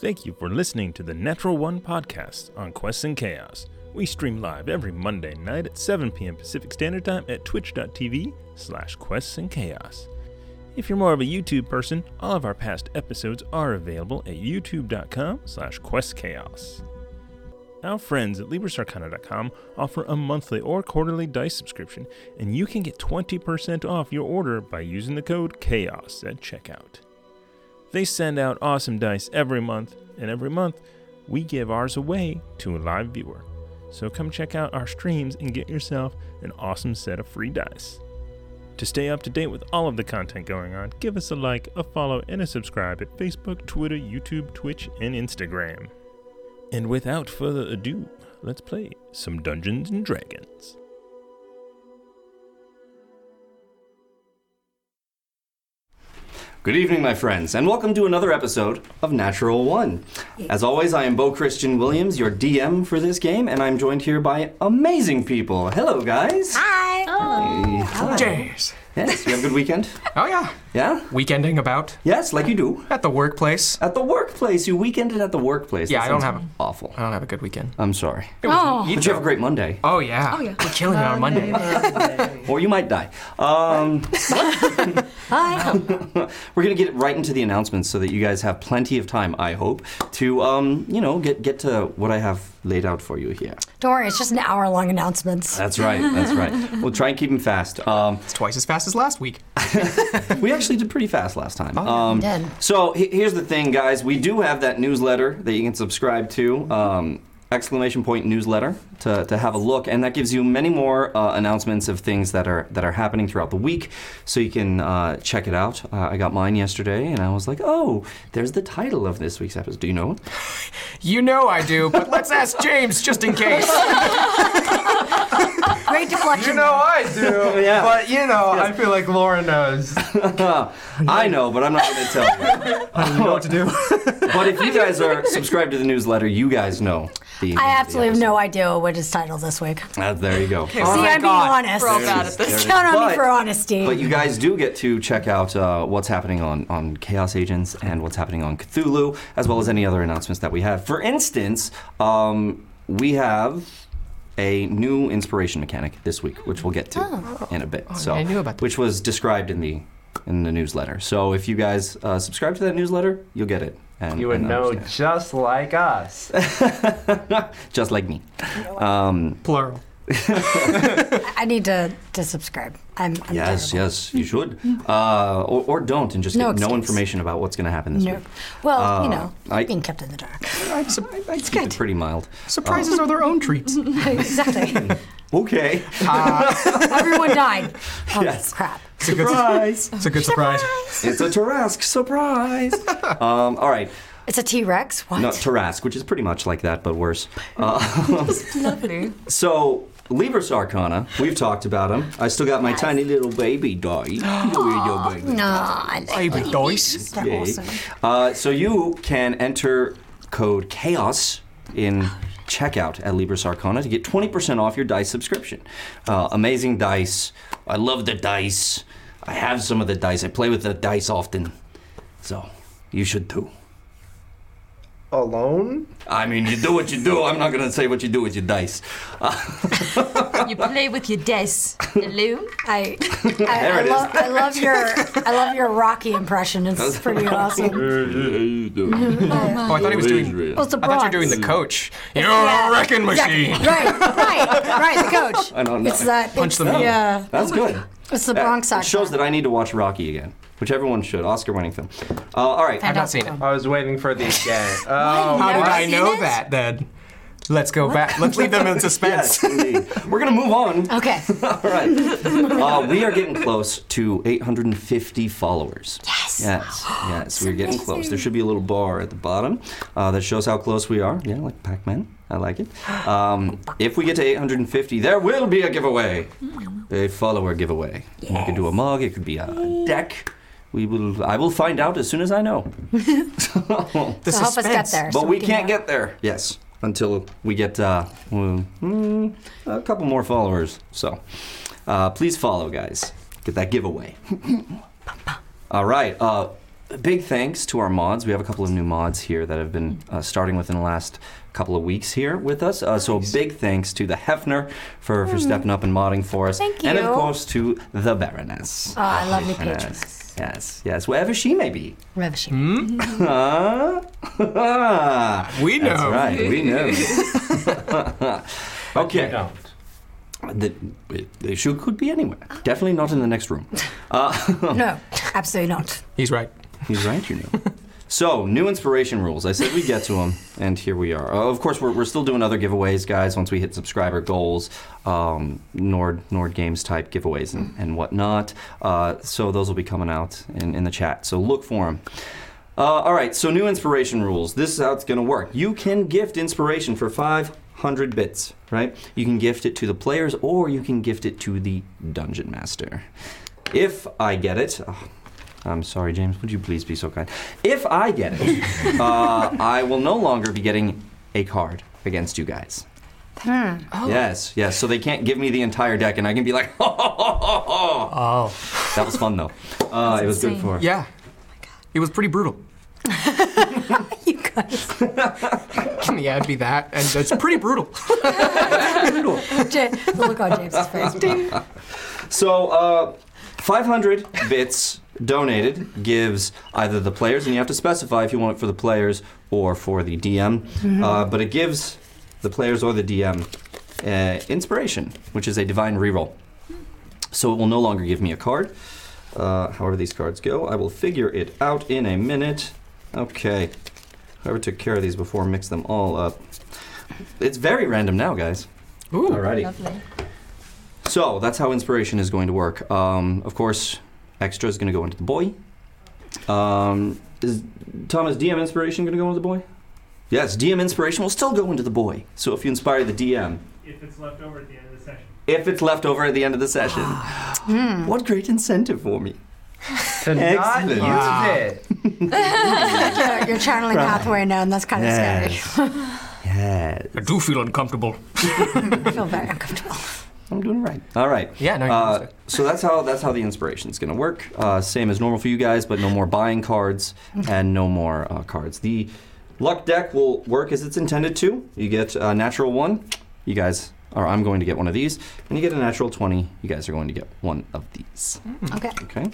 Thank you for listening to the Natural One podcast on Quests and Chaos. We stream live every Monday night at 7 p.m. Pacific Standard Time at twitch.tv slash quests and chaos. If you're more of a YouTube person, all of our past episodes are available at youtube.com slash questchaos. Our friends at LibraSarcana.com offer a monthly or quarterly dice subscription, and you can get 20% off your order by using the code CHAOS at checkout. They send out awesome dice every month, and every month we give ours away to a live viewer. So come check out our streams and get yourself an awesome set of free dice. To stay up to date with all of the content going on, give us a like, a follow, and a subscribe at Facebook, Twitter, YouTube, Twitch, and Instagram. And without further ado, let's play some Dungeons and Dragons. Good evening, my friends, and welcome to another episode of Natural One. As always, I am Bo Christian Williams, your DM for this game, and I'm joined here by amazing people. Hello, guys. Hi. Jays. Yes, you have a good weekend? Oh yeah. Yeah? Weekending about Yes, like you do. at the workplace. At the workplace. You weekended at the workplace. Yeah, That I don't sounds have a- Awful. I don't have a good weekend. I'm sorry. Oh. But you have a great Monday. Oh yeah. yeah. We're killing it on Monday. Or you might die. Um, Hi. we're going to get right into the announcements so that you guys have plenty of time, I hope, to, um, you know, get, get to what I have laid out for you here. Don't worry, it's just an hour long announcements. That's right. That's right. We'll try and keep them fast. Um, It's twice as fast as last week. We Oh, actually did pretty fast last time. um, did. So he- here's the thing, guys. We do have that newsletter that you can subscribe to. Um, exclamation point newsletter to, to have a look and that gives you many more uh, announcements of things that are that are happening throughout the week so you can uh, check it out uh, i got mine yesterday and i was like oh there's the title of this week's episode do you know it You know I do, but let's ask James just in case. Great deflection. you know I do. Yeah. But you know, I feel like Laura knows. i know Oh, but i'm not going to tell you I know what to do. but if you guys are subscribed to the newsletter you guys know the I absolutely have no idea what is titled this week. Ah, there you go Oh See, my I'm God. being honest. We're all bad at There it this. is. Count on But- me for honesty. But you guys do get to check out uh, what's happening on, on Chaos Agents and what's happening on Cthulhu, as well as any other announcements that we have. For instance, um, we have a new inspiration mechanic this week, which we'll get to Oh. in a bit. so, Oh, I knew about that. which was described in the in the newsletter. So if you guys uh, subscribe to that newsletter, you'll get it. And, You would and uh, know understand. just like us. just like me. Um, Plural. I- I need to, to subscribe. I'm, I'm yes, terrible. yes, you should, uh, or, or don't, and just No get no excuse. information about what's going to happen this No. week. Well, Uh, you know, I- being kept in the dark. It's keep it pretty mild. Uh, Surprises are their own treats. exactly. Okay. Ah, Everyone died. Oh, Yes. crap. It's a good surprise. It's a good surprise. It's a Tarask surprise. um, all right. It's a T Rex? What? No, Tarask, which is pretty much like that, but worse. Uh, Lovely. so, Libris Arcana, we've talked about him. I still got my tiny little baby dog. Little baby. no, I Baby dice. They're Yay. awesome. Uh, so, you can enter code CHAOS in checkout at Libris Arcana to get 20% off your dice subscription. Uh, amazing dice. I love the dice. I have some of the dice. I play with the dice often. So, you should too. Alone? I mean, you do what you do. I'm not gonna say what you do with your dice. You play with your dice alone. I, I, I, it is. love, I love your I love your Rocky impression. It's pretty awesome. Mm-hmm. Oh, I thought he was doing. Well, it's a I thought you bronze. were doing the coach. You're Yeah, a wrecking exactly. machine. Right, right, right. The coach. I don't know. It's that. Punch it's them the, out. Yeah, That's good. it's the Bronx It shows that I need to watch Rocky again, which everyone should. Oscar-winning film. Uh, all right. I've not seen it. I was waiting for the gay. Oh, How did Never I seen know it? that then? Let's go back. Let's leave them in suspense. Yes, indeed. We're gonna move on. Okay. All right. Uh, we are getting close to 850 followers. Yes. Yes. Yes. We're getting close. There should be a little bar at the bottom uh, that shows how close we are. Yeah, like Pac-Man. I like it. Um, if we get to 850, there will be a giveaway, Mm. a follower giveaway. We could do a mug. It could be a deck. We will. I will find out as soon as I know. The So help us get suspense. there. so But we can can't know. get there. Yes, until we get uh, well, mm, a couple more followers. So uh, please follow, guys. Get that giveaway. All right. Uh, big thanks to our mods. We have a couple of new mods here that have been uh, starting within the last couple of weeks here with us. Uh, so big thanks to the Hefner for, for stepping up and modding for us. Hmm. Thank And of you. course to the Baroness. Oh, I love you, Patroness. Yes, yes, yes. Wherever she may be. Ravishing. Hmm? Ah. We know. That's right. We know. okay. Don't. The, the shoe could be anywhere. Definitely not in the next room. Uh, No, absolutely not. He's right. He's right, you know. So, new inspiration rules. I said we get to them, and here we are. Uh, of course, we're, we're still doing other giveaways, guys, once we hit subscriber goals, um, Nord Nord Games type giveaways and, and whatnot. Uh, so, those will be coming out in, in the chat. So, look for them. Uh, all right, so new inspiration rules. This is how it's going to work. You can gift inspiration for 500 bits, right? You can gift it to the players, or you can gift it to the dungeon master. If I get it, oh, I'm sorry, James. Would you please be so kind? If I get it, uh, I will no longer be getting a card against you guys. Oh. Oh. Yes, yes. So they can't give me the entire deck, and I can be like, "Oh, "Ho, ho, ho, ho, ho." Oh. that was fun though. Uh, it was good insane. for. Yeah. It was pretty brutal. You guys. yeah, it'd be that. And it's pretty brutal. Ja- the look on James's face. So, uh, 500 bits donated gives either the players, and you have to specify if you want it for the players or for the DM, uh, but it gives the players or the DM uh, inspiration, which is a divine reroll. So it will no longer give me a card. Uh, however, these cards go, I will figure it out in a minute. Okay. Whoever took care of these before mixed them all up. It's very random now, guys. Ooh. Alrighty. Lovely. So that's how inspiration is going to work. Um, of course, extra is going to go into the boy. Um, is Thomas DM inspiration going to go into the boy? Yes, DM inspiration will still go into the boy. So if you inspire the DM, if it's left over at the end of the session. if it's left over at the end of the session, Ah, Hmm. what great incentive for me! To not Excellent. use Wow. it. You're- You're channeling Hathaway now, and that's kind of Yes. Yes, I do feel uncomfortable. scary. I feel very uncomfortable. I'm doing right. All right. Yeah, no, you're doing Uh, right. so that's how that's how the inspiration is going to work. Uh, same as normal for you guys, but no more buying cards and no more uh, cards. The luck deck will work as it's intended to. You get a natural one. You guys, or I'm going to get one of these, and you get a natural twenty. You guys are going to get one of these. Mm. Okay. Okay.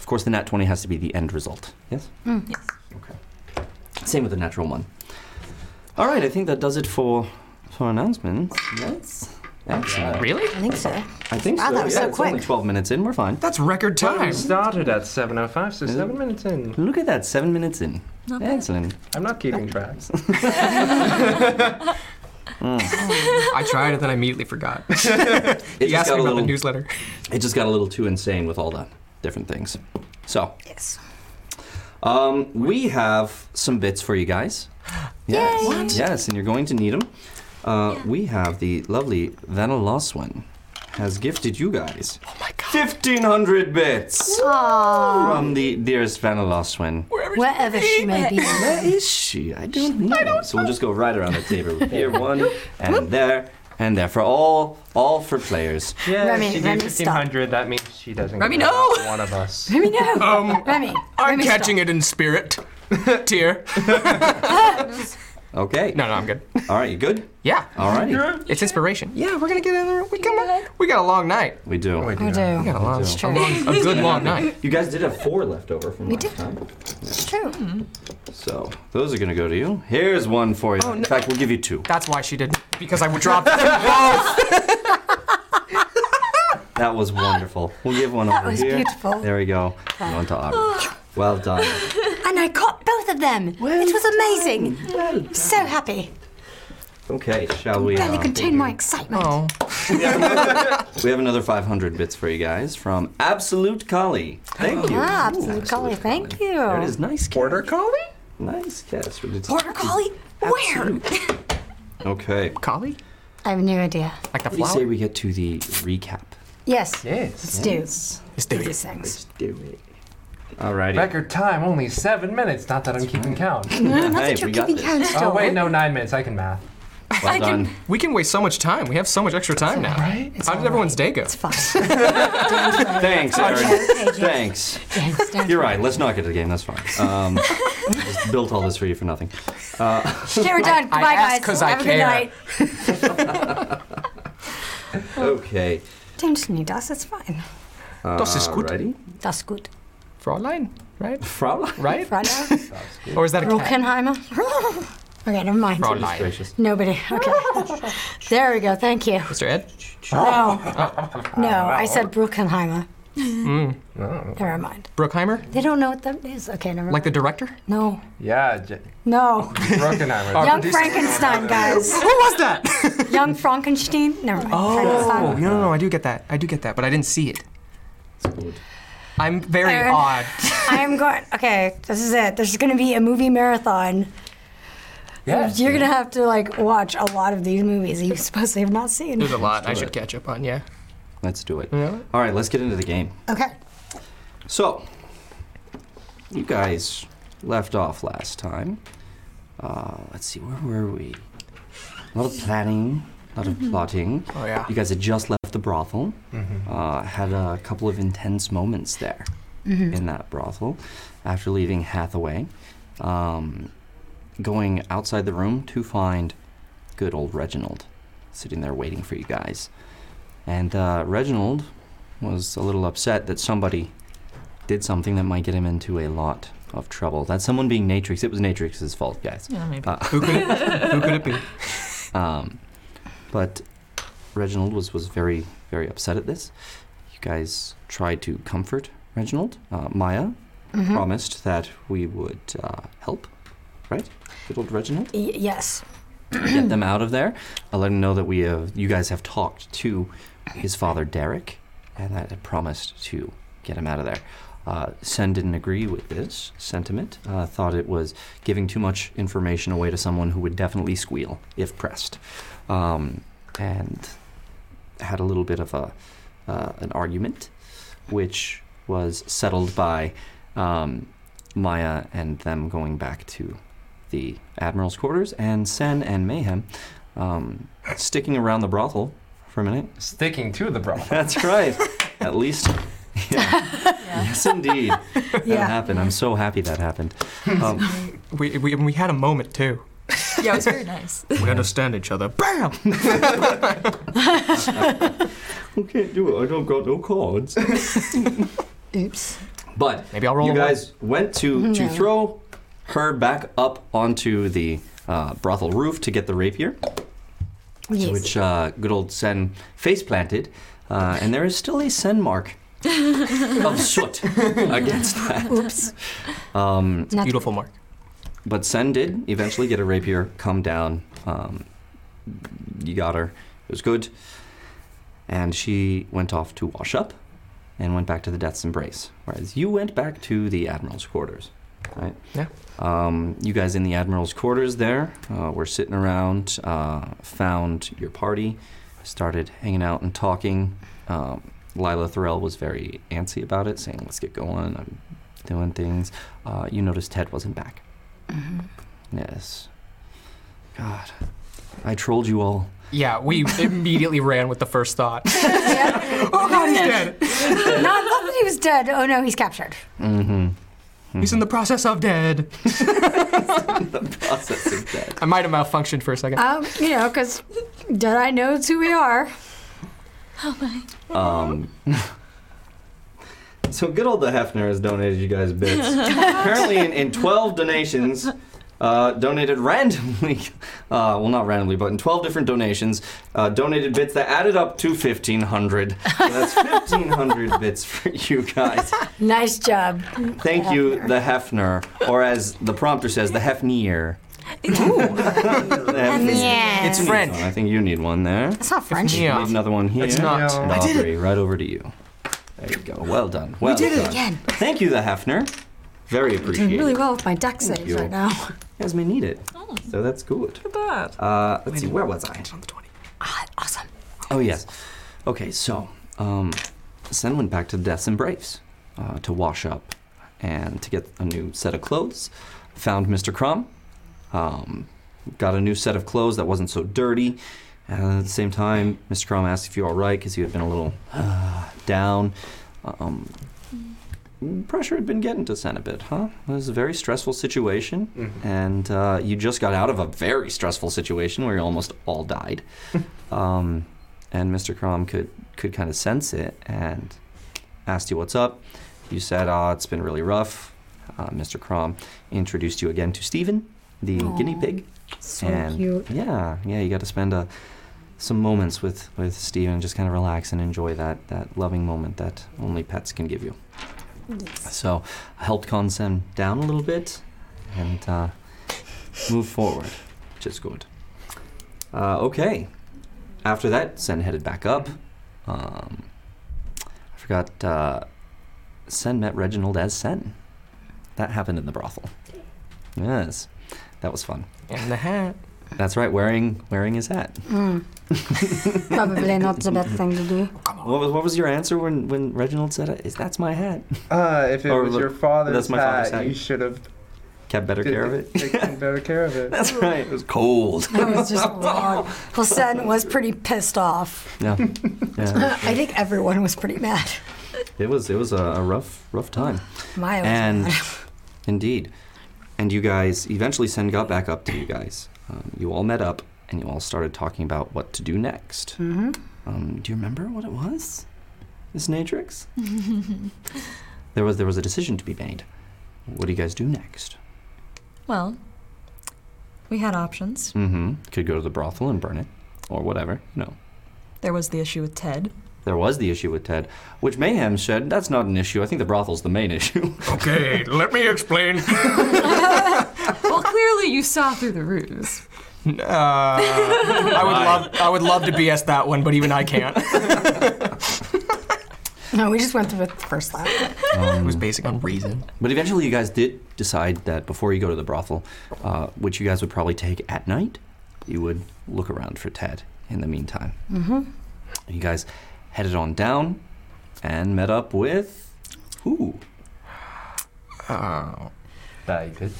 Of course, the nat twenty has to be the end result. Yes. Mm. Yes. Same with the natural one. All right. I think that does it for for announcements. Yes. Excellent. Really? I think so. Uh, I think Wow, so. that was yeah, so it's only quick. 12 minutes in. We're fine. That's record We time. started at 7.05, so seven minutes in. Look at that, seven minutes in. Excellent. I'm not keeping track. I tried and then I immediately forgot. It You just, got a asked me about little, the newsletter. it just got a little too insane with all the different things. So, Yes. um, we have some bits for you guys. Yes. Yes, and you're going to need them. Uh, We have the lovely Vanna Loswin has gifted you guys oh my God. 1,500 bits from the dearest Vanna Loswin. Wherever she may be. Where is she? I don't know. so we'll just go right around the table. Here one, and there, and there for all, all for players. Yeah, Remy, she did Remy, stop. 1,500. That means she doesn't Remy, give no! one of us. Remy, no. Um, Remy. I'm Remy, catching stop. it in spirit. Tear. Okay. No, no, I'm good. All right. You good? Yeah. Alrighty. It's inspiration. Yeah, we're gonna get another. We got, we got a long night. We do. Oh, We We do. got a long, It's true. a good long night. You guys did have four left over from last did. time. It's true. hmm. So those are gonna go to you. Here's one for you. In fact, we'll give you two. That's why she didn't. Because I would drop them both. That was wonderful. We'll give one over was here. beautiful. There we go. One to Aubrey. Well done. And I caught both of them. it was amazing. I'm so happy. Okay, shall we? Barely uh, contain my excitement. Oh. we have another 500 bits for you guys from Absolute Collie. Thank you. Ah, Ooh, Absolute Collie, thank you. There it is. Nice catch. Border collie? Nice catch. But it's- Border collie? Where? Okay. What Collie? I have no idea. Like the do you say flower? we get to the recap? Yes. Yes. Let's do. Let's do Do it. these things. do it. Alrighty. Record time, only seven minutes. Not that I'm keeping count. hey, we You're got keeping this. count Oh, still. wait, no, nine minutes. I can math. Well done. We can waste so much time. We have so much extra time now. right. How did everyone's day go? It's fine. Oh, Thanks, Aaron. Okay, James. Thanks. James, don't- You're right. Let's not get to the game. That's fine. Um, just built all this for you for nothing. Uh, Okay, we're done. I Goodbye, ask guys. 'cause I Have a care. good night. Okay. James need us. It's fine. Das ist gut. Alrighty. Das gut. Fräulein, right? Fraulein. Right? Fräulein. Or is that a cat? Ruckenheimer. okay, never mind. Fräulein. Gracious. Nobody. Okay. there we go. Thank you. Mr. Ed? Oh. No. Oh. No, I Uh, said Bruckenheimer. Mm. Never mind. Brookheimer? They don't know what that is. Okay, never Like mind. the director? no. Yeah, J- No. Brockenheimer. Young Frankenstein, guys. Who was that? Young Frankenstein. Never mind. Oh, Frankenstein. no, no, no, I do get that. I do get that, but I didn't see it. I'm very Aaron. odd. I am going. Okay, this is it. There's going to be a movie marathon. Yes. You're going to have to like watch a lot of these movies that you supposedly have not seen. There's a lot I should catch up on, yeah. Let's do it. Yeah. All right. Let's get into the game. Okay. So, you guys left off last time. Uh, let's see, where were we? A lot of planning, a lot of plotting. Oh, yeah. You guys had just left the brothel, uh, had a couple of intense moments there Mm. in that brothel after leaving Hathaway, um, going outside the room to find good old Reginald sitting there waiting for you guys. And uh, Reginald was a little upset that somebody did something that might get him into a lot of trouble. That someone being Natrix, it was Natrix's fault, guys. Uh, Yeah, maybe. Who could it, who could it be? Um, but Reginald was, was very, very upset at this. You guys tried to comfort Reginald. Uh, Maya Mm-hmm. promised that we would uh, help, right? Good old Reginald. Y- yes. Get them out of there. I let him know that we have, you guys have talked to his father, Derek, and that had promised to get him out of there. Uh, Sen didn't agree with this sentiment, uh, thought it was giving too much information away to someone who would definitely squeal if pressed, um, and had a little bit of a, uh, an argument, which was settled by um, Maya and them going back to the Admiral's quarters, and Sen and Mayhem um, sticking around the brothel for a minute. Sticking to the brothel. That's right. At least. Yeah. Yes, indeed. That happened. I'm so happy that happened. Um, We, we, we had a moment, too. Yeah, it was very nice. We understand each other. BAM! who can't do it? I don't got no cards. Oops. But Maybe I'll roll you a one. guys went to, to throw her back up onto the uh, brothel roof to get the rapier, Yes. which uh, good old Sen face planted, uh, and there is still a Sen mark of soot against that. Oops. Um, Not- Beautiful mark. But Sen did eventually get a rapier, come down. Um, you got her. It was good. And she went off to wash up and went back to the Death's Embrace. Whereas you went back to the Admiral's quarters. Right? Yeah. Um, you guys in the Admiral's quarters there uh, were sitting around, uh, found your party, started hanging out and talking. Um, Lila Thorell was very antsy about it, saying, let's get going. I'm doing things. Uh, you noticed Ted wasn't back. Mm-hmm. Yes. God. I trolled you all. Yeah, we immediately ran with the first thought. Yeah. Oh, God, he's dead. not, not that he was dead. Oh no, he's captured. Mm-hmm. He's in the process of dead. Process of that. I might have malfunctioned for a second. Um, you know, because dead eye knows who we are. Um. So good old the Hefner has donated you guys bits. Apparently, in, in 12 donations, uh, donated randomly, uh, well, not randomly, but in 12 different donations, uh, donated bits that added up to 1,500. So that's 1,500 bits for you guys. Nice job. Thank you, the Hefner, or as the prompter says, the Hefnir. Yeah. It's French. I think you need one there. That's not French. Yeah. Need another one here. It's not. And I did Aubrey, it. right over to you. There you go. Well done. Well did it done. again. Thank you, the Hefner. Very appreciated. Doing really well with my deck saves you. right now. Guys may need it. So that's good. Look at that. Uh, let's see, where was I? On the 20. Ah, awesome. Oh, yes. Okay, so um, Sen went back to Death's Embrace uh, to wash up and to get a new set of clothes. Found Mr. Crumb, um, got a new set of clothes that wasn't so dirty. And at the same time, Mr. Crumb asked if you were all right because you had been a little uh, down. Um, pressure had been getting to Sen a bit, huh? It was a very stressful situation, and uh, you just got out of a very stressful situation where you almost all died. um, and Mr. Crom could could kind of sense it and asked you what's up. You said, "Ah, it's been really rough." Uh, Mr. Crom introduced you again to Stephen, the Aw. guinea pig, So and cute. yeah, yeah, you got to spend a, some moments with with Stephen, just kind of relax and enjoy that that loving moment that only pets can give you. So, I helped calm Sam down a little bit, and uh, move forward, which is good. Uh, okay. After that, Sen headed back up. Um, I forgot. Uh, Sen met Reginald as Sen. That happened in the brothel. Yes, that was fun. And the hat. That's right, wearing wearing his hat. Mm. Probably not the best thing to do. What was, what was your answer when, when Reginald said it? Is that's my hat? Uh, if it Or was look, your father's, that's my father's hat, hat. you should have Kept better care of it. taken better care of it. That's right. It was cold. That was just odd. Well, Sen was pretty pissed off. Yeah, yeah. I think everyone was pretty mad. It was it was a, a rough rough time. Maya was And mad. indeed, and you guys eventually Sen got back up to you guys. Um, you all met up and you all started talking about what to do next. Hmm. Mm-hmm. Um, do you remember what it was, Miss Natrix? there was there was a decision to be made. What do you guys do next? Well, we had options. Mm-hmm. Could go to the brothel and burn it, or whatever. You know, There was the issue with Ted. there was the issue with Ted, which Mayhem said that's not an issue. I think the brothel's the main issue. Okay, let me explain. well, clearly you saw through the ruse. Uh, I would love. I would love to BS that one, but even I can't. it No, we just went through it the first time. was basic on reason. Um, But eventually, you guys did decide that before you go to the brothel, uh, which you guys would probably take at night, you would look around for Ted in the meantime. Mm-hmm. You guys headed on down and met up with. Ooh. Oh. That you did.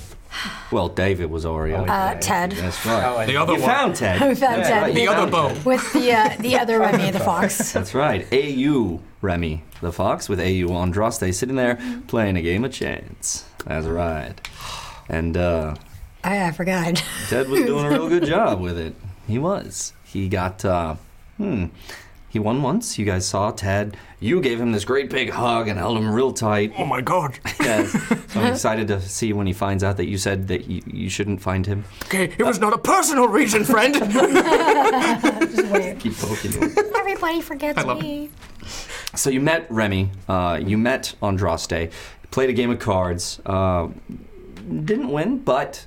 Well, David was already Oh, out. Uh, yeah. Ted. That's Oh, right. and The other You one. found Ted. We found That's Ted. right, you The other found bow. Ted. With the uh, the other Remy the fox. That's right. AU Remy the Fox with AU Andraste sitting there Mm-hmm. playing a game of chance. That's right. And uh, Oh, I, I forgot. Ted was doing a real good job with it. He was. He got, uh, hmm. He won once. You guys saw Ted. You gave him this great big hug and held him real tight. Oh my god. Yes. So I'm excited to see when he finds out that you said that you, you shouldn't find him. Okay, it was not a personal reason, friend. Just wait. Keep poking him. Everybody forgets love me. so you met Remy. Uh, you met Andraste. Played a game of cards. Uh, didn't win, but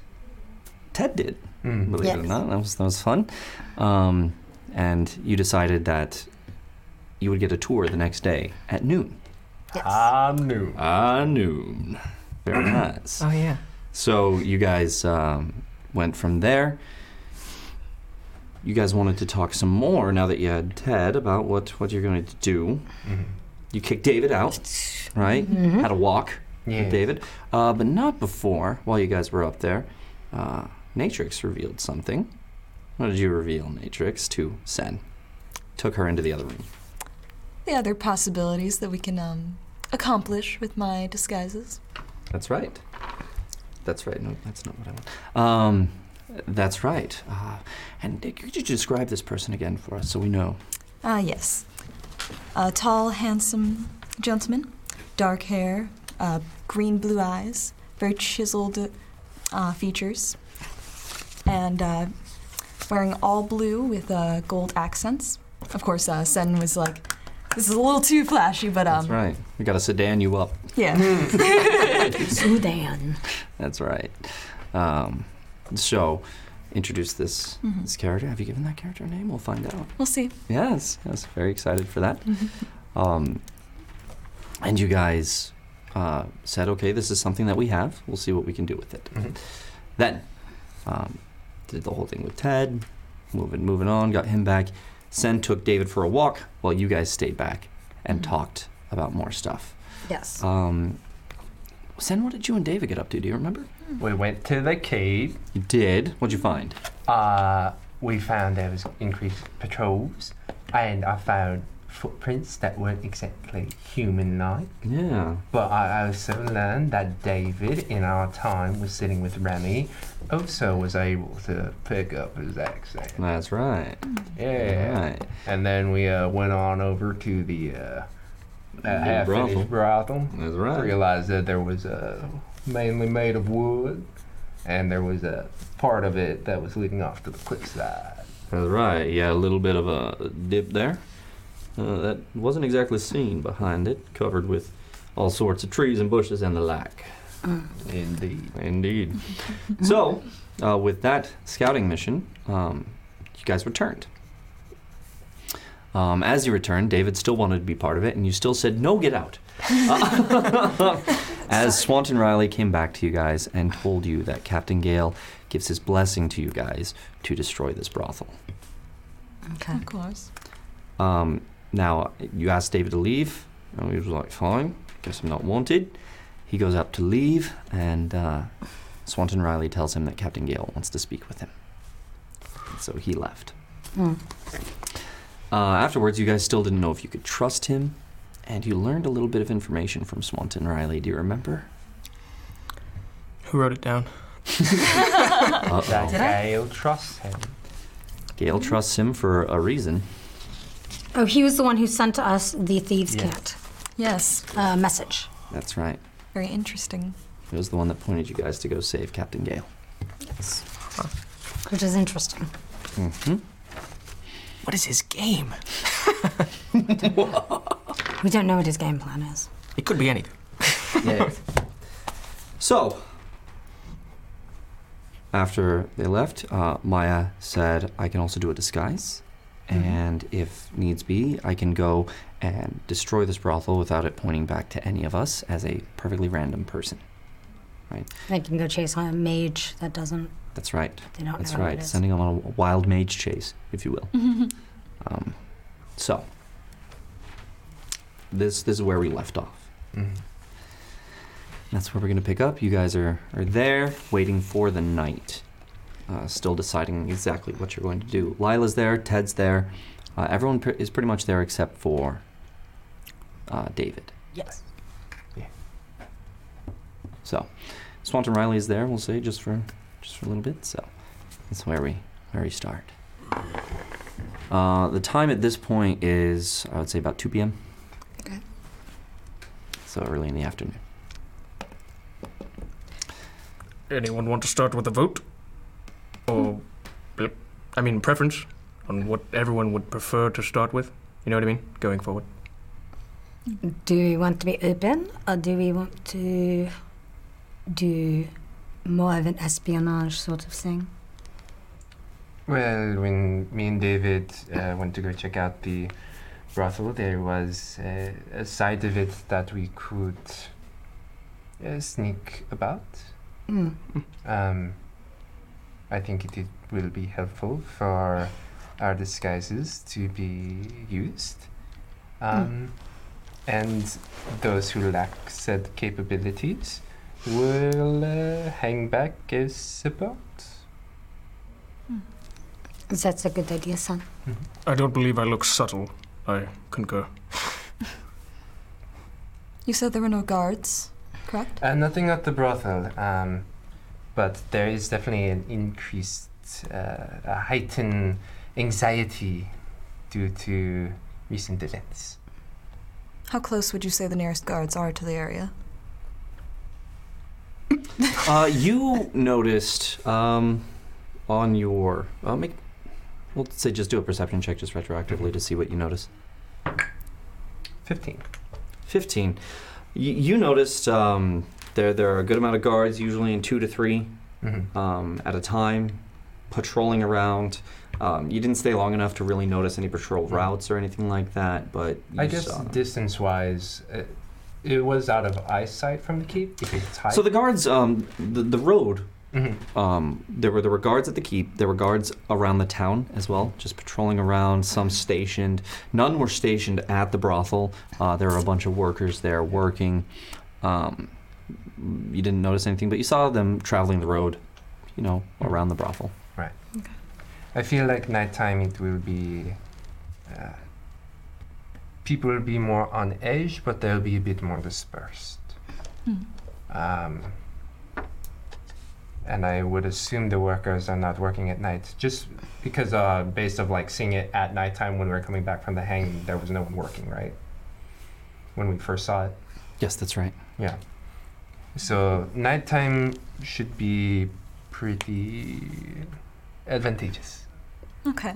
Ted did. Believe it or Yes. not, that was that was fun. Um, and you decided that you would get a tour the next day at noon. Yes. I knew. Ah, noon. Very nice. Oh yeah. So you guys um, went from there. You guys wanted to talk some more now that you had Ted about what what you're going to do. Mm-hmm. You kicked David out, right? Had a walk Yes. with David, uh, but not before. While you guys were up there, uh, Natrix revealed something. What did you reveal, Natrix, to Sen? Took her into the other room. The other possibilities that we can um, accomplish with my disguises. That's right. That's right. No, that's not what I want. Um, that's right. Uh, and Nick, could you describe this person again for us so we know? Ah, yes. A tall, handsome gentleman, dark hair, uh, green blue eyes, very chiseled uh, features, and uh, wearing all blue with uh, gold accents. Of course, uh, Sen was like, this is a little too flashy, but um, That's right. We got to sedan you up. yeah. Sudan. That's right. Um, So, introduce this this character. Have you given that character a name? We'll find out. We'll see. Yes, yes, very excited for that. um, and you guys uh, said, okay, this is something that we have. We'll see what we can do with it. Mhm. Then um, did the whole thing with Ted, moving, moving on, got him back. Sen took David for a walk while you guys stayed back and Mhm. talked about more stuff. Yes. Um, Sen, what did you and David get up to? Do you remember? We went to the cave. You did. What'd you find? Uh, we found there was increased patrols, and I found footprints that weren't exactly human-like. Yeah. But I also learned that David, in our time, was sitting with Remy, also was able to pick up his accent. That's right. Yeah. Right. And then we uh, went on over to the uh, The half finished brothel. That's right. Realized that there was uh, mainly made of wood, and there was a part of it that was leading off to the cliffside. That's right. Yeah, a little bit of a dip there. Uh, that wasn't exactly seen behind it, covered with all sorts of trees and bushes and the like. Indeed. Indeed. so, uh, with that scouting mission, um, you guys returned. Um, as you returned, David still wanted to be part of it, and you still said, no, get out. as Swanton Riley came back to you guys and told you that Captain Gale gives his blessing to you guys to destroy this brothel. Okay. Of course. Um, now, you asked David to leave, and he was like, fine, guess I'm not wanted. He goes up to leave, and uh, Swanton Riley tells him that Captain Gale wants to speak with him. And so he left. Hmm. Uh, afterwards, you guys still didn't know if you could trust him, and you learned a little bit of information from Swanton Riley. Do you remember? Who wrote it down? Uh-oh. That Gale trusts him. Gale trusts him for a reason. Oh, he was the one who sent us the thieves' Yeah. cat Yes. uh, message. That's right. Very interesting. He was the one that pointed you guys to go save Captain Gale. Yes. Which is interesting. What is his game? We don't know what his game plan is. It could be anything. Yeah. so, after they left, uh, Maya said, I can also do a disguise. Mm-hmm. And if needs be, I can go and destroy this brothel without it pointing back to any of us as a perfectly random person. They can go chase on a mage that doesn't. That's right. They don't That's know who it right. is. Sending them on a wild mage chase, if you will. um, so, this this is where we left off. Mhm. That's where we're gonna pick up. You guys are are there, waiting for the night. Uh, still deciding exactly what you're going to do. Lila's there. Ted's there. Uh, everyone pr- is pretty much there except for uh, David. Yes. So, Swanton Riley is there. We'll say just for just for a little bit. So, that's where we where we start. Uh, the time at this point is I would say about 2 p.m. Okay. So early in the afternoon. Anyone want to start with a vote? Or, blip, I mean, preference on what everyone would prefer to start with? You know what I mean? Going forward. Do we want to be open or do we want to do more of an espionage sort of thing? Well, when me and David uh, went to go check out the brothel, there was uh, a side of it that we could uh, sneak about. Mm. Um, I think it, it will be helpful for our disguises to be used. Um, And those who lack said capabilities will uh, hang back as support. That's a good idea, son. I don't believe I look subtle. I concur. You said there were no guards, correct? Uh, nothing at the brothel, um, but there is definitely an increased, uh, a heightened anxiety due to recent events. How close would you say the nearest guards are to the area? Uh, you noticed um, on your uh, make. We'll say just do a perception check just retroactively to see what you notice. 15. Fifteen. You, you noticed um, there there are a good amount of guards, usually in two to three hmm um, at a time, patrolling around. Um, you didn't stay long enough to really notice any patrol routes or anything like that, but you Hmm. I guess saw them. distance wise, uh, it was out of eyesight from the keep. If it's high. So the guards, um, the, the road, Mhm. um, there were there were guards at the keep. There were guards around the town as well, just patrolling around. Some stationed. None were stationed at the brothel. Uh, there were a bunch of workers there working. Um, you didn't notice anything, but you saw them traveling the road, you know, around the brothel. I feel like nighttime it will be. Uh, people will be more on edge, but they'll be a bit more dispersed. Hmm. Um, and I would assume the workers are not working at night, just because uh, based of like seeing it at nighttime when we were coming back from the hanging, there was no one working, right? When we first saw it. Yes, that's right. Yeah. So nighttime should be pretty advantageous. Okay.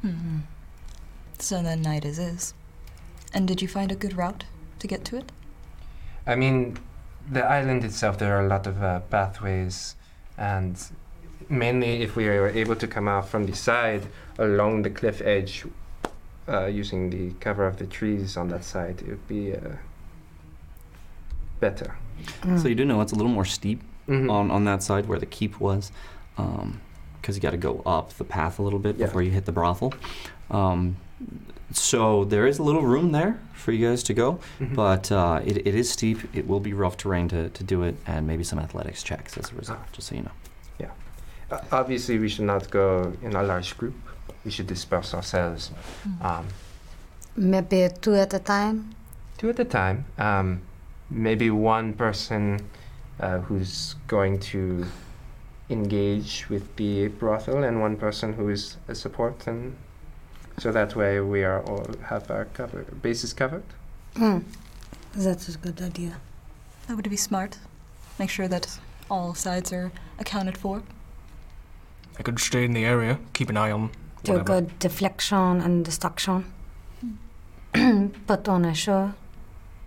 Hmm. So then night is is. And did you find a good route to get to it? I mean, the island itself, there are a lot of uh, pathways, and mainly if we are able to come out from the side along the cliff edge uh, using the cover of the trees on that side, it would be uh, better. So you do know it's a little more steep Mhm. on, on that side where the keep was, because you got to go up the path a little bit Yeah. before you hit the brothel. Um, so there is a little room there for you guys to go, Mhm. but uh, it, it is steep. It will be rough terrain to, to do it, and maybe some athletics checks as a result, just so you know. Uh, obviously, we should not go in a large group. We should disperse ourselves. Um, Maybe two at a time. two at a time. Um, maybe one person uh, who's going to engage with the brothel, and one person who is a support, and so that way we are all have our cover bases covered. Hmm. That's a good idea. That would be smart. Make sure that all sides are accounted for. I could stay in the area, keep an eye on Do whatever. Oh, good deflection and destruction. Put on a show.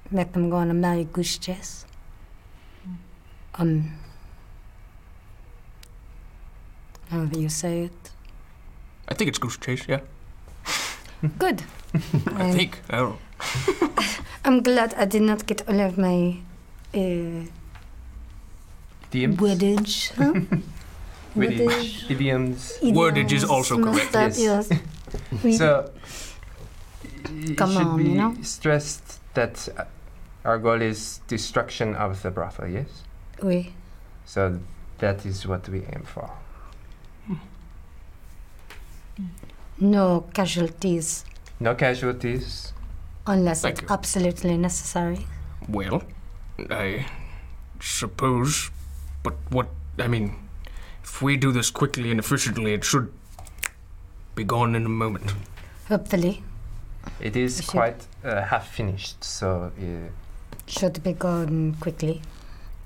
Make them go on a merry goose chase. Um. However you say it. I think it's goose chase. Yeah, Good. Um, I And think. oh, I don't know. I'm glad I did not get all of my uh, Idioms. wordage. huh? Wordage. Idioms. Wordage is Idioms, also correct, messed up, yes. yes. We- So it Come should on, be you know? stressed that uh, our goal is destruction of the brothel. Yes. we. So that is what we aim for. No casualties No casualties. unless Thank it's you. absolutely necessary. Well, I suppose, but what I mean, if we do this quickly and efficiently, it should be gone in a moment. Hopefully. It is We should- quite uh, half finished, so uh, Should be gone quickly.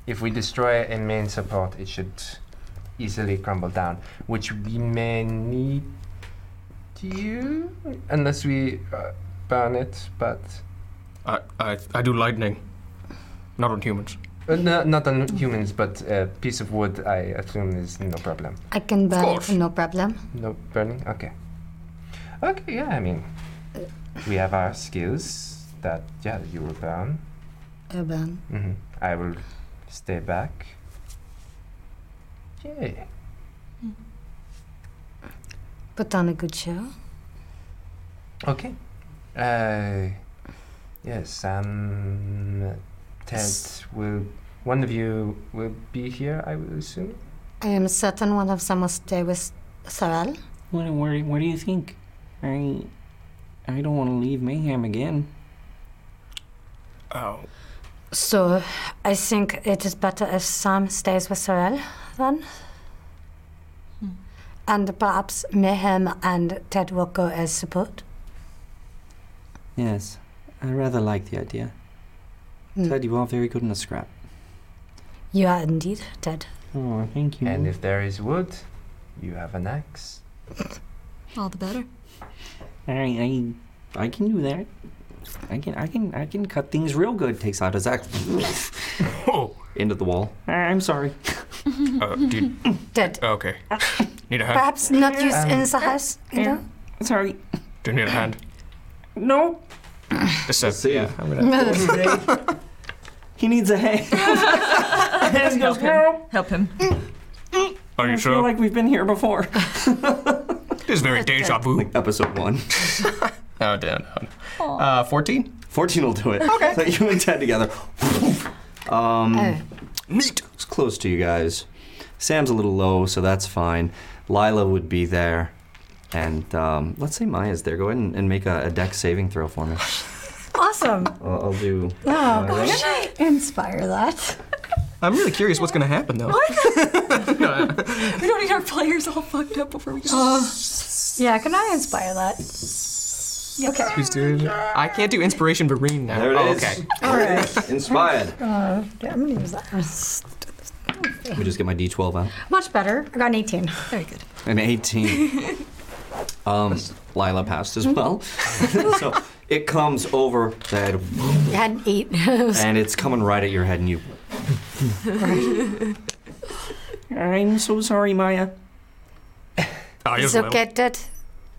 if we destroy a main support, it should easily crumble down, which we may need you unless we uh, burn it, but I I I do lightning, not on humans. uh, no, not on humans, but a piece of wood, I assume, is no problem. I can burn it, course. no problem. No burning? Okay. Okay, yeah, I mean, we have our skills that, yeah, you will burn. I burn. hmm I will stay back. Yeah. Put on a good show. Okay. Uh, yes, um, Ted will. One of you will be here, I will assume. I am certain one of them will stay with Sorel. What, what, do- what do you think? I, I don't want to leave Mayhem again. Oh, So I think it is better if Sam stays with Sorel then. Hmm. And perhaps Mayhem and Ted will go as support. Yes, I rather like the idea. Mm. Ted, you are very good in a scrap. You are indeed Ted. Oh, thank you. And if there is wood, you have an axe. All the better. I, I, I can do that. I can, I can, I can cut things real good. Takes out his axe oh, into the wall. I, I'm sorry. Uh, do you, Dead. Oh, okay. Need a hand? Perhaps not used Um, in the house. You know? Sorry. Do you need a hand? No. This is, See ya. yeah, I'm gonna. He needs a hand. and goes, Help him. no. Help him. Are you I feel sure? like we've been here before. this is very deja vu. Like episode one. Oh, down. Uh, 14? 14 will do it. Okay. So you and Ted together. um, Oh. Neat. It's close to you guys. Sam's a little low, so that's fine. Lila would be there. And um, let's say Maya's there. Go ahead and, and make a, a deck saving throw for me. Awesome. Uh, I'll, I'll do. Oh, Maya. gosh, I inspire that. I'm really curious what's gonna happen though. We don't need our players all fucked up before we go. Oh. Yeah, can I inspire that? Okay. Who's doing it? I can't do inspiration Vereen now. There it oh, is. okay. All right. Inspired. Uh, yeah, I'm gonna use that. Let me just get my d12 out. Much better. I got an 18. Very good. An 18. um, Lila passed as well. so it comes over the head, I had an eight. and it's coming right at your head, and you I'm so sorry, Maya. Oh, it's yes, well. okay, Dead.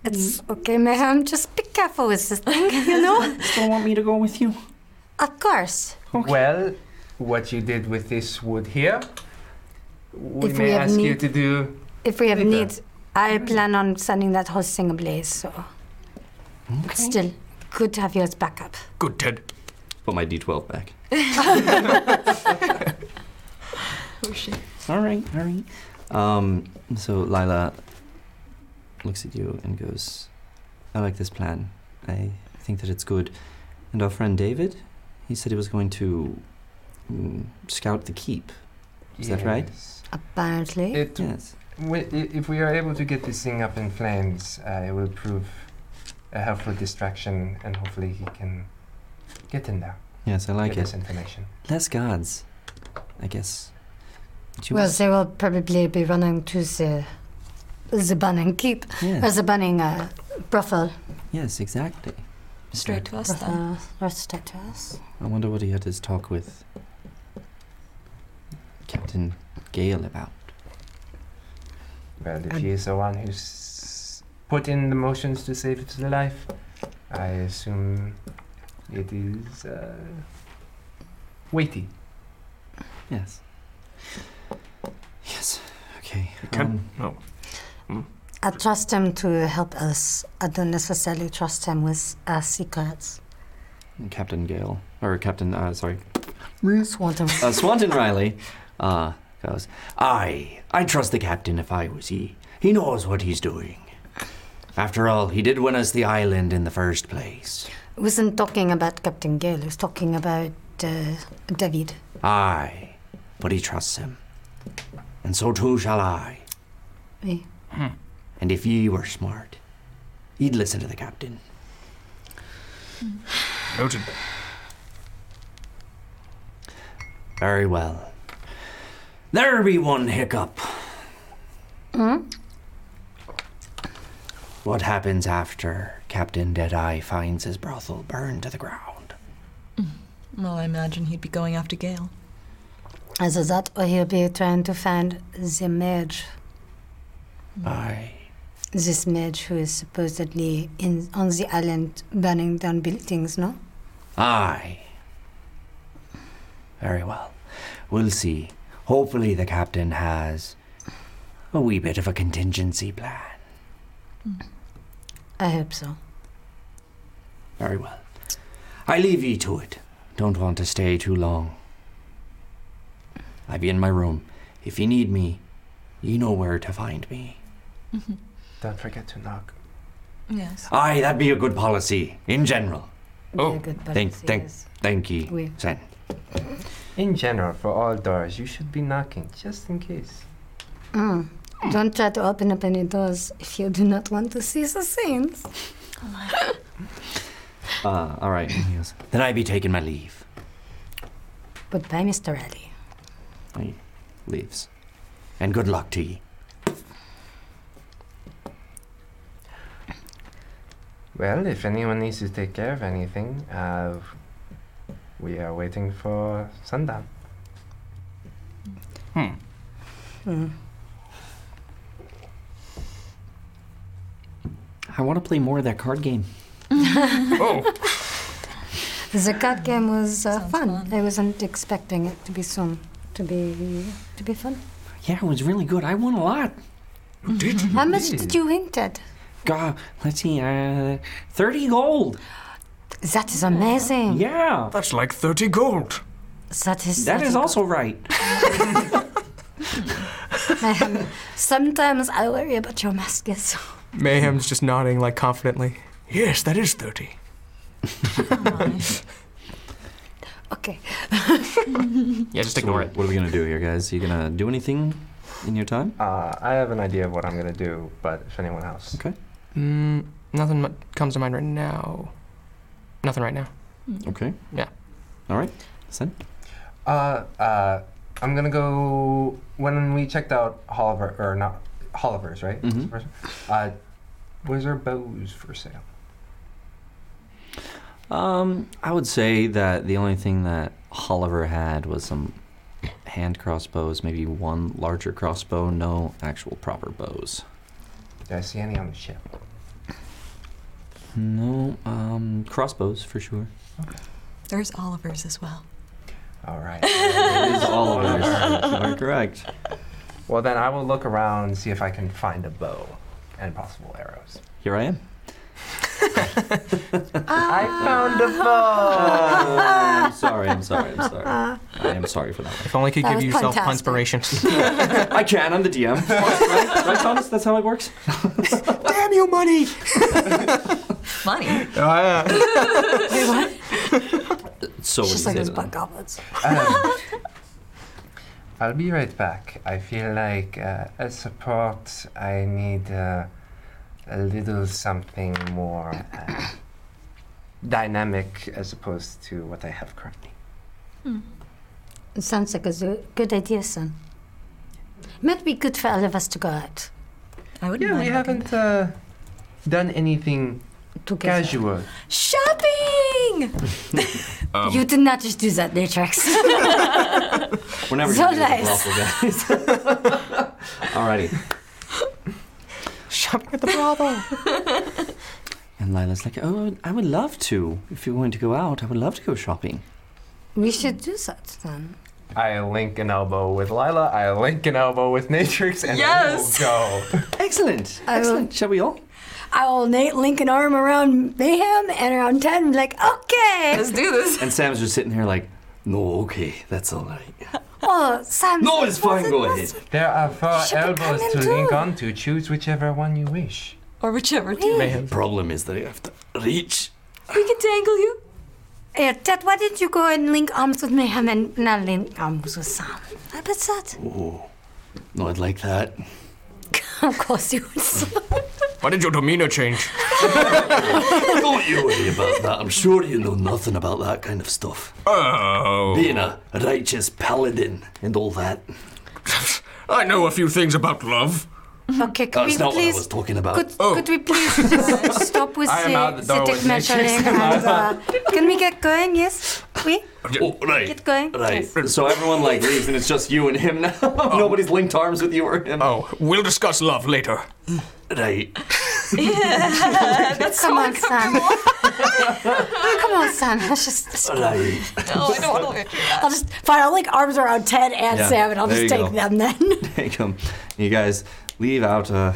It's Mm. okay, ma'am. Just be careful with this thing, you know? Still want me to go with you? of course. Well, what you did with this wood here, we If may we have ask you need- to do. If we have Later. need, I plan on sending that whole thing ablaze, so. But still, good to have you as backup. Good, Ted. put my d12 back. Oh shit. All right, all right. Um, so Lila looks at you and goes, I like this plan. I think that it's good. And our friend David, he said he was going to mm, scout the keep. Is that right? Yes. Apparently. It, Yes. wi- i- if we are able to get this thing up in flames, uh, it will prove a helpful distraction, and hopefully he can get in there. Yes, I like get this it. information. Less guards, I guess. Do you well, want- they will probably be running to the, the burning keep, yes. or the burning uh, brothel. Yes, exactly. Straight to us then. brothel or statues. I wonder what he had his talk with Captain Gale about. Well, if And- he is the one who's put in the motions to save his life, I assume it is uh, weighty. Yes. Yes. Okay. Can- um, Oh. Mm. I trust him to help us. I don't necessarily trust him with our secrets. Captain Gale, or Captain, uh, sorry, Mm. Swanton. uh, Swanton Riley, uh, goes, I, I trust the captain if I was he. He knows what he's doing. After all, he did win us the island in the first place. wasn't talking about Captain Gale, he was talking about uh, David. Aye, but he trusts him. And so too shall I. Oui. And if ye were smart, ye'd listen to the captain. Noted. Very well. There be one hiccup. Hmm? What happens after Captain Deadeye finds his brothel burned to the ground? Well, I imagine he'd be going after Gale. Either that or he'll be trying to find the mage, Mm. Aye. this mage who is supposedly in on the island burning down buildings, no? Aye. Very well. We'll see. Hopefully, the captain has a wee bit of a contingency plan. I hope so. Very well. I leave ye to it. Don't want to stay too long. I be in my room. If ye need me, ye know where to find me. Don't forget to knock. Yes. Aye, that be a good policy, in general. Oh, Very good thank- policy, thank- yes. Thank ye, Oui. Sen. In general, for all doors, you should be knocking just in case. Mm. Don't try to open up any doors if you do not want to see the scenes. Uh, all right. Then I be taking my leave. Goodbye, Mr. Riley. He leaves. And good luck to ye. Well, if anyone needs to take care of anything, uh, Hmm. we are waiting for sundown. I want to play more of that card game. oh. The card game was uh, fun. I wasn't expecting it to be soon, to be to be fun. Yeah, it was really good. I won a lot. Did How much did you win, Ted? God, let's see, uh, 30 gold. That is amazing. Yeah. That's like 30 gold. That is. That is also right. Mayhem. Um, Sometimes I worry about your muskets. Mayhem's just nodding like confidently. Yes, that is thirty. Okay. Yeah, just So ignore it. What are we gonna do here, guys? You gonna do anything in your time? Uh, I have an idea of what I'm gonna do, but if anyone else. Okay. Mm, nothing mu- comes to mind right now. Nothing right now. Okay. Yeah. All right. Sen. Uh, uh, I'm gonna go when we checked out Holliver or not Hollivers, right? Mhm. Uh, was there bows for sale? Um, I would say that the only thing that Holliver had was some hand crossbows, maybe one larger crossbow, no actual proper bows. Did I see any on the ship? No, um, crossbows for sure. There's Oliver's as well. All right. It is Oliver's. You are correct. Well, then I will look around and see if I can find a bow and possible arrows. Here I am. I found a bow. I'm sorry. I'm sorry. I'm sorry. I am sorry for that. If only could That give was yourself fantastic. inspiration. I can. I'm the DM. right, right, Thomas? That's how it works. Damn you, money! Money. Wait, what? So It's just what like do you those say black goblets. Um, I'll be right back. I feel like uh, as support, I need uh, a little something more uh, dynamic as opposed to what I have currently. It Hmm. sounds like a zo- good idea, son. Might be good for all of us to go out. I would. Yeah, we haven't uh, done anything casual. Shopping! Um. Um, you did not just do that, Natrix. We're never So gonna do this nice. waffle, guys. Alrighty. Shopping at the brothel. And Lila's like, oh, I would love to. If you're going to go out, I would love to go shopping. we should do that then. I link an elbow with Lila. I link an elbow with Natrix, and Yes! we will go. Excellent. I will- Excellent. Shall we all? I will Nate link an arm around Mayhem and around Ted and be like, okay. Let's do this. And Sam's just sitting here like, no, okay, that's all right. Oh, Sam. No, it's fine, go ahead. There are four Should we come elbows in to too? link onto. Choose whichever one you wish. Or whichever The problem is that I have to reach. We can tangle you. Yeah, Ted, why didn't you go and link arms with Mayhem and not link arms with Sam? How about that? Oh, no, I'd like that. of course you would. Why did your demeanor change? Don't you worry about that. I'm sure you know nothing about that kind of stuff. Oh. Being a righteous paladin and all that. I know a few things about love. Okay, could That's we not what I please? was talking about. Could, could we please uh, stop with Oh. I am out the, the the door dick with Nick. measuring? and, uh, can we get going? Yes, we Oh, right. get going. Right. So everyone like leaves, and it's just you and him now. Nobody's linked arms with you or him. Oh, we'll discuss love later. Right. Yeah, that's come on, son. Oh, come on, son. Let's just. let's go. No, I don't want to I'll just fine. I'll like arms around Ted and Yeah, Sam, and I'll there just you take go. them then. Take him. You guys leave out. Uh,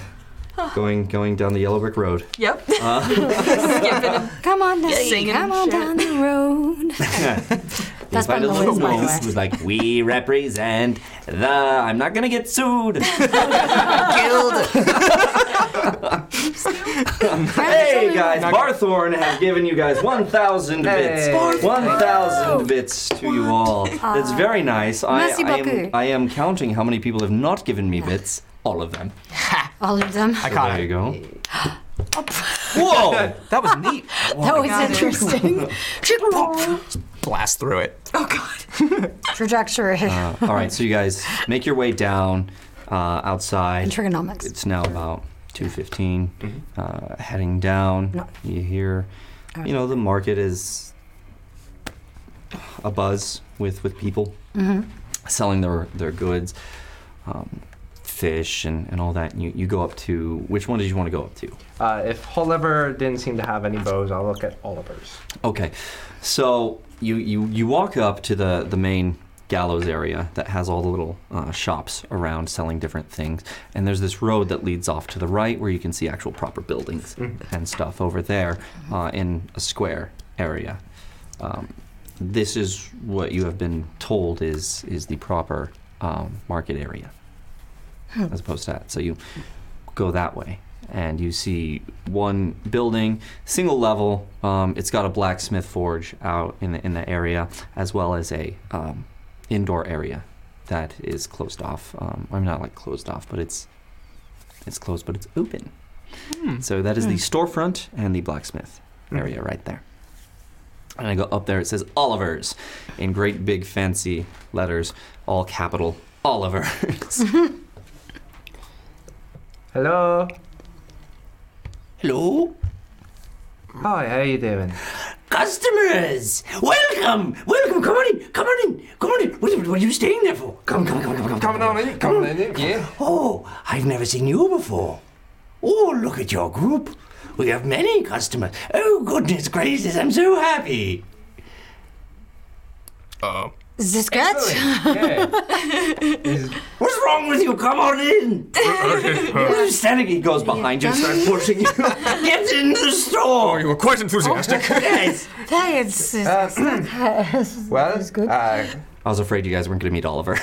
going going down the yellow brick road. Yep. Uh, Come on, Yeah, down, singing come on shit. down the road. you That's find a my little noise, by the woman way. who's like, "We represent the." I'm not gonna get sued. hey guys, Barthorn has given you guys 1,000 Hey. bits. Barthorn. 1,000 bits to you all. That's very nice. I, Merci I, beaucoup. am, I am counting how many people have not given me bits. All of them. All of them. So there you go. Whoa! That was neat. That was interesting. Blast through it. Trajectory Uh, all right, so you guys make your way down uh, outside. and trigonomics. It's now about 2:15. Uh, heading down, No. you hear, you know, the market is a buzz with with people Mhm. selling their their goods. Um, fish and, and all that. And you, you go up to which one did you want to go up to? Uh, if Oliver didn't seem to have any bows, I'll look at Oliver's. Okay, so you you, you walk up to the the main gallows area that has all the little uh, shops around selling different things, and there's this road that leads off to the right where you can see actual proper buildings and stuff over there uh, in a square area. Um, this is what you have been told is is the proper um, market area Hmm. as opposed to that. So you go that way, and you see one building, single level. Um, it's got a blacksmith forge out in the in the area, as well as a um, indoor area that is closed off. Um, I'm not like closed off, but it's it's closed, but it's open. Hmm. So that is the Hmm. storefront and the blacksmith area right there. And I go up there. It says Oliver's in great big fancy letters, all capital Oliver's. Hello. Hello. Hi, how you doing? Customers, welcome, welcome. Come on in, come on in, come on in. What, what are you staying there for? Come, come, come, come, come. Come on in, come on in. Yeah. Oh, I've never seen you before. Oh, look at your group. We have many customers. Oh, goodness gracious, I'm so happy. Uh, Is this good? What's wrong with you? Come on in. What are you standing? He goes behind you and starts pushing you. Get in the store. Oh, you were quite enthusiastic. yes. Thanks. Uh, Well, uh, I was afraid you guys weren't going to meet Oliver.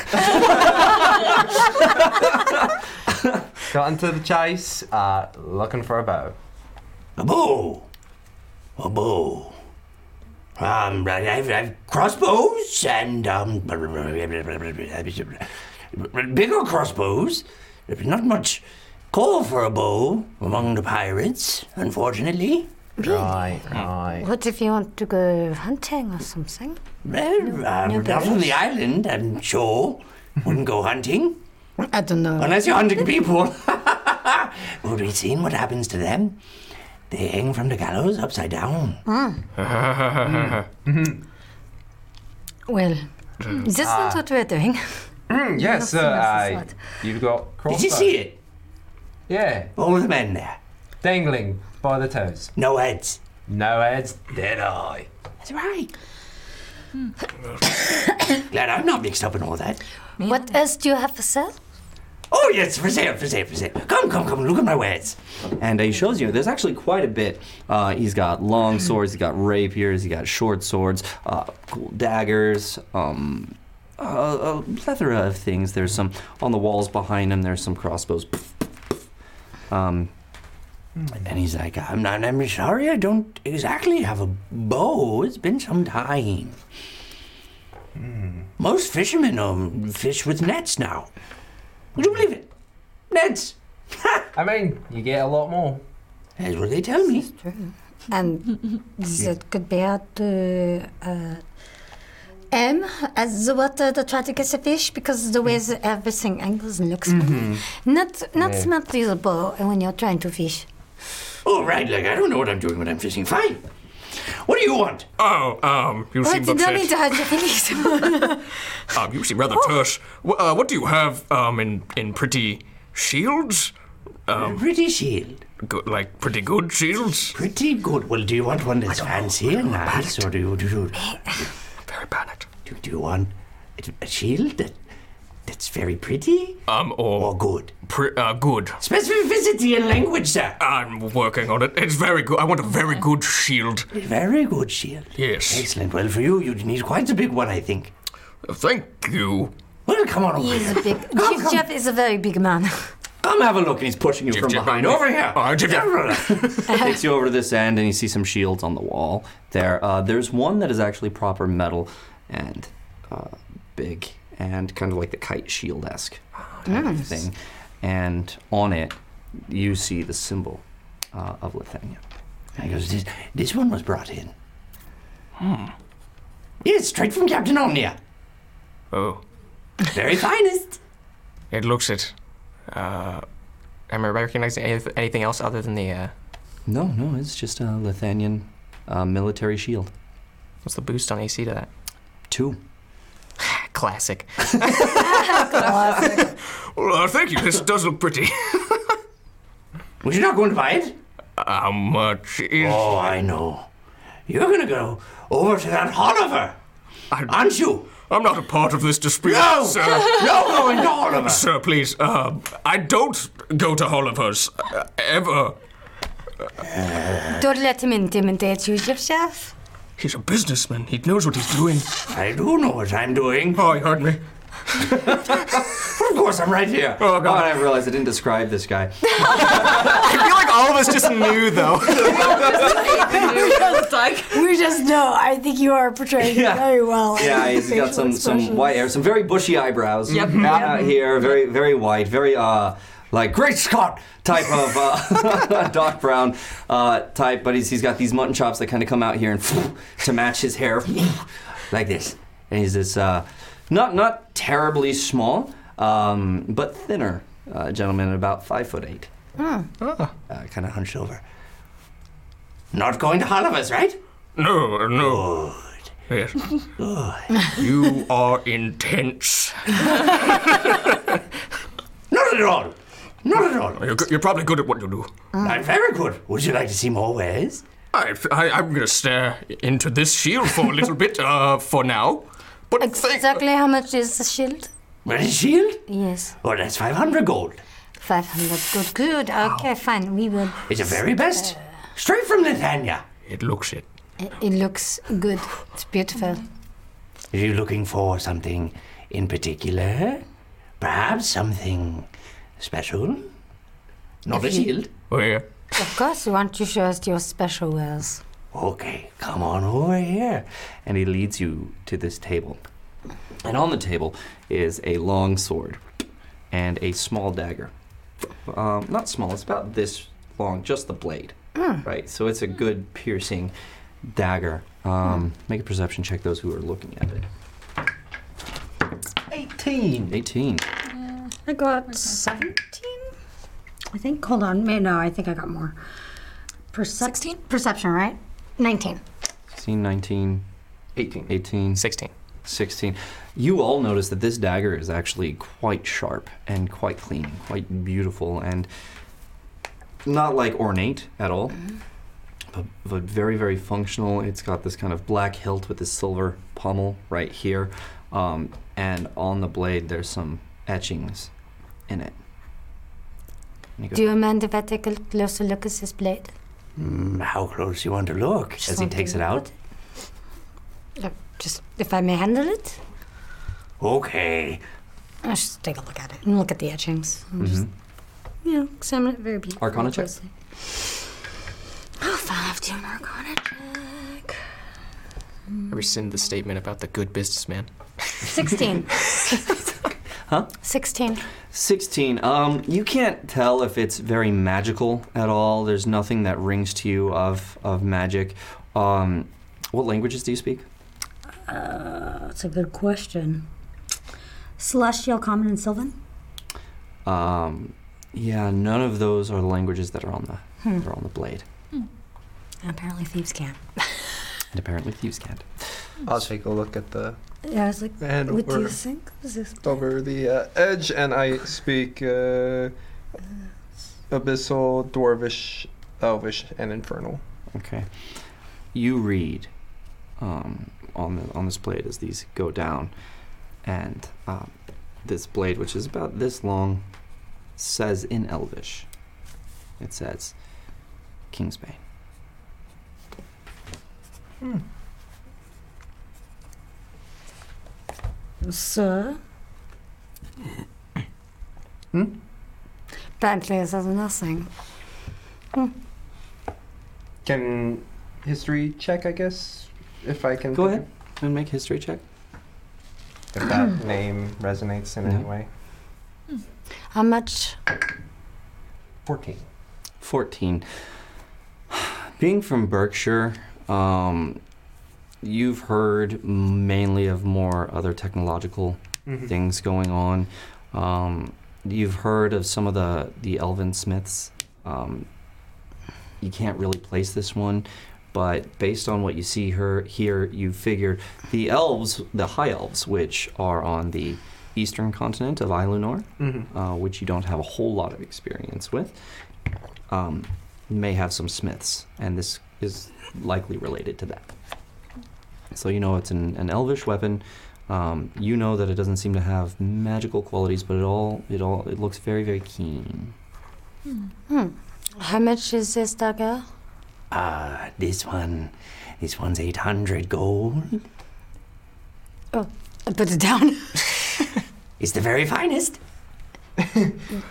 Got into the chase, uh, looking for a bow. A bow? A bow. Um, I- I've, I've crossbows and um, bigger crossbows. There's not much call for a bow among the pirates, unfortunately. Right, right. What if you want to go hunting or something? Well, no um, not on bows. the island, I'm sure. Wouldn't go hunting. I don't know. Unless you're hunting people. Well, we've seen what happens to them. They hang from the gallows upside down. Mm. Mm-hmm. Well, is this not Ah. Mm, what we're doing? yes, Nothing sir. else I, is what- you've got crossbow. Did you see it? Yeah. All the men there. Dangling by the toes. No heads. No heads. Dead eye. That's right. Hmm. Glad I'm not mixed up in all that. What else do you have for sale? Oh yes, for sale, for sale, for sale. Come, come, come. Look at my wares. and uh, he shows you there's actually quite a bit. Uh, he's got long swords, he's got rapiers, he got short swords, uh, cool daggers, um, a, a plethora of things. There's some on the walls behind him. There's some crossbows. Um, Hmm. And he's like, I'm not. I'm sorry, I don't exactly have a bow. It's been some time. Hmm. Most fishermen um, fish with nets now. Would you believe it? Nets. I mean, you get a lot more. That's what they tell me. And that could be out to uh, aim at the water to try to catch a fish because the way Mm. that everything angles and looks Mm-hmm. funny. Not not Yeah. smart little bow when you're trying to fish. Oh, right. Like I don't know what I'm doing when I'm fishing. Fine. What do you want? Oh, um, you What? seem You don't upset. need to hide your face. Um, you seem rather terse. Wh- uh, what do you have um, in in pretty shields? Um, pretty shield. Good, like pretty good shields. Pretty good. Well, do you want one that's fancy and nice, or do you do you, very panicked? Do, do you want a- a shield that that's very pretty? Um, or, good. Pre- uh, good. Specificity and language, sir. I'm working on it. It's very good. I want a very good shield. Very good shield. Yes. Excellent. Well, for you, you'd need quite a big one, I think. Thank you. Well, Oh, come on over He is here. a big. Jeff, Jeff is a very big man. Come have a look, and he's pushing you from Jib, behind. over Over here. here. Oh, Jib, Takes you over to this end, and you see some shields on the wall. There, uh, there's one that is actually proper metal and uh, big, and kind of like the kite shield esque Nice. thing. And on it, you see the symbol uh, of Lithania. And he goes, this, this one was brought in. Hmm. Yes, straight from Captain Omnia. Oh. Very finest. It looks it. Uh, am I recognizing anyth- anything else other than the? Uh, No, no, it's just a Lithanian uh, military shield. what's the boost on AC to that? Two. Classic. Well, uh, thank you. This does look pretty. Was you not going to buy it? How much is. Oh, I know. You're gonna go over to that Oliver, aren't you? I'm not a part of this dispute, No! sir. No going to Oliver! Sir, please, uh, I don't go to Oliver's uh, ever. Uh. Don't let him intimidate you, Jeff. He's a businessman. He knows what he's doing. I do know what I'm doing. Oh, you heard me. of course, I'm right here. Oh, God. I didn't realize I didn't describe this guy. I feel like all of us just knew, though. Hmm. we, just, we just know. I think you are portraying it Yeah. very well. Yeah, he's got some, some white hair, some very bushy eyebrows. Yep. Out, Yep. out here, very very white, very uh like great Scott type of uh, dark brown uh, type. But he's he's got these mutton chops that kind of come out here and to match his hair like this. And he's this uh, not not terribly small, um, but thinner uh, gentleman, about five foot eight, Ah. uh, kind of hunched over. Not going to Oliver's, right? No, no. Yes. you are intense. Not at all. Not at all. You're, go- you're probably good at what you do. I'm very good. Would you like to see more wares? I, I, I'm going to stare into this shield for a little bit uh, for now. But Exactly how much is the shield? What is shield? Yes, Oh, that's 500 gold. 500. Good, good. Okay, fine. We will. uh, It's the very best. Straight from Netanya. It looks it. It, it looks good. It's beautiful. Are you looking for something in particular? Perhaps something special? Not a If you- shield. Oh, yeah. Of course, you want to show us your special wares. Okay, come on oh. over here. and he leads you to this table. And on the table is a long sword and a small dagger. Um, not small, it's about this long, just the blade. Mm. Right? So it's a good piercing dagger. Um, Make a perception check, those who are looking at it. 18. 18. I got 17, I think. Hold on. May- No, I think I got more. Percep- 16? Perception, right? 19. 16, 19, 18. 18. 16. 16. You all notice that this dagger is actually quite sharp and quite clean, quite beautiful, and not like ornate at all, but, but very, very functional. It's got this kind of black hilt with this silver pommel right here, um, and on the blade there's some etchings in it. And Do you mind if I take a closer look at this blade? Mm, how close you want to look as he want to takes it look out? Look, just if I may handle it, Okay. I'll just take a look at it and look at the etchings. And Just, Mm-hmm. Mhm. you know, examine it very beautifully. Arcana check. closely. Oh, five to an Arcana check. I rescind the statement about the good businessman. 16. Huh? 16. 16. Um, you can't tell if it's very magical at all. There's nothing that rings to you of of magic. Um, what languages do you speak? Uh, that's a good question. Celestial, Common, and Sylvan? Um, yeah, none of those are the languages that are on the Hmm. that are on the blade, Apparently, thieves can't. and apparently thieves can't. I'll take a look at the Yeah, I was like, hand what do over, you think? Is this over the uh, edge, and I speak uh, Abyssal, Dwarvish, Elvish, and Infernal. Okay. You read um, on the, on this blade as these go down, and um, this blade, which is about this long, says in Elvish. It says, "Kingsbane." Sir? Hmm? Apparently, it says nothing. Can history check, I guess, if I can. Go think ahead and make history check. If that name resonates in any way. How much? 14. 14. Being from Berkshire, um, you've heard mainly of more other technological Mhm. things going on. Um, you've heard of some of the, the elven smiths. Um, you can't really place this one, but based on what you see her here, you figure the elves, the high elves, which are on the eastern continent of Ilunor, Mhm. uh, which you don't have a whole lot of experience with. Um, you may have some smiths, and this is likely related to that. So you know it's an, an elvish weapon. Um, you know that it doesn't seem to have magical qualities, but it all it all it looks very very keen. Hmm. How much is this dagger? Ah, this one, this one's 800 gold. Oh, I put it down. It's the very finest.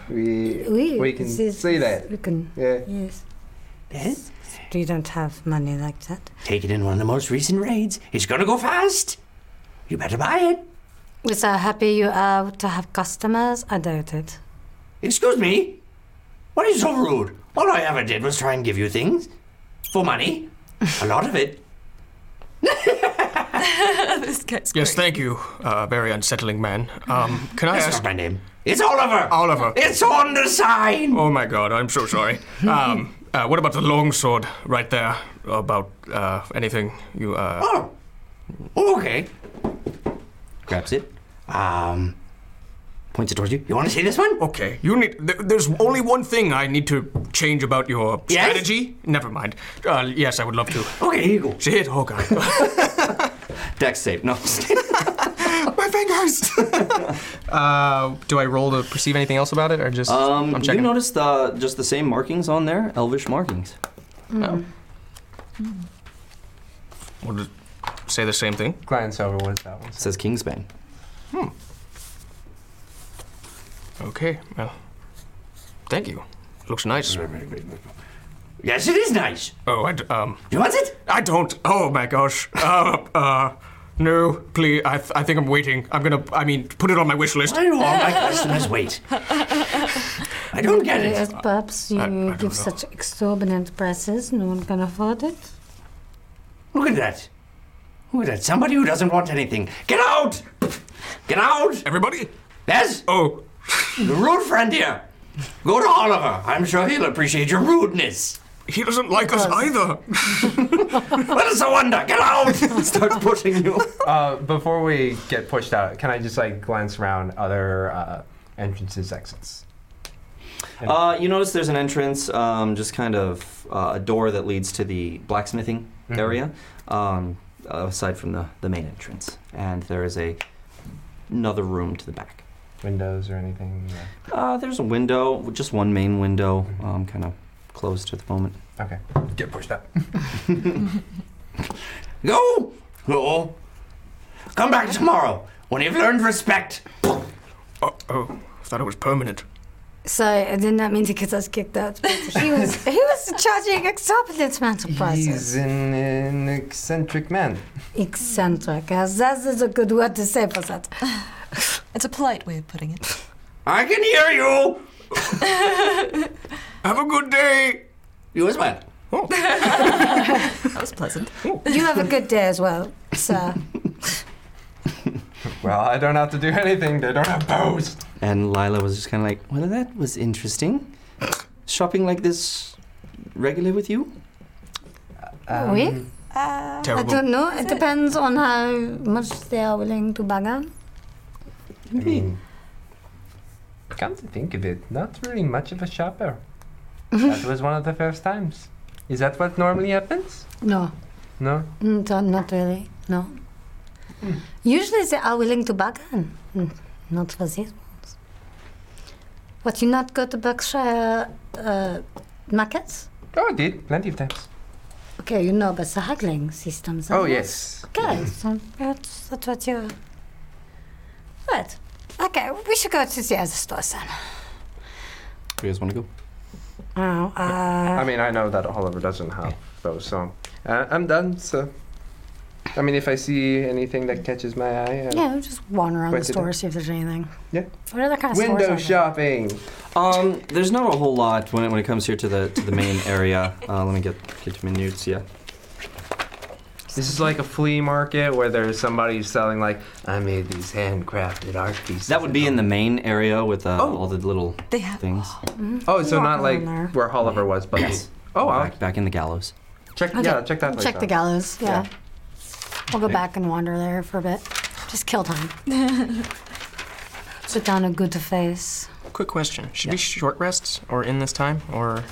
We, Oui, we can this say is- that. We can. Yeah. Yes. Yes? We don't have money like that. Take it in one of the most recent raids. It's gonna go fast. You better buy it. We're so happy you are to have customers. I doubt it. Excuse me? What is so rude? All I ever did was try and give you things. For money. A lot of it. this guy's Yes, thank you, uh, very unsettling man. Um, can I That's ask not my name? It's Oliver. Oliver. It's on the sign. Oh my God, I'm so sorry. Um, uh, what about the longsword right there? About uh, anything you? Uh... Oh. Okay. Grabs it. Um, points it towards you. You want to see this one? Okay. You need. Th- there's only one thing I need to change about your strategy. Never mind. Uh, yes, I would love to. Okay, here you go. Shit. Oh God. Dex save. No. my fingers. uh, do I roll to perceive anything else about it, or just? Um, you I'm checking. notice the just the same markings on there, elvish markings. Oh, No. Would it say the same thing? Glance over. What is that one? says Kingsbane. Okay. Well, thank you. Looks nice. Yes, it is nice. Oh, I d- um. You want it? I don't. Oh my gosh. Uh, uh, no, please. I, th- I think I'm waiting. I'm gonna. I mean, put it on my wish list. I know all my customers wait. I don't get it. Yes, perhaps you give such exorbitant prices, no one can afford it. Look at that. Look at that. Somebody who doesn't want anything. Get out! Get out! Everybody? Yes? Oh. The rude friend here. Go to Oliver. I'm sure he'll appreciate your rudeness. He doesn't like us either. Well, it's a wonder. Get out! Starts pushing you. Uh, before we get pushed out, can I just like glance around other uh, entrances, exits? Uh, you notice there's an entrance, um, just kind of uh, a door that leads to the blacksmithing Mhm. area, um, aside from the, the main entrance. And there is a another room to the back. Windows or anything? Yeah. Uh, there's a window, just one main window, um, kind of closed at the moment. Okay. Get pushed out. Go! Go! Come back tomorrow when you've learned respect. Oh, oh. I thought it was permanent. Sorry, I did not mean to get us kicked out. But he was he was charging exorbitant amount of prices. He's an, an eccentric man. Eccentric. uh, That is a good word to say for that. It's a polite way of putting it. I can hear you! Have a good day! You as well. That was pleasant. You have a good day as well, sir. Well, I don't have to do anything. They don't have bows. And Lila was just kind of like, well, that was interesting. Shopping like this regularly with you? Uh, um, Oh, Oui? Uh, I don't know. It depends on how much they are willing to bang on. I mean, come to think of it, not really much of a shopper. that was one of the first times. Is that what normally happens? No, No? Mm, don't- not really. No. Hmm. Usually they are willing to bargain. Mm, Not for these ones. But you not go to Berkshire uh, markets? Oh, I did. Plenty of times. Okay, you know about the haggling systems. Oh, and yes. that. Okay, so that's, that's what you. Right. Okay, we should go to the other stores then. Do you guys want to go? Oh, uh, I mean, I know that Oliver doesn't have bows, so uh, I'm done. So, I mean, if I see anything that catches my eye, uh, yeah, we'll just wander around Wait, the did store, see if there's anything. Yeah. What other kind of stores window are there? shopping. Um, there's not a whole lot when it, when it comes here to the to the main area. Uh, let me get get to minutes. Yeah. This is like a flea market where there's somebody selling like I made these handcrafted art pieces. That would be in the main area with uh, all the little They have. things. Oh, so hmm? Walk not around like there. where Oliver was, but oh, I'll Back, back in the gallows. check. Okay, Yeah, check that. we'll place check the out. gallows. Yeah. Yeah. We'll go Okay. back and wander there for a bit. Just kill time. Put on a good face. Quick question: Should be short rests or in this time or?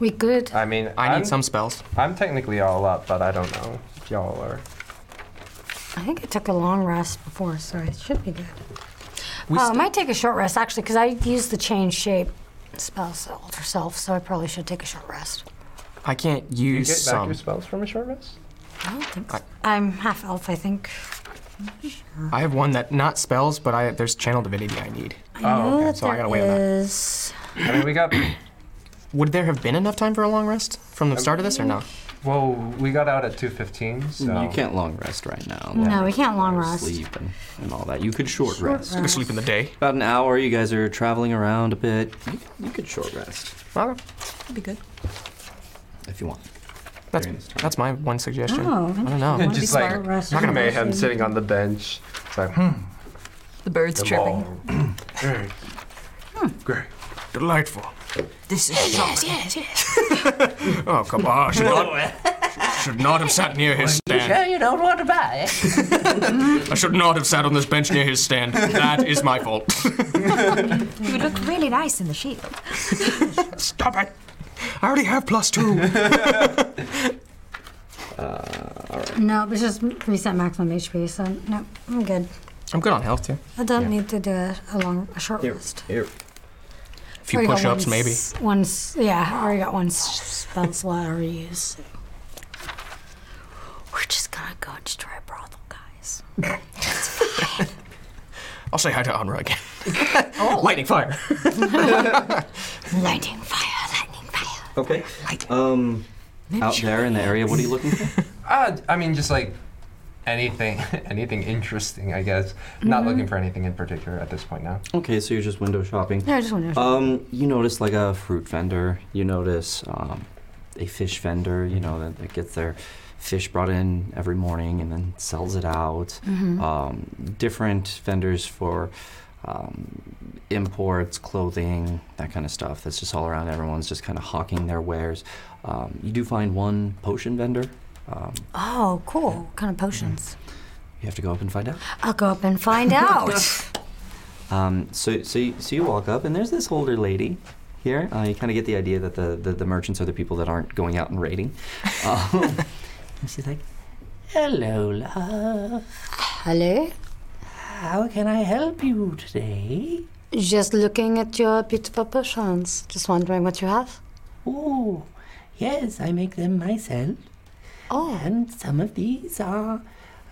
We good. I mean, I need some spells. I'm technically all up, but I don't know if y'all are. I think I took a long rest before, so it should be good. We oh, I st- might take a short rest actually, because I used the change shape spell so- alter self, so I probably should take a short rest. I can't use you get back some. your spells from a short rest? I don't think. I, I'm half elf, I think. I have one that not spells, but I there's channel divinity I need. I know that Oh, So I gotta there wait on that. is. Oh, I mean, we got. Would there have been enough time for a long rest from the start of this or no? Well, we got out at 2:15, so You can't long rest right now. No, we can't long rest. Sleep and, and all that. You could short, Short rest. rest. You could sleep in the day. About an hour. You guys are traveling around a bit. You, you could short rest That'd be good. if you want. That's that's my one suggestion. Oh, I don't know. Yeah, just like Not gonna mayhem be- sitting on the bench. It's like, hmm. The birds them chirping. all. Great. Great. Delightful. This is shocking. yes, yes. Oh, come on. Should not, should not have sat near his stand. you don't want to buy? I should not have sat on this bench near his stand. That is my fault. You look really nice in the shield. Stop it. I already have plus two. No, it's just reset maximum HP, so no, I'm good. I'm good on health too. I don't need to do a, a long, a short rest. A few Already got push-ups one maybe. s- One, s- yeah, I already got one s- spell slot I already used. We're just gonna go destroy a brothel, guys. I'll say hi to Anra again. Oh. Lightning fire. Lightning fire. Okay. Um, out there in the area, what are you looking for? Uh, I mean, just like anything, anything interesting, I guess. Not Mhm. looking for anything in particular at this point now. Okay, so you're just window shopping. Yeah, just window shopping. Um, you notice like a fruit vendor. You notice um, a fish vendor. You know that, that gets their fish brought in every morning and then sells it out. Mm-hmm. Mhm. Um, different vendors for um, imports, clothing, that kind of stuff. That's just all around. Everyone's just kind of hawking their wares. Um, you do find one potion vendor. Um, Oh, cool. What kind of potions? you have to go up and find out. I'll go up and find out. Um, so, so, you, so you walk up, and there's this older lady here. Uh, you kind of get the idea that the, the, the merchants are the people that aren't going out and raiding. Um, and she's like, Hello, love. Hello? How can I help you today? Just looking at your beautiful potions. Just wondering what you have. Oh, yes, I make them myself. Oh. And some of these are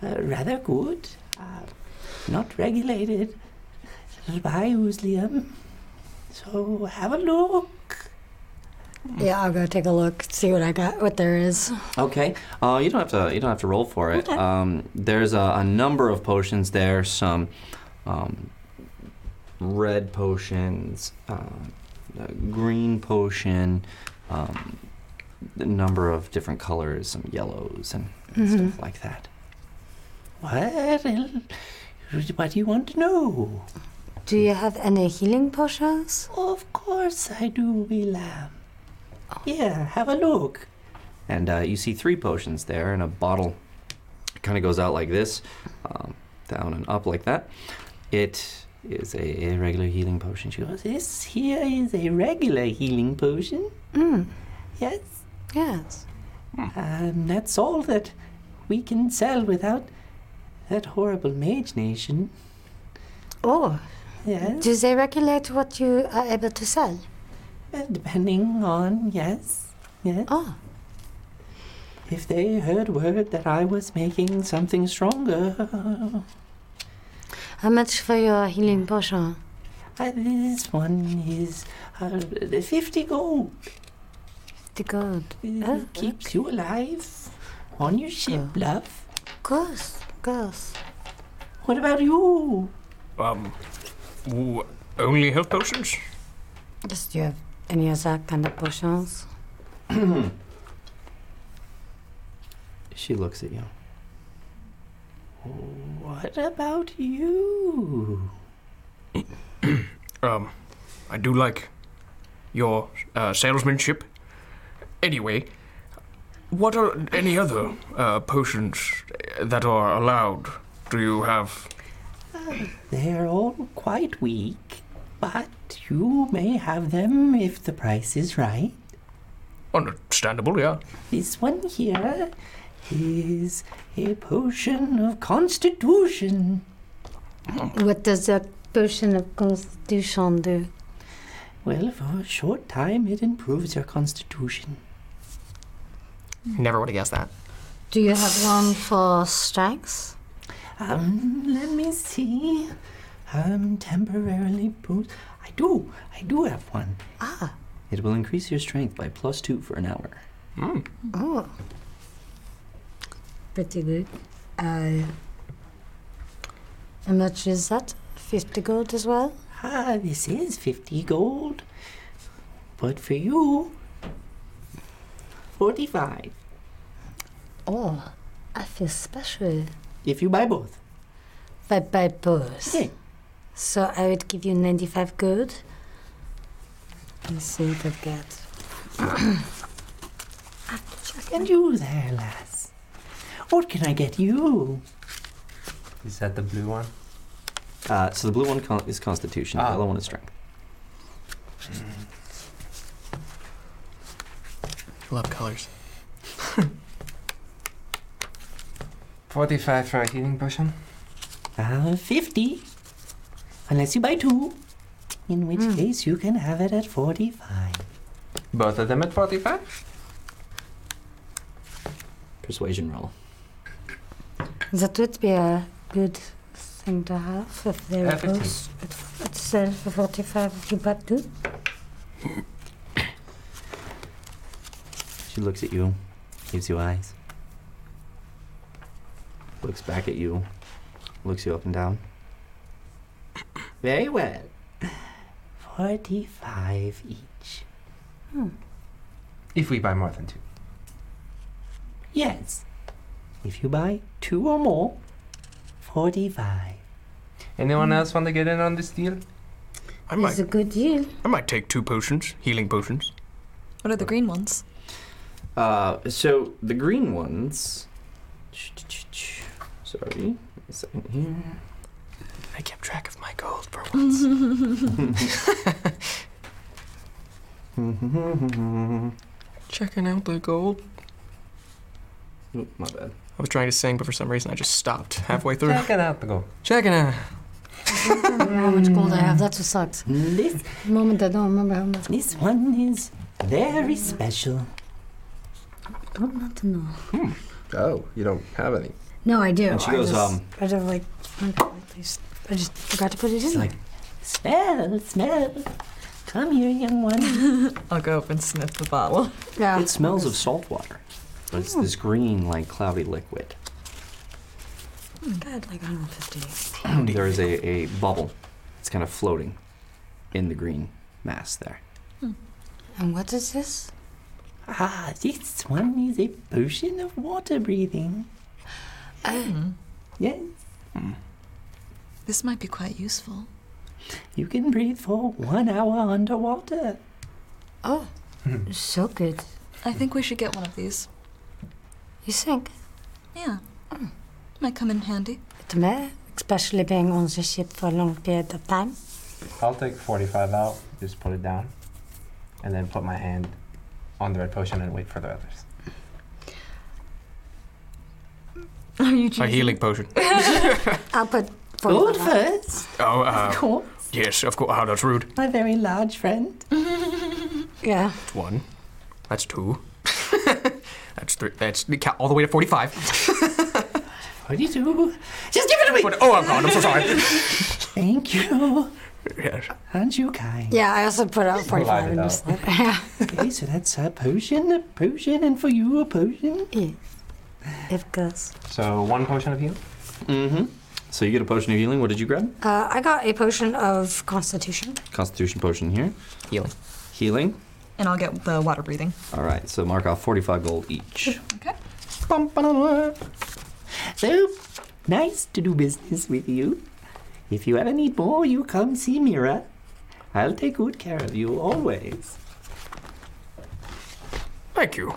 uh, rather good. Uh, not regulated by Mm-hmm. Uslium. So have a look. Yeah, I'll go take a look, see what I got, what there is. Okay. Uh, you don't have to. You don't have to roll for it. Okay. Um, there's a, a number of potions there. Some um, red potions, uh, a green potion, um, a number of different colors, some yellows and, and Mm-hmm. Mm-hmm. stuff like that. Well, what do you want to know? Oh. Do you have any healing potions? Of course I do, Willam. Here, have a look. And uh, you see three potions there, and a bottle kind of goes out like this, um, down and up like that. It is a, a regular healing potion. She goes, This here is a regular healing potion. Yes? Mm. Yes. And that's all that we can sell without that horrible mage nation. Oh. Yes. Do they regulate what you are able to sell? Uh, Depending on, yes, yes. Oh. If they heard word that I was making something stronger, How much for your healing potion? uh, this one is uh, 50 gold. 50 gold. keeps you alive on your ship, love. Of course, of course. What about you? Um, ooh, only health potions? Yes, do you have any other kind of potions? She looks at you. What about you? Um, I do like your uh, salesmanship. Anyway, what are any other uh, potions that are allowed? Do you have? They're all quite weak, but you may have them if the price is right. Understandable, yeah. This one here is a potion of constitution. What does that potion of constitution do? Well, for a short time, it improves your constitution. Never would have guessed that. Do you have one for strength? Um, let me see. Um, temporarily boost. I do. I do have one. Ah. It will increase your strength by plus two for an hour. Hmm. Oh. Pretty good. Uh, how much is that? 50 gold as well? Ah, this is 50 gold. But for you, 45. Oh, I feel special. If you buy both. If I buy both. So I would give you 95 gold. Let's see what I've got. Ah, And you there, lass. What can I get you? Is that the blue one? Ah. Uh, so the blue one con- is Constitution. The yellow one is Strength. Love colors. 45 for a healing potion. Uh, 50. Unless you buy two. In which Hmm. case, you can have it at 45. Both of them at 45? Persuasion roll. That would be a good thing to have if they were Everything. both. It- It's uh, for 45 if you buy two. She looks at you, gives you eyes, looks back at you, looks you up and down. Very well. 45 each. Hmm. If we buy more than two. Yes. If you buy two or more, 45. Anyone else want to get in on this deal? I might, good deal. I might take two potions, healing potions. What are the green ones? Uh, so the green ones. Sorry, wait a second here. I kept track of my gold for once. Checking out the gold. my bad. I was trying to sing, but for some reason I just stopped halfway through. Checking out the gold. Checking out. how much gold I have, that's what sucks. This moment I don't remember how much. This one is very special. I'm not to know. Oh, you don't have any. No, I do. And she I goes, just, um, I don't like. I just forgot to put it in. Like, smell, smell. Come here, young one. I'll go up and sniff the bottle. Yeah. It smells of salt water, but it's this green, like cloudy liquid. Hmm. I had like 150. there is a, a bubble. It's kind of floating in the green mass there. And what is this? Ah, this one is a potion of water breathing. Oh. Hmm. Yes, This might be quite useful. you can breathe for one hour underwater. Oh, so good. I think we should get one of these. You think? Yeah. Might come in handy. To me, especially being on the ship for a long period of time. I'll take 45 out, just put it down, and then put my hand on the red potion and wait for the others. Oh, Are you A healing potion. I'll put Gold first. Oh, uh, Of course. yes, of course. Oh, that's rude. My very large friend. yeah. That's one. That's two. that's three. That's the count all the way to 45. What do you do? Just give it to me! oh, I'm God, I'm so sorry. Thank you. Yes. Aren't you kind? Yeah, I also put out 45 in this. Yeah. Okay, so that's a potion, a potion, and for you a potion. Yes. Of course. So one potion of healing? Mm-hmm. So you get a potion of healing. What did you grab? Uh, I got a potion of constitution. Constitution potion here. Healing. Healing. And I'll get the water breathing. All right. So mark off 45 gold each. Okay. So, nice to do business with you. If you ever need more, you come see Mira. I'll take good care of you always. Thank you.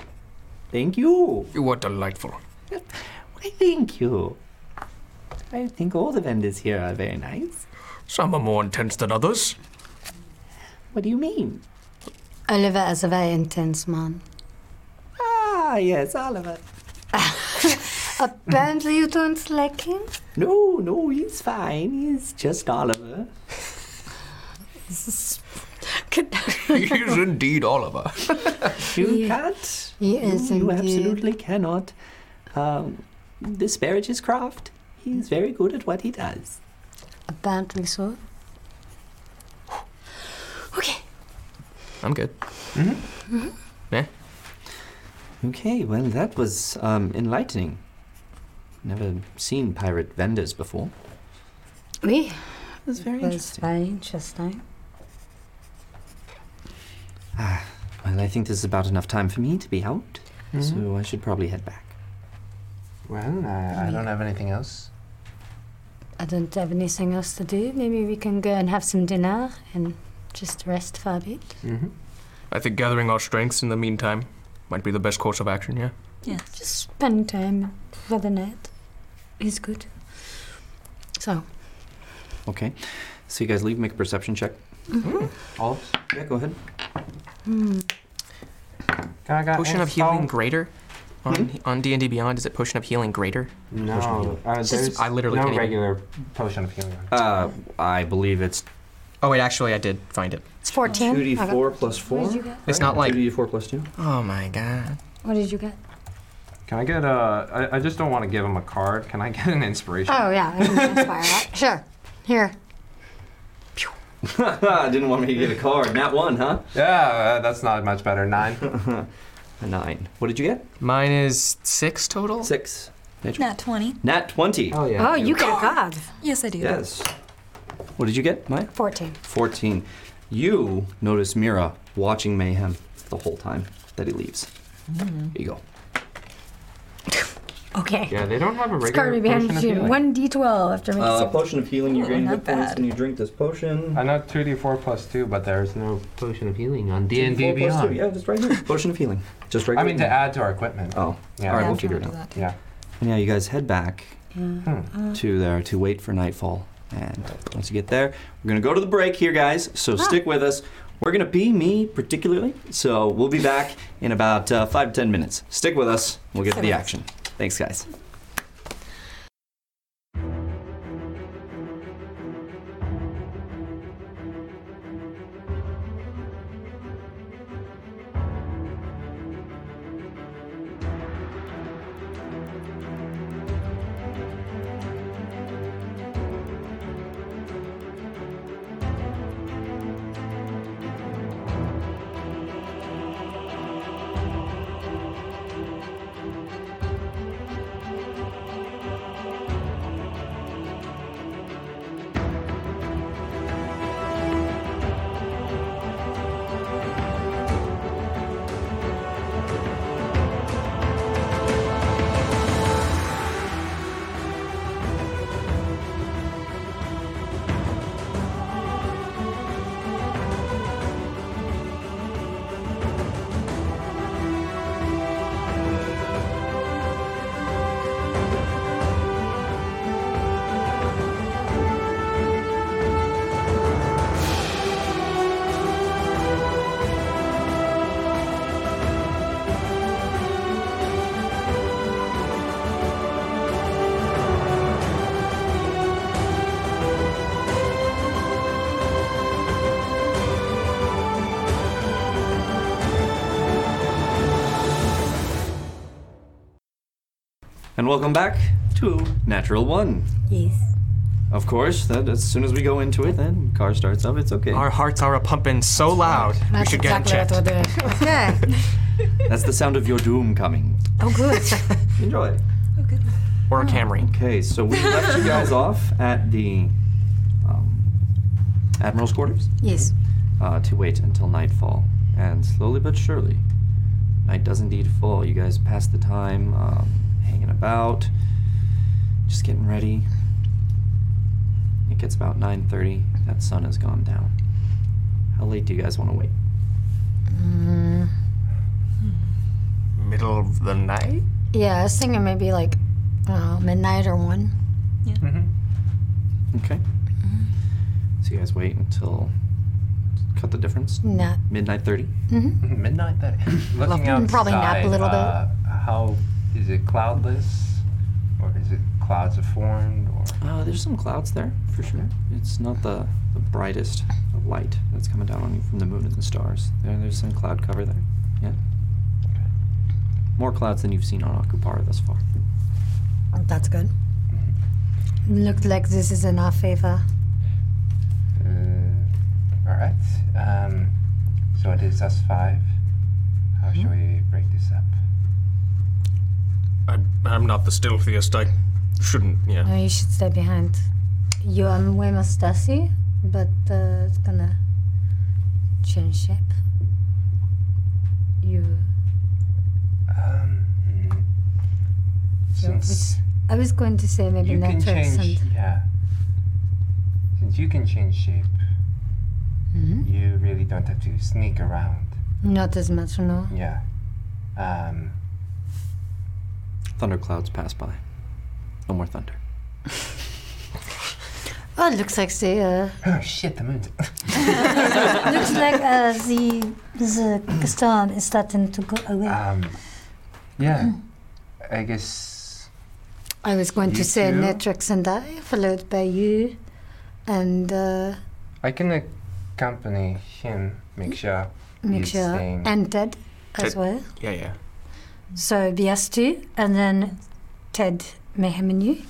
Thank you. You are delightful. Why, thank you. I think all the vendors here are very nice. Some are more intense than others. What do you mean? Oliver is a very intense man. Ah, yes, Oliver. Apparently, you don't like him. No, no, he's fine. He's just Oliver. He is indeed Oliver. You can't. He you, is You indeed. absolutely cannot um, disparage his craft. He's very good at what he does. Apparently so. I'm good. Mm-hmm. Yeah. Okay, well, that was um, enlightening. Never seen pirate vendors before. We. That's very interesting. Very interesting. Ah, Well, I think this is about enough time for me to be out, Mm-hmm. so I should probably head back. Well, I, I don't have anything else. I don't have anything else to do. Maybe we can go and have some dinner and just rest for a bit. Mm-hmm. I think gathering our strengths in the meantime might be the best course of action, yeah? Yeah, just spend time for the night. Is good. So, Okay. So you guys leave, make a perception check. Mhm. All Yeah, go ahead. hmm. I got Potion of installed. healing greater on Hmm? on D and D Beyond. Is it potion of healing greater? Potion of No, healing. uh, Just- there's I literally no can't even- regular potion of healing. Uh, I believe it's. Oh wait, actually, I did find it. It's 14. Two D four plus What four. did you get? It's not like two D four plus two. Oh my god. What did you get? Can I get a? I, I just don't want to give him a card. Can I get an inspiration? Ah. Oh, yeah. I can inspire that. Sure. Here. Didn't want me to get a card. Not one, huh? Yeah, uh, that's not much better. Nine. a nine. What did you get? Mine is six total. Six. Nat 20. Nat twenty. Oh Oh, you get a god. Yes, I do. Yes. What did you get, Maya? 14. 14. You notice Mira watching Mayhem the whole time that he leaves. Mm-hmm. Mhm. Here you go. Okay. Yeah, they don't have a It's currently behind you. 1d12 after me. Uh, potion of healing, you Oh, gain not hit points bad. when you drink this potion. I know two D four plus two, but there's no potion of healing on D and D 2d4 plus two. Beyond. Yeah, just right here. Potion of healing. Just right I here. mean to add to our equipment. Oh, Yeah. all right, Yeah, we'll if you figure it wanna out. do that. Yeah. And yeah, you guys head back Hmm. Uh, to there to wait for nightfall. And once you get there, we're gonna go to the break here, guys. So stick with us. We're gonna be me particularly. So we'll be back in about uh, five to ten minutes. Stick with us. We'll get to the action. Thanks, guys. And welcome back to Natural One. Yes. Of course, that, as soon as we go into it, then car starts up. It's okay. Our hearts are a pumping so loud. We That's should get exactly them what checked. we're doing. Okay. That's the sound of your doom coming. Oh, good. Enjoy. Oh, Or a Camry. Okay, so we left you guys off at the um, admiral's quarters Yes. uh, to wait until nightfall, and slowly but surely, night does indeed fall. You guys pass the time um, hanging about, just getting ready. It gets about 9:30. That sun has gone down. How late do you guys want to wait? Mm, Middle of the night? yeah, I was thinking maybe like I don't know, midnight or 1. Yeah. Okay. So you guys wait until cut the difference. Nah. Midnight thirty. Mhm. Midnight thirty. Looking Mm, outside, probably nap a little bit. uh, How is it cloudless, or is it clouds have formed, or Uh, there's some clouds there for sure. It's not the, the brightest of light that's coming down on you from the moon and the stars. There, there's some cloud cover there. Yeah. More clouds than you've seen on Akupara thus far. That's good. Looked like this is in our favor. Uh, all right. Um, so it is us five. How shall Mm-hmm. we break this up? I, I'm not the stealthiest. I shouldn't, yeah. No, you should stay behind. You are way more stealthy, but uh, it's gonna change shape. You. Um. you Since I was going to say maybe you can natural change, scent. yeah. Since you can change shape, you really don't have to sneak around. Not as much, no. Yeah. Um. Thunderclouds pass by. No more thunder. Oh, it looks like the. Uh, oh shit! The moon's. looks like uh, the the storm is starting to go away. Um, yeah. I guess. I was going You to say two? Netrix and I, followed by you, and uh, I can accompany him, make sure. he's Miksha staying. and Ted as well. Yeah, yeah. So BS2, and then Ted, Mayhem, and you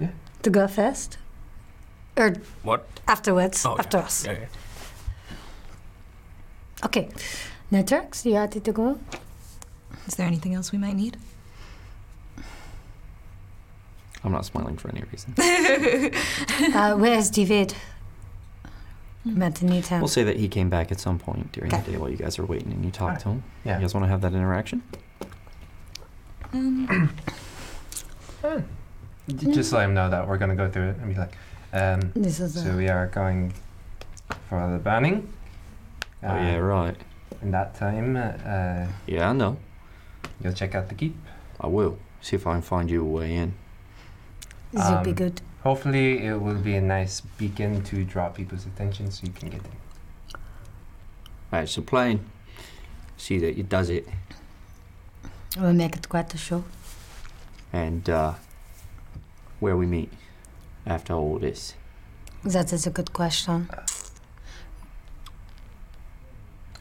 Yeah. to go first. Or What? afterwards, Oh, yeah. after us. Yeah, yeah. Okay. Netrix, you ready to go? Is there anything else we might need? I'm not smiling for any reason. uh, where's David? We Meant to need him. We'll say that he came back at some point during the day while you guys are waiting and you talk to him. Yeah. You guys want to have that interaction? Hmm. Um, J- Just let him know that we're going to go through it and be like, um, This is uh, so a- we are going for the banning. Oh, yeah, right. And that time, uh, Yeah, I know. You'll check out the keep. I will. See if I can find you a way in. This will be good. Um, Hopefully, it will be a nice beacon to draw people's attention so you can get in. Alright, so plane. See that it does it. We'll make it quite a show. And uh, where we meet after all this. That is a good question.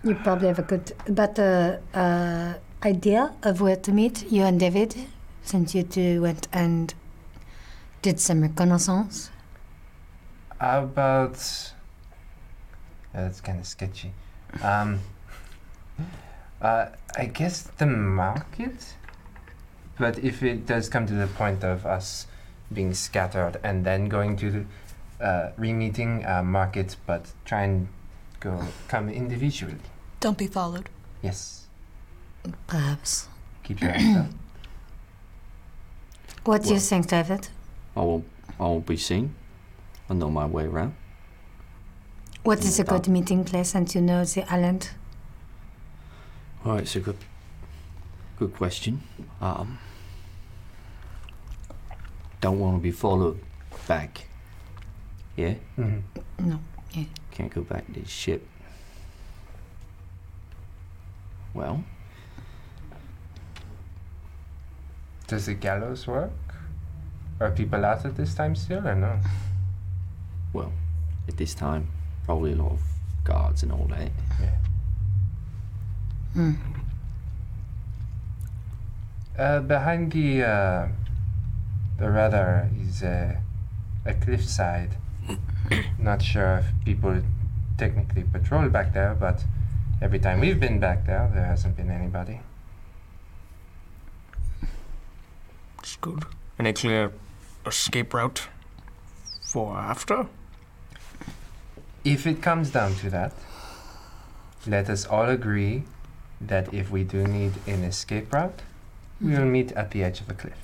You probably have a good, better uh, idea of where to meet you and David, since you two went and did some reconnaissance. How about. Yeah, that's kind of sketchy. Um, uh, I guess the market? But if it does come to the point of us being scattered and then going to the uh, re meeting uh, market, but try and go come individually. Don't be followed. Yes. Perhaps. Keep your eyes up. What do you think, David? I won't, I won't be seen. I know my way around. What is a good meeting place and you know the island? All right, so good, good question. Um, don't want to be followed back. Yeah. Mhm. No. Yeah. Can't go back to the ship. Well, Does the gallows work? Are people out at this time still or no? well, at this time, probably a lot of guards and all that. Yeah. Hmm. Uh, behind the, uh, the rudder is a, a cliffside. Not sure if people technically patrol back there, but every time we've been back there, there hasn't been anybody. It's good. Any clear escape route for after? If it comes down to that, let us all agree that if we do need an escape route, we will meet at the edge of a cliff.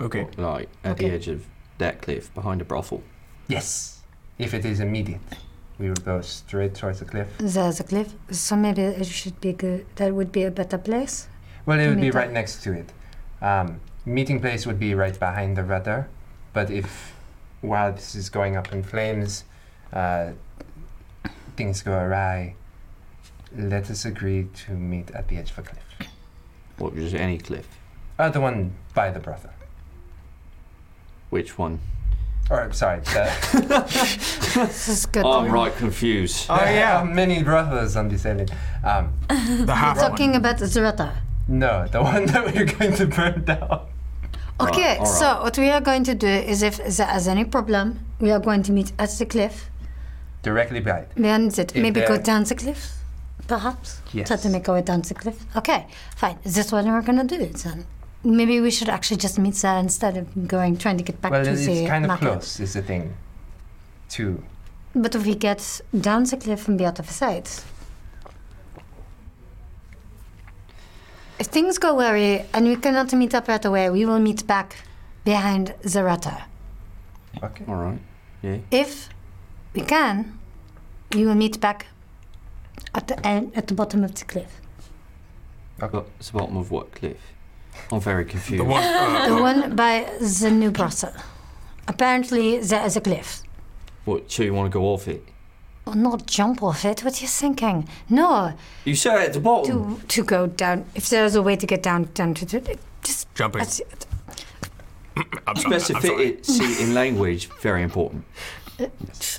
Okay. Like at the edge of that cliff, behind a brothel. Yes. If it is immediate, we will go straight towards the cliff. There's a cliff, so maybe it should be good. That would be a better place. Well, it to would be meet up. right next to it. Um, Meeting place would be right behind the rudder, but if while this is going up in flames, uh, things go awry, let us agree to meet at the edge of a cliff. What was any cliff? Uh, the one by the brothel. Which one? Or, sorry. The, this is good. Ah, I'm right confused. oh, yeah, many brothels on this island. Um, We're talking about Zerata. No, the one that we're going to burn down. Okay, so what we are going to do is if there is any problem, we are going to meet at the cliff. Directly by it. Then it If maybe go there- down the cliff, perhaps. Yes. Try to make our way down the cliff. Okay, fine. Is this what we're gonna do then? Maybe we should actually just meet there instead of going trying to get back well, to it's the kind of market. close, is the thing. To But if we get down the cliff and be out of sight. If things go awry and we cannot meet up right away, we will meet back behind the rudder. Okay. All right. Yeah. If we can, we will meet back at the end, at the bottom of the cliff. But It's the bottom of what cliff? I'm very confused. The one- uh, the one by the new brothel. Apparently, there is a cliff. What? So you want to go off it? Oh, not jump off it. What are you thinking? No, You said at the bottom. to to go down. If there's a way to get down down to the just Jumping. that's it. I'm See, in language, very important.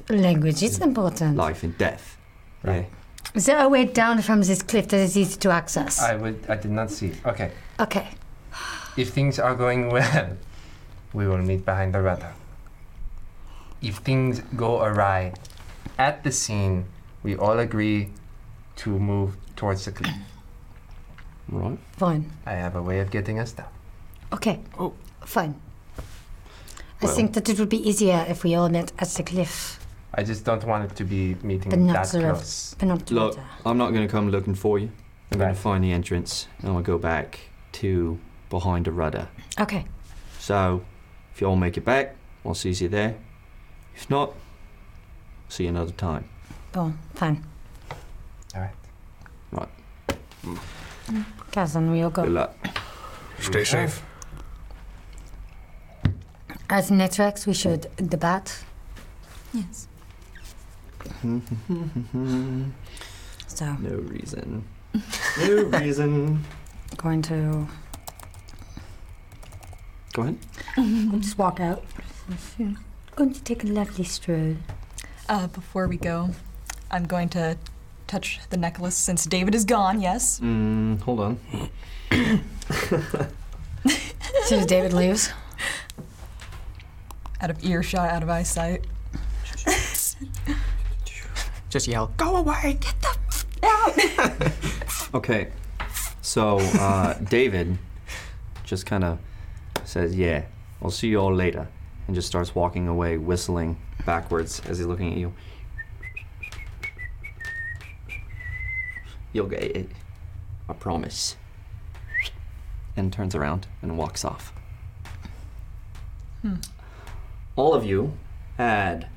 Language is important. Life and death. Right. Is there a way down from this cliff that is easy to access? I would, I did not see. Okay, okay. if things are going well, we will meet behind the rudder. If things go awry, at the scene, we all agree to move towards the cliff. Right. Fine. I have a way of getting us down. Okay. Oh. Fine. I Well- think that it would be easier if we all met at the cliff, I just don't want it to be meeting but not that the river. close. But not the Look, river. I'm not going to come looking for you. I'm going to find the entrance, and I'm going to go back to behind the rudder. Okay. So, if you all make it back, I'll see you there. If not, see you another time. Go on. Fine. Right. Mm. Kazan, we all go. Good luck. Stay safe. As networks, we should debate. Yes. So. No reason. No reason. Mm. Going to Go ahead. just walk out. Going to take a lovely stroll. Uh, before we go, I'm going to touch the necklace since David is gone, yes? Mm, hold on. As soon as David leaves. Out of earshot, out of eyesight. Just yell. Go away! Get the f- out! Okay. So, uh, David just kind of says, Yeah, I'll see you all later. And just starts walking away, whistling backwards as he's looking at you. You'll get it. I promise. And turns around and walks off. Hmm. All of you add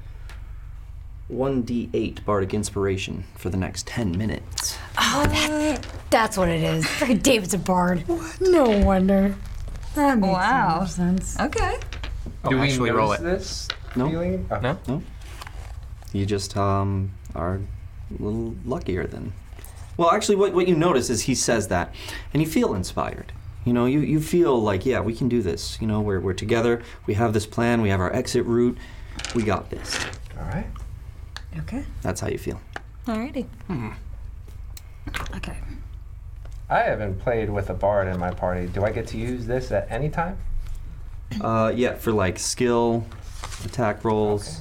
1d8 bardic inspiration for the next 10 minutes. Oh, that, that's what it is. Freaking David's a bard. No wonder. That makes wow. sense. Okay. Do we actually roll it. This No. feeling? Oh, No? No. You just um, are a little luckier then. Well, actually, what, what you notice is he says that, and you feel inspired. You know, you, you feel like, yeah, we can do this. You know, we're, we're together, we have this plan, we have our exit route, we got this. All right. Okay. That's how you feel. Alrighty. Okay. I haven't played with a bard in my party. Do I get to use this at any time? Uh, yeah, for like skill, attack rolls.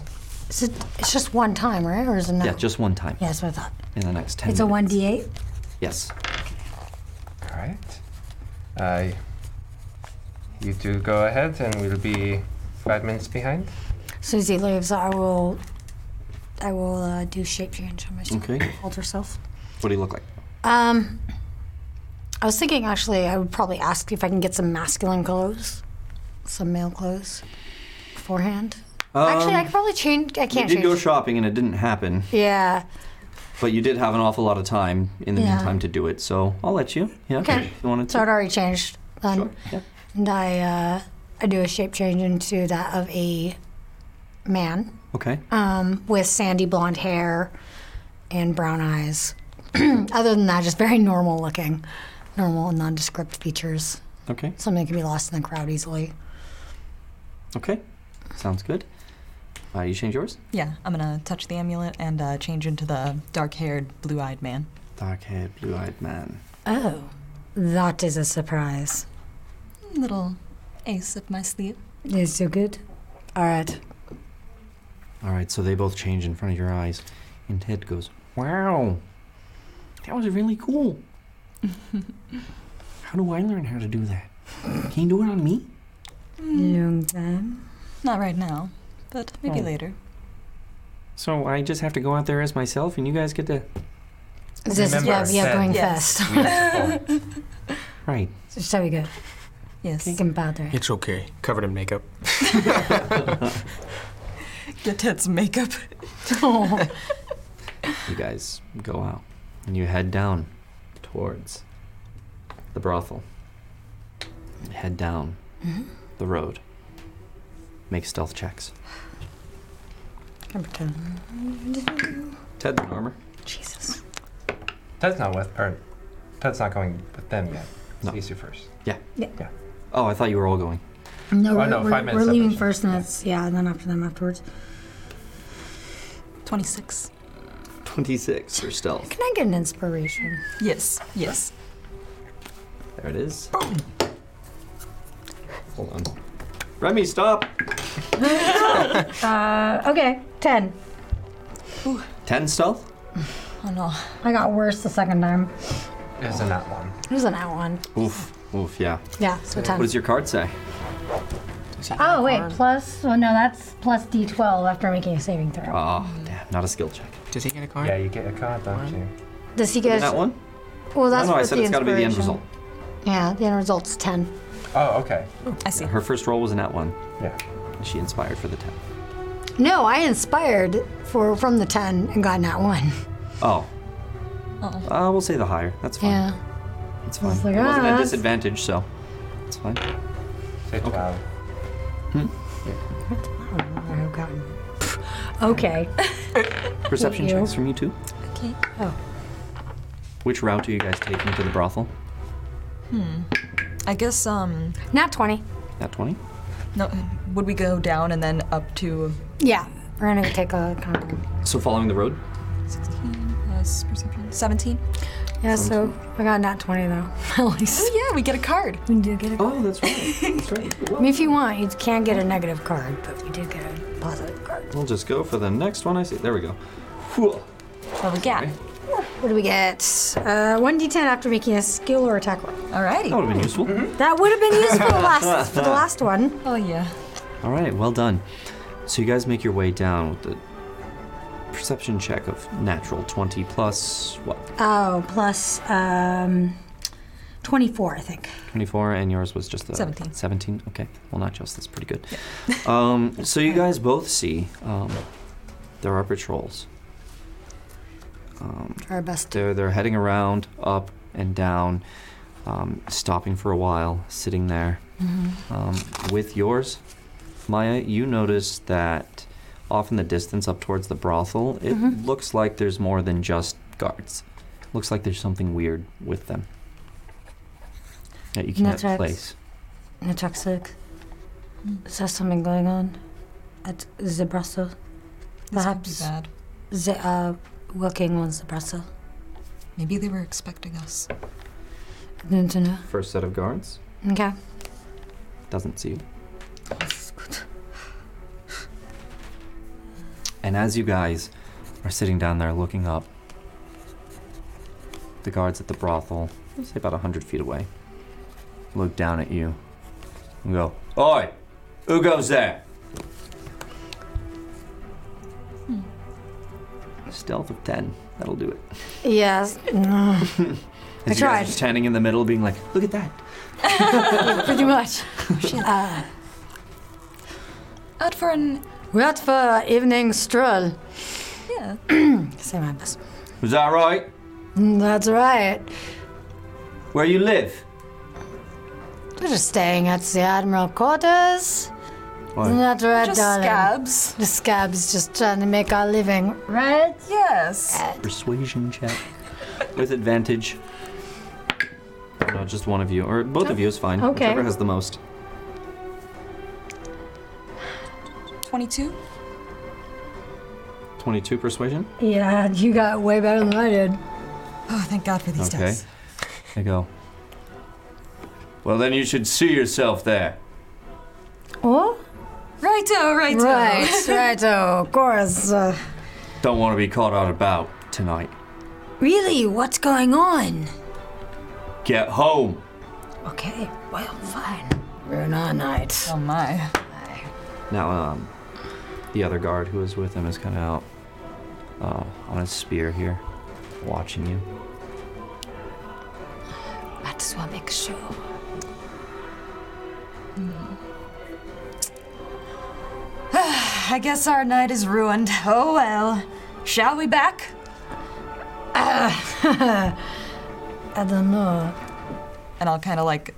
Is it, it's just one time, right? Or is it not? Yeah, just one time Yeah, that's what I thought. in the next 10 it's a minutes. 1d8. Yes. All right. I. you two go ahead, and we'll be five minutes behind. As soon as he leaves, I will. I will uh, do shape change on myself. Okay. Hold herself. What do you look like? Um, I was thinking actually, I would probably ask if I can get some masculine clothes, some male clothes, beforehand. actually, I Um, could probably change. I can't you change. did go shopping and it didn't happen, yeah. but you did have an awful lot of time in the Yeah. meantime to do it, so I'll let you. Yeah. Okay. If you wanted to. So it already changed. Then. Yeah. and I uh, I do a shape change into that of a man Okay. um, with sandy blonde hair and brown eyes. Other than that, just very normal looking, normal and nondescript features. Okay. Something that can be lost in the crowd easily. Okay. Sounds good. Uh, you change yours? Yeah, I'm gonna touch the amulet and uh, change into the dark-haired, blue-eyed man. Dark haired, blue eyed man. Oh, that is a surprise. Little ace up my sleeve. Is so good. All right. All right, so they both change in front of your eyes. And Ted goes, Wow. That was really cool. How do I learn how to do that? Can you do it on me? Long time. Hmm. Not right now, but maybe Oh. later. So I just have to go out there as myself, and you guys get to. This is Remember where we are said- going Yes. first. Right. so we go. Yes. Can bother. It's okay. Covered in makeup. Get Ted's makeup. oh. You guys go out and you head down towards the brothel. Head down Mhm. the road. Make stealth checks. Can pretend. Ted's in armor. Jesus. Ted's not with, or Ted's not going with them yet. No. He's you first. Yeah. Yeah. Oh, I thought you were all going. No, Oh, we're, no, we're, five minutes we're leaving separation. first, and it's yeah, and then after them afterwards. 26. 26 for stealth. Can I get an inspiration? Yes, yes. There it is. Hold on. Remy, stop! uh, okay, ten. 10 stealth? Oh no, I got worse the second time. It's a nat one. It was an out one. Oof. Oof, yeah. Yeah, so What ten. does your card say? Oh wait, plus oh no, that's plus D twelve after making a saving throw. Oh, Mm. damn, not a skill check. Does he get a card? Yeah, you get a card, don't you? Does he get That one? Well, that's no, no, I with said the it's got to be the end inspiration. result. Yeah, the end result's ten. Oh, okay. I see. Her first roll was an at one. Yeah. She inspired for the 10. No, I inspired for from the ten and got an at one. Oh, Oh. uh, we'll say the higher. That's fine. Yeah. That's I fine. was like, it wasn't "Ah, a that's- disadvantage, so it's fine. Hmm. Say 12. Oh, God. Okay. Perception You. checks from you two. Okay. Oh. Which route are you guys taking to the brothel? Hmm. I guess um. Not twenty. At 20? No, would we go down and then up to Yeah, we're gonna take a kind of So following the road? 16 plus perception? 17. Yeah, so I got not 20 though. At least. Oh, yeah, we get a card. We do get a card. Oh, that's right. That's right. I mean, if you want, you can get a negative card, but we did get a positive card. We'll just go for the next one I see. There we go. Whew. What we get? What do we get? Uh, 1d10 after making a skill or attack roll. Alrighty. That would have Hmm. been useful. That would have been useful last, for the last one. Oh, yeah. All right, well done. So you guys make your way down with the perception check of natural 20 plus what? Oh, plus um, 24, I think. 24 and yours was just the 17. 17 okay well not just that's pretty good um, so you guys both see um, there are patrols um, Try our best. they're, they're heading around up and down um, stopping for a while sitting there Mm-hmm. Mhm. um, with yours maya you notice that off in the distance up towards the brothel it Mhm. looks like there's more than just guards looks like there's something weird with them that you No can't tracks. place Natoxic. Is there something going on at the Brussels? This could be Perhaps bad. they are working on the Brussels. Maybe they were expecting us. I don't know. First set of guards Okay. doesn't see you. And as you guys are sitting down there looking up, the guards at the brothel, say about a hundred feet away, look down at you and go, "Oi, who goes there?" Hmm. Stealth of ten. That'll do it. Yes. No. I As you guys are tried. standing in the middle, being like, "Look at that." Pretty much. Uh, Oh, Out for an. We're out for an evening stroll. Yeah. Say my best. Is that right? Mm, That's right. Where you live? Uh, We're staying at the Admiral quarters. Why? Not red, Just darling. scabs. The scabs just trying to make our living, right? Yes. Persuasion check with advantage. No, just one of you, or both of you is fine. Okay. Whichever has the most. 22? Twenty-two persuasion. Yeah, you got way better than I did. Oh, thank God for these okay. dice. There you go. Well, then you should see yourself there. Oh? Righto, righto. Right, righto, of course. Uh, Don't want to be caught out about tonight. really, what's going on? Get home. Okay, well, fine. Ruin our night. Oh my. Now, um, the other guard who was with him is kind of out uh, on his spear here, watching you. Might as well make sure. I guess our night is ruined. Oh well. Shall we back? Uh, I don't know. And I'll kind of like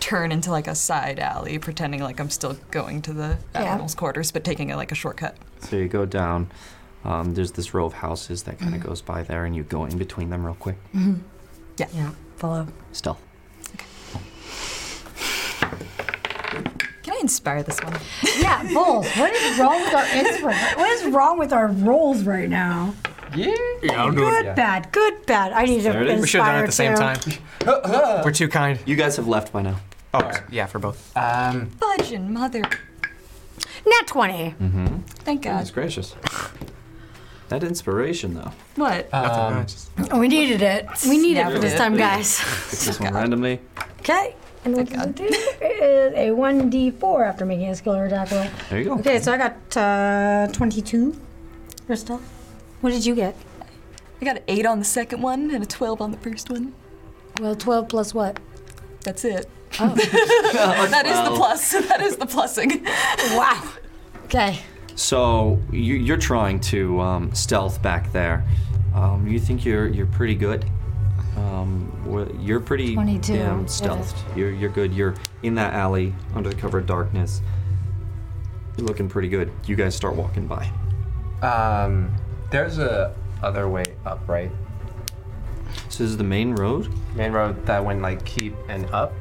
turn into like a side alley, pretending like I'm still going to the Yeah. admiral's quarters, but taking a, like a shortcut. So you go down. Um, there's this row of houses that kind of Mm. goes by there, and you go in between them real quick. Yeah. Mm-hmm. Yeah, follow. Stealth. Can I inspire this one? Yeah, balls. What is wrong with our inspira- What is wrong with our rolls right now? Yeah. I'll do it. good, Yeah. bad, good, bad. I need to inspire We should have done it at the same too. time. We're too kind. You guys have left by now. Oh, yeah, for both. Um. Budgeon, mother. Nat 20. Mm-hmm. Thank God. Goodness gracious. That inspiration, though. What? Um, We needed it. We need it for this time, Yeah. guys. Pick this one randomly. Okay. And what does it do is a 1d4 after making a skill or attack roll. There you go. Okay, so I got uh, 22 for stuff. What did you get? I got an 8 on the second one and a 12 on the first one. Well, 12 plus what? That's it. that is the Wow. plus. That is the plussing. Wow. Okay. So you, you're trying to um, stealth back there. Um, you think you're you're pretty good. Um, wh- you're pretty 22, damn it stealthed. You're you're good. You're in that alley under the cover of darkness. You're looking pretty good. You guys start walking by. Um, there's a other way up, right? So this is the main road. Main road that went like keep and up.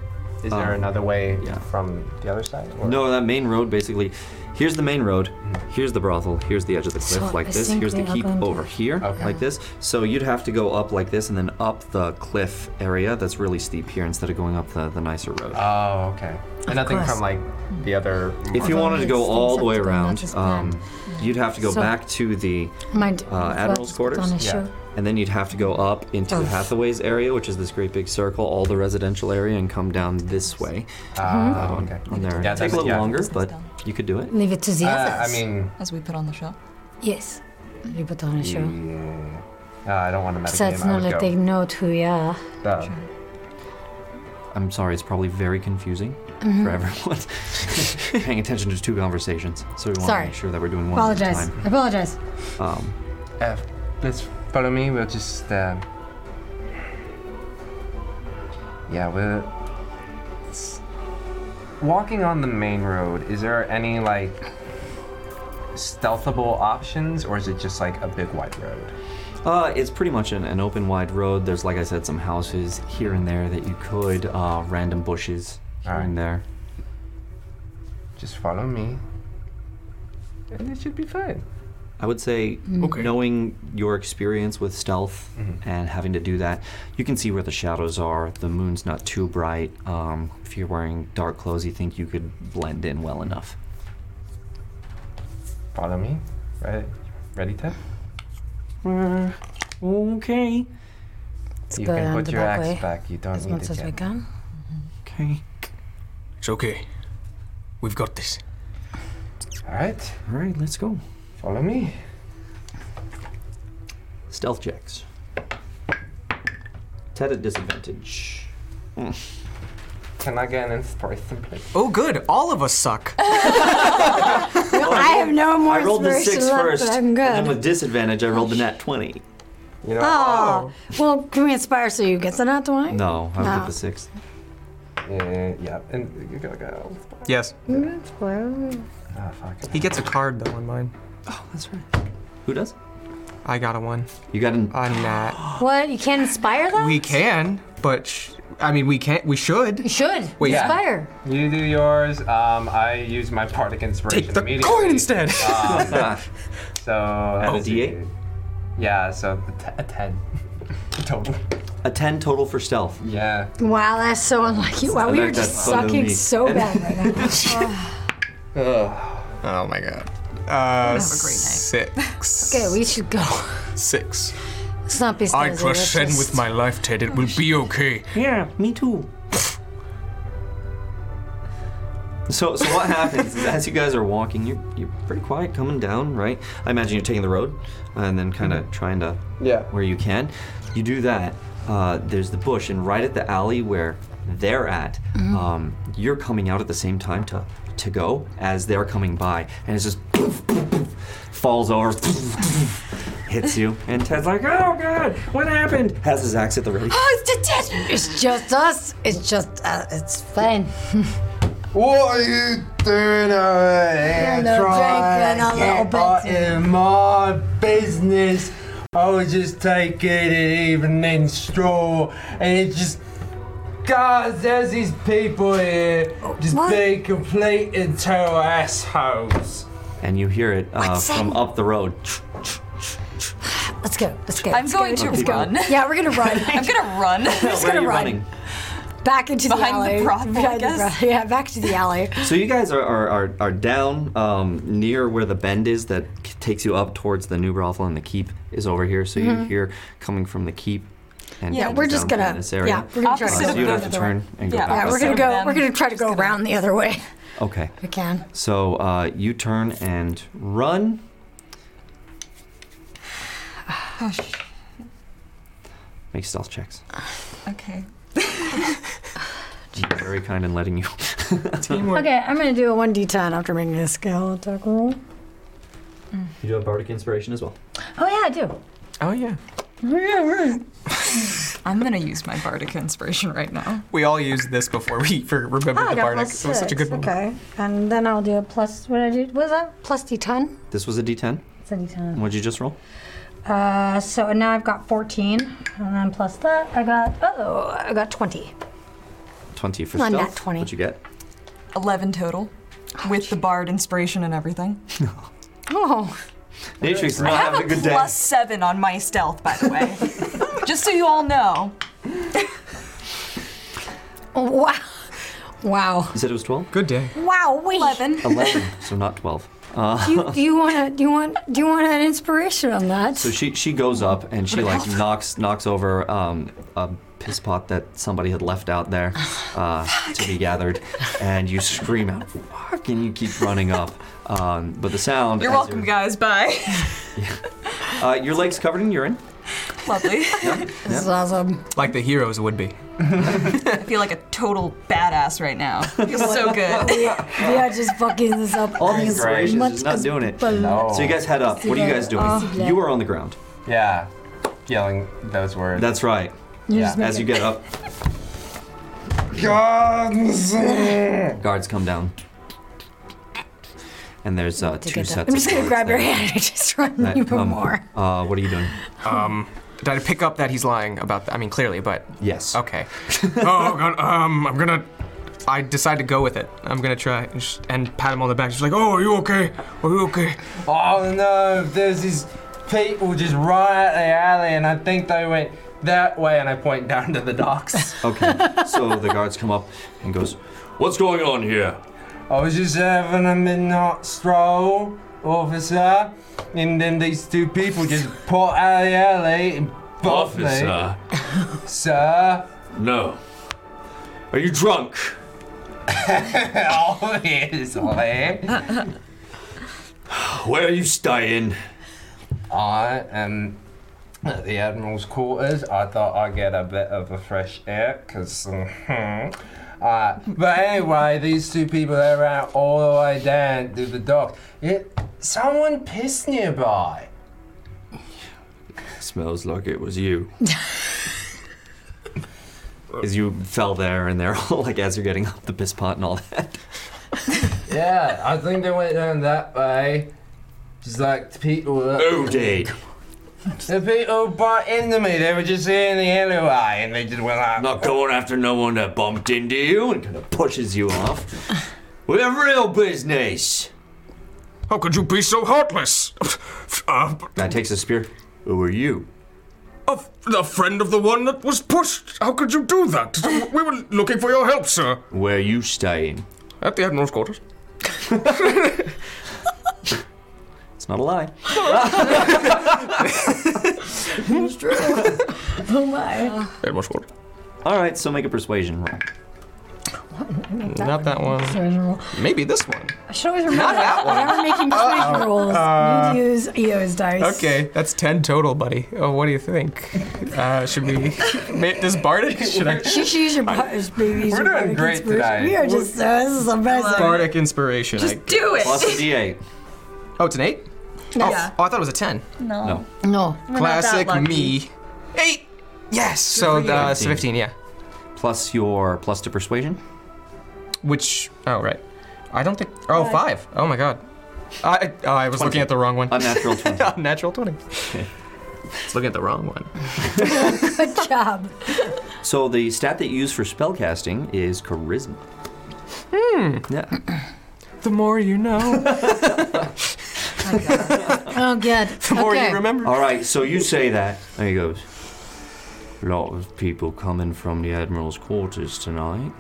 Is there Um, another way from the other side? or- No, that main road basically. Here's the main road. Here's the brothel. Here's the edge of the cliff, So I like this. think Here's the we are keep going to- over here, like this. So you'd have to go up like this, and then up the cliff area. That's really steep here, instead of going up the, the nicer road. Oh, okay. And nothing course. from like the other. If market. you wanted to go all the way Something's going on, around, just um, you'd have to go So- back to the Mind- uh, Admiral's it's on quarters, a show. and then you'd have to go up into Oh. Hathaway's area, which is this great big circle, all the residential area, and come down this way. Ah, Um, okay. on there. Yeah, It'd take a that's- little yeah. longer, but you could do it. Leave it to the Uh, I others. mean, As we put on the show. Yes. You put on a Hmm. show. uh, I Uh, don't want to mess So with it's not like they note who we are. I'm sorry, it's probably very confusing Mhm. for everyone. Paying attention to two conversations, so we want Sorry. to make sure that we're doing one Apologize. at a Apologize. time. Um, Uh, let's follow me. We'll just. Uh, yeah, we'll. it's- Walking on the main road, is there any like stealthable options, or is it just like a big wide road? Uh, it's pretty much an, an open, wide road. There's, like I said, some houses here and there that you could, uh, random bushes here and there. Just follow me. And it should be fine. I would say, Mm. Okay. knowing your experience with stealth Mm-hmm. and having to do that, you can see where the shadows are. The moon's not too bright. Um, if you're wearing dark clothes, you think you could blend in well enough. Follow me. Right? Ready, Ted? Uh, okay. you can put your axe back. You don't As need much it as we yet. can. Okay. It's okay. We've got this. All right. All right, let's go. Follow me. Stealth checks. Ted at disadvantage. Can I get an inspiration, please? Oh, good. All of us suck. I have no more I rolled the inspiration six left, but first, I'm good. and then with disadvantage, I rolled the net twenty. You Oh. Well, can we inspire so you get the nat 20? No, I would No. get the six. Yeah, yeah, and you gotta go. Yes. Ah, fuck. He gets a card though on mine. Oh, that's right. Who does? I got a one. You got an on that. What? You can't inspire them? we can, but sh- I mean, we can't. We should. You should. Wait. Inspire. You do yours. Um, I use my Partick Inspiration Take the immediately. Coin instead. Um, so Add a did you do? Yeah, so a t- a ten total. A 10 total for stealth. Yeah. Wow, that's so unlucky. Wow, we That- were just that's so sucking neat. so bad right now. Oh, oh my god. Uh, Have a great night. Six. okay, we should go. Six. Let's not be I stingy, let's trust Sen just- with my life, Ted. Oh, It will be okay. Yeah, me too. So, so what happens is as you guys are walking, you're, you're pretty quiet coming down, right? I imagine you're taking the road and then kind Mm-hmm. of trying to Yeah. where you can. You do that. Uh, there's the bush, and right at the alley where they're at, Mm-hmm. Mhm. um, you're coming out at the same time to to go as they're coming by, and it's just falls over, hits you, and Ted's like, "Oh God, what happened?" Has his axe at the ready. Oh, it's the test. It's just us. It's just, uh, it's fine. What are you doing over here? You're drinking a little bit. in my business. I was just taking an evening stroll, and it just. God, there's these people here just being complete and total assholes. And you hear it uh, What's that? from up the road. Let's go. Let's go. I'm Let's going go. to Okay, go. run. Yeah, we're gonna run. I'm gonna run. I'm just Where are gonna you run running? back into Behind the the alley. brothel, I Behind the guess. brothel. Yeah, back to the alley. So you guys are are, are, are down um, near where the bend is that k- takes you up towards the new brothel, and the keep is over here. So you Mhm. hear coming from the keep. And Yeah, comes we're just down gonna- in this area. yeah, we're gonna try to Uh, go so you the don't have other to way. turn and go yeah, back. yeah this we're gonna way. go. We're gonna try to go around the other way. Okay. We can. So uh, you turn and run. Make stealth checks. Okay. She's very kind in letting you. Okay, I'm gonna do a one d10 after making a skill attack roll. You do have bardic inspiration as well. Oh yeah, I do. Oh yeah. I'm gonna use my bardic inspiration right now. We all used this before we for remembered Ah, I the got bardic. plus It was such a six, good one. Okay, and then I'll do a plus. What I did was that plus d10. This was a D10. It's a d10. What'd you just roll? Uh, so now I've got 14, and then plus that I got oh I got 20. Twenty for Not nat stealth. 20. What'd you get? Eleven total, with the bard inspiration and everything. oh. Natrix I not have having a good day. plus seven on my stealth, by the way. Just so you all know. Oh, wow. Wow. You said it was twelve. Good day. Wow. Wait. 11. 11, so not 12. Uh, do, you, do you want? Do you want? Do you want an inspiration on that? so she she goes up and she What like else? knocks knocks over um, a piss pot that somebody had left out there uh, to be gathered, and you scream out "fuck" and you keep running up. Um, but the sound You're as welcome, guys. Bye. you're- Uh, your legs covered in urine. Lovely. This is awesome. Like the heroes would be. I feel like a total badass right now. I feel so we, we good. are just fucking this up. All the as inspiration much is not as doing it. No. So you guys head up. What are you guys doing? Uh, you are on the ground. Yeah, yelling those words. That's right. You just make As it- you get up, Guns! guards come down, and there's uh, to two get that. sets. I'm just of gonna guards grab your there. hand and just run That you come- more. Uh, what are you doing? Um, did I pick up that he's lying about? I mean, clearly, but yes. Okay. oh god. Um, I'm gonna. I decide to go with it. I'm gonna try and, sh- and pat him on the back. She's like, "Oh, are you okay? Are you okay?" Oh no, there's these people just right out the alley, and I think they went that way, and I point down to the docks. Okay. so the guards come up and goes, "What's going on here?" I was just having a midnight stroll, officer, and then these two people just pulled out of the alley and buffed me. Officer. Sir? No. Are you drunk? Obviously. Where are you staying? I am at the Admiral's quarters. I thought I'd get a bit of a fresh air, because. Uh, but anyway, these two people they ran all the way down to the dock. It, someone pissed nearby. Smells like it was you. As you fell there and there, all like as you're getting up the piss pot and all that. yeah, I think they went down that way. Just like the people. Oh, Dade. The people bought into me. They were just here in the alleyway, and they just went like. Not going after no one that bumped into you and kind of pushes you off. We have real business. How could you be so heartless? Uh, Guy takes a spear. Who are you? a, f- a friend of the one that was pushed. How could you do that? We were looking for your help, sir. Where are you staying? At the Admiral's quarters. It's not a lie. It's true. oh my. Admiral's quarters. All right, so make a persuasion roll. Not that one. Maybe this one. I should always remember Not that one. Whenever making persuasion Uh-oh. rolls, Uh. you use EO's dice. Okay, that's ten total, buddy. Oh, what do you think? Uh, should we ma- does Bardic? Should I? She should use your bars, baby. We're doing great today. We are just, uh, this is amazing. Bardic inspiration. Just I guess. do it. Plus a D8. Oh, it's an eight. No. Oh, Yeah. oh, I thought it was a ten. No. No. No. Classic me. Eight. Yes. So that's fifteen. Yeah. Plus your plus to persuasion. Which? Oh, right. I don't think. Oh, Five. five. Oh my God. I oh, I was looking at the wrong one. Unnatural twenty. Unnatural twenty. It's looking at the wrong one. Good job. So the stat that you use for spellcasting is charisma. Hmm. Yeah. The more you know. Oh, good. okay. All right, so you say that. There he goes. A lot of people coming from the Admiral's quarters tonight.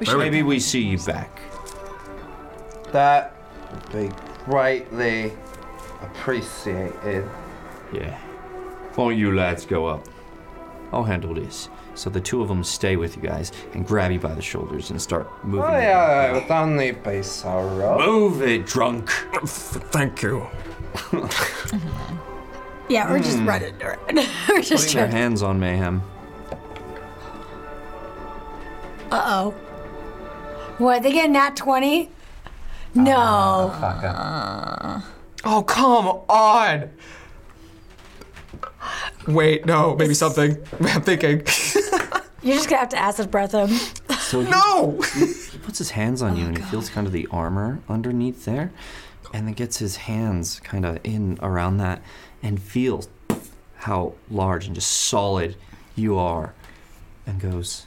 We should- Maybe we see you back. That would be greatly appreciated. Yeah. Why don't you lads go up? I'll handle this. So the two of them stay with you guys and grab you by the shoulders and start Oh, moving. you. yeah, it would only be so rough. Move it, drunk. Thank you. Yeah, we're just Hmm. running. we're just Putting their trying. hands on mayhem. Uh oh. What? They get nat 20? No. Uh. oh, come on. Wait, no, maybe something. I'm thinking. You're just gonna have to acid breath him. So he, no! He puts his hands on you and he feels kind of the armor underneath there, and then gets his hands kind of in around that and feels how large and just solid you are, and goes,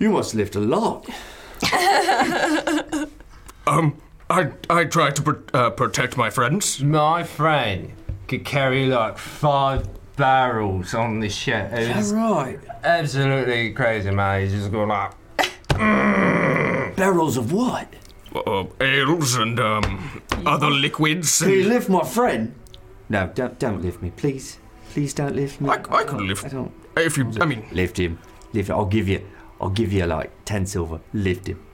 You must lift a lot. Um, I I try to pr- uh, protect my friends. My friend could carry like five barrels on this shit. It was right. absolutely crazy, man. He's just going like, Barrels of what? Uh, ales and um other liquids. Can you lift my friend? "No, don't don't lift me, please, please don't lift me." I, I could lift. I don't. If you, I mean, Lift him, lift. I'll give you, I'll give you like ten silver. Lift him.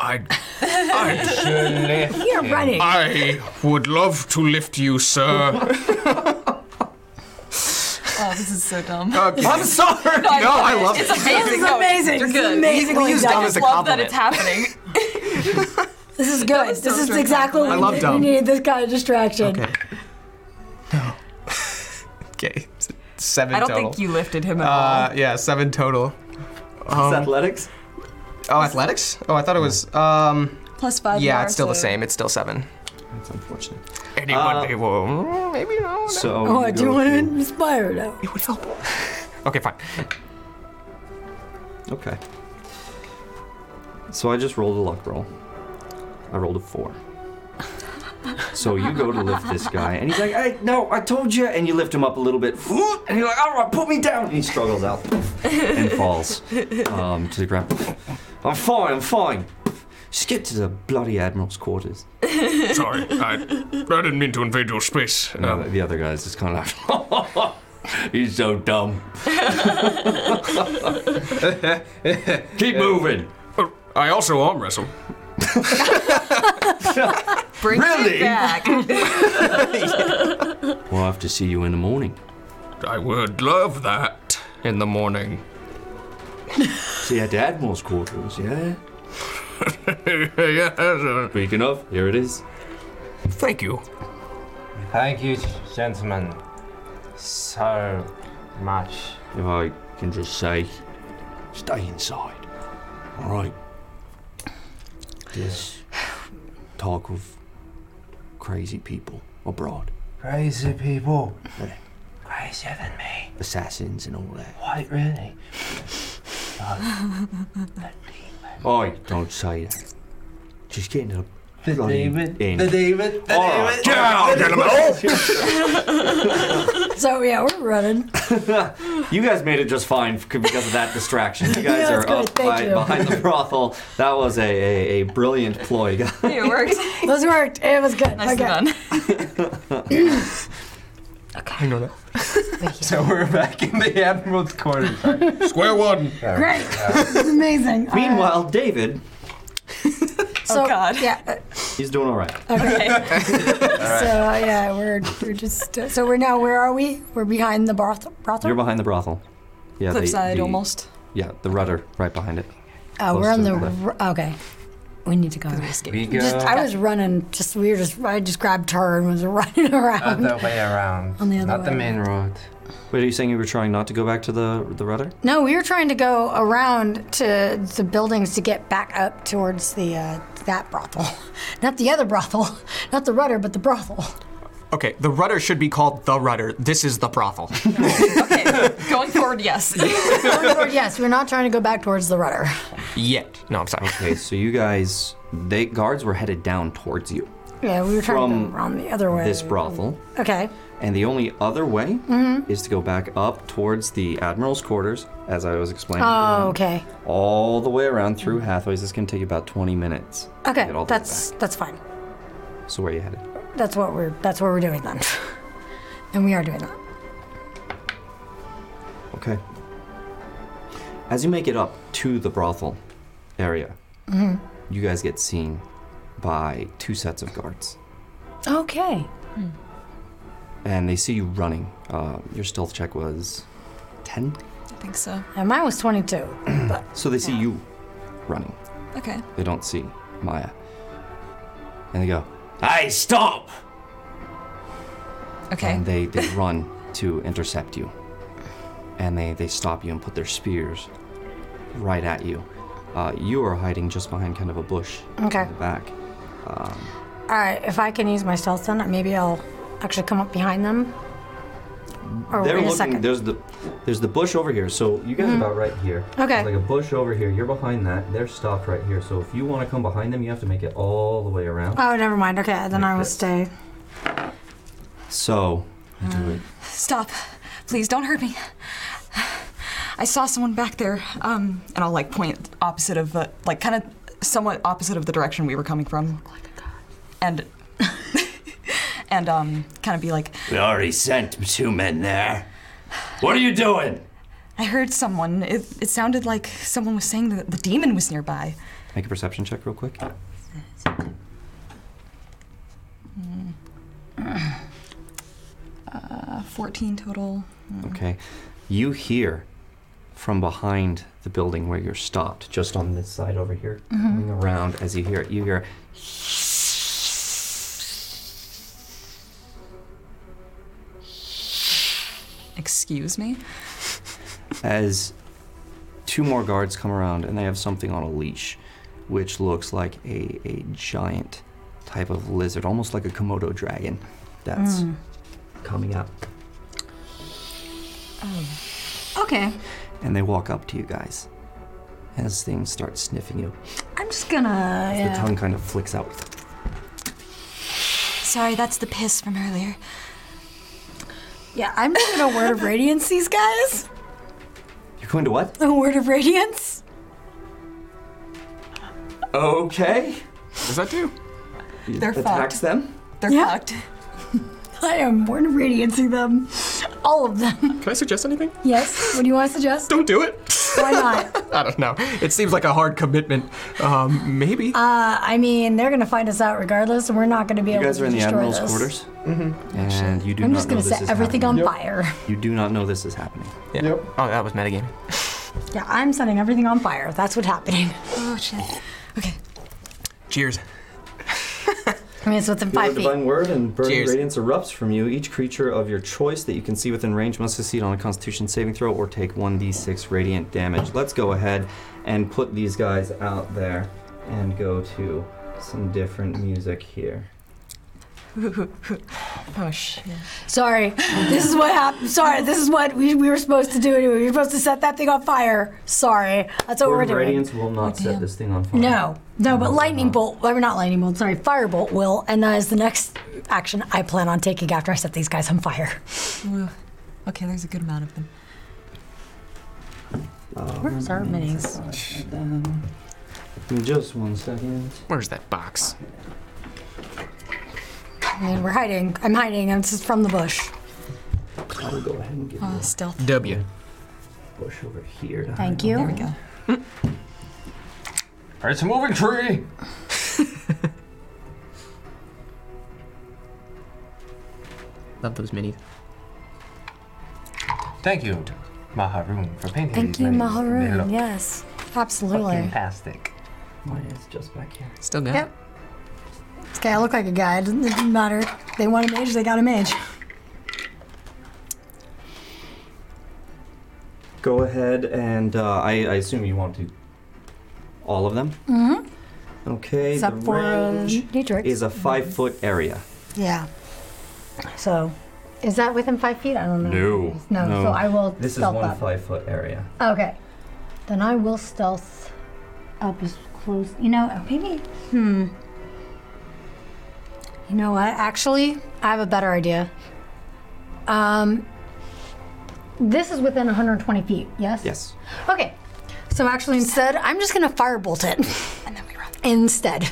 I I We are running. I would love to lift you, sir. Oh, this is so dumb. Okay. I'm sorry. No, I, No, I love love it. it. It's amazing. This is No, amazing. You're This is good. amazingly we use done. dumb I as just a love that compliment. it's happening. This is good. was This so is strange. exactly what I we love need. dumb. We need this kind of distraction. Okay. Okay. s- Seven I don't total. think you lifted him at Uh, yeah, seven total. Um, athletics? Oh, athletics? Oh, I thought it was. Um, all. Plus five. yeah, bar, it's still the so- same. It's still seven. That's unfortunate. Anyone they will. Maybe not. So Oh, you do you go want to through- inspire now? It would help. Okay, fine. Okay. So I just rolled a luck roll. I rolled a four. So you go to lift this guy, and he's like, "Hey, no, I told you!" And you lift him up a little bit, and you're like, "All right, put me down." And he struggles out and falls um, to the ground. I'm fine. I'm fine. Just get to the bloody admiral's quarters. Sorry, I, I didn't mean to invade your space. Um, And the- the other guy's just kind of like, He's so dumb. Keep moving. Uh, I also arm wrestle. Bring Really? it back. "We'll have to see you in the morning." I would love that in the morning. See at the Admiral's quarters, yeah? yes. Speaking of, here it is. Thank you. Thank you, gentlemen. so much. If I can just say, stay inside. All right. This talk of crazy people abroad, Crazy people. Yeah. Crazier than me. assassins and all that. Wait, really? No. Oi, don't say that. Just get into the, the David. End. The David. The All David. right. Get out, so yeah, we're running. You guys made it just fine f- because of that distraction. You guys Yeah, are up that's good. Thank by, you. behind the brothel. That was a, a, a brilliant ploy, guys. it worked. Those worked. It was good. Nice okay. done. I know that. so we're back in the Admiral's quarters. Square one. Great. this is amazing. All right. Meanwhile, David, So, God. Yeah. uh, he's doing all right. Okay. right. So uh, yeah, we're we're just uh, so we're now where are we? We're behind the brothel. brothel? You're behind the brothel. Yeah, the- Cliffside the- almost. Yeah, the rudder right behind it. Oh, we're Close on to the the left. r- okay. We need to go. We Just, go- I was running. Just we were just. I just grabbed her and was running around. Other Oh, way around. On the other Not the way. main road. Wait, are you saying you were trying not to go back to the the rudder? No, we were trying to go around to the buildings to get back up towards the uh, that brothel, not the other brothel, not the rudder, but the brothel. Okay, the rudder should be called the rudder. This is the brothel. Going forward, yes. Going forward, yes, we're not trying to go back towards the rudder. Yet. No, I'm sorry. Okay, so you guys, they guards were headed down towards you Yeah, we were trying to From go around the other way. this brothel, Okay. and the only other way Mhm. is to go back up towards the admiral's quarters, as I was explaining. Oh, okay. All the way around through Hathaway's. This is gonna take you about 20 minutes. to Okay, get all the way that's that's fine. back. so where are you headed? That's what we're that's what we're doing then, and we are doing that. Okay. As you make it up to the brothel area, Mhm. Mm-hmm. you guys get seen by two sets of guards, Okay. and they see you running. Uh, your stealth check was 10. I think so. And mine was 22. So they see you running. Okay. They don't see Maya. And they go, Hey, stop! Okay. and they, they run to intercept you. And they, they stop you and put their spears right at you. Uh, you are hiding just behind kind of a bush Okay. in the back. Um, All right, if I can use my stealth then, maybe I'll actually come up behind them. Or they're wait a looking. second. There's the there's the bush over here. So you guys Mhm. are about right here. Okay. There's like a bush over here. You're behind that. They're stopped right here. So if you want to come behind them, you have to make it all the way around. Oh, never mind. Okay, then I will stay. So uh. do it. Stop. Please don't hurt me. I saw someone back there. Um, and I'll like point opposite of the, like kind of somewhat opposite of the direction we were coming from. And, and, um, kind of be like, We already sent two men there. What are you doing? I heard someone. It, it sounded like someone was saying that the demon was nearby. Make a perception check real quick. Hmm. Uh, 14 total. Mm. Okay. You hear from behind the building where you're stopped, just on this side over here, Mm-hmm. Mhm. coming around as you hear it. You hear, Excuse me? as two more guards come around and they have something on a leash, which looks like a, a giant type of lizard, almost like a Komodo dragon that's Mm. coming up. um, Okay, And they walk up to you guys as things start sniffing you. I'm just gonna. The Yeah. tongue kind of flicks out. Sorry, that's the piss from earlier. yeah, I'm just gonna word of radiance these guys. You're going to what? A word of radiance. Okay. What does that do? They're attacks fucked. them. They're fucked. I am word of radiancing them, all of them. Can I suggest anything? Yes. What do you want to suggest? Don't do it. Why not? I don't know. It seems like a hard commitment. Um, maybe. Uh, I mean, they're gonna find us out regardless, and we're not gonna be You able guys to are in the destroy admiral's this. quarters, Mm-hmm. and you do I'm not just know gonna this set is everything on happening. fire. You do not know this is happening. Yeah. Oh, that was metagaming. Yeah, I'm setting everything on fire. That's what's happening. Oh shit. Cheers. I mean, it's within Your five feet. divine word and burning radiance erupts from you. Each creature of your choice that you can see within range must succeed on a Constitution saving throw or take 1d6 radiant damage. Let's go ahead and put these guys out there and go to some different music here. oh shit. Sorry, this is what happened. Sorry, this is what we, we were supposed to do. We were supposed to set that thing on fire. Sorry, that's what we're Burning doing. Oh, radiance will not set this thing on fire. No, no, but lightning bolt, or not lightning bolt, sorry, firebolt will, and that is the next action I plan on taking after I set these guys on fire. Ooh. Okay, there's a good amount of them. Where's our minis? Give me Just one second. Where's that box? I mean, we're hiding. I'm hiding. I'm just from the bush. I will go ahead and give Uh, stealth. W. Bush over here. to Thank hide you. on. There we go. It's a moving tree. Love those minis. Thank you, Maharoon, for painting Thank these you, menus. They look Maharoon. Yes, absolutely. Fantastic. Mine is just back here. Still good. Yep. Okay, I look like a guy. It doesn't, it doesn't matter. They want a mage, they got a mage. Go ahead and uh, I, I assume you want to. All of them? Mm-hmm. Okay. Except the for uh, range Neatrix. is a five foot area. Yeah. So, is that within five feet? I don't know. No, so I will This is stealth one up. five foot area. Okay. Then I will stealth up as close. You know, maybe. Hmm. You know what? Actually, I have a better idea. Um, this is within 120 feet, yes? Yes. Okay. So actually, instead, I'm just going to firebolt it. and then we run. Instead.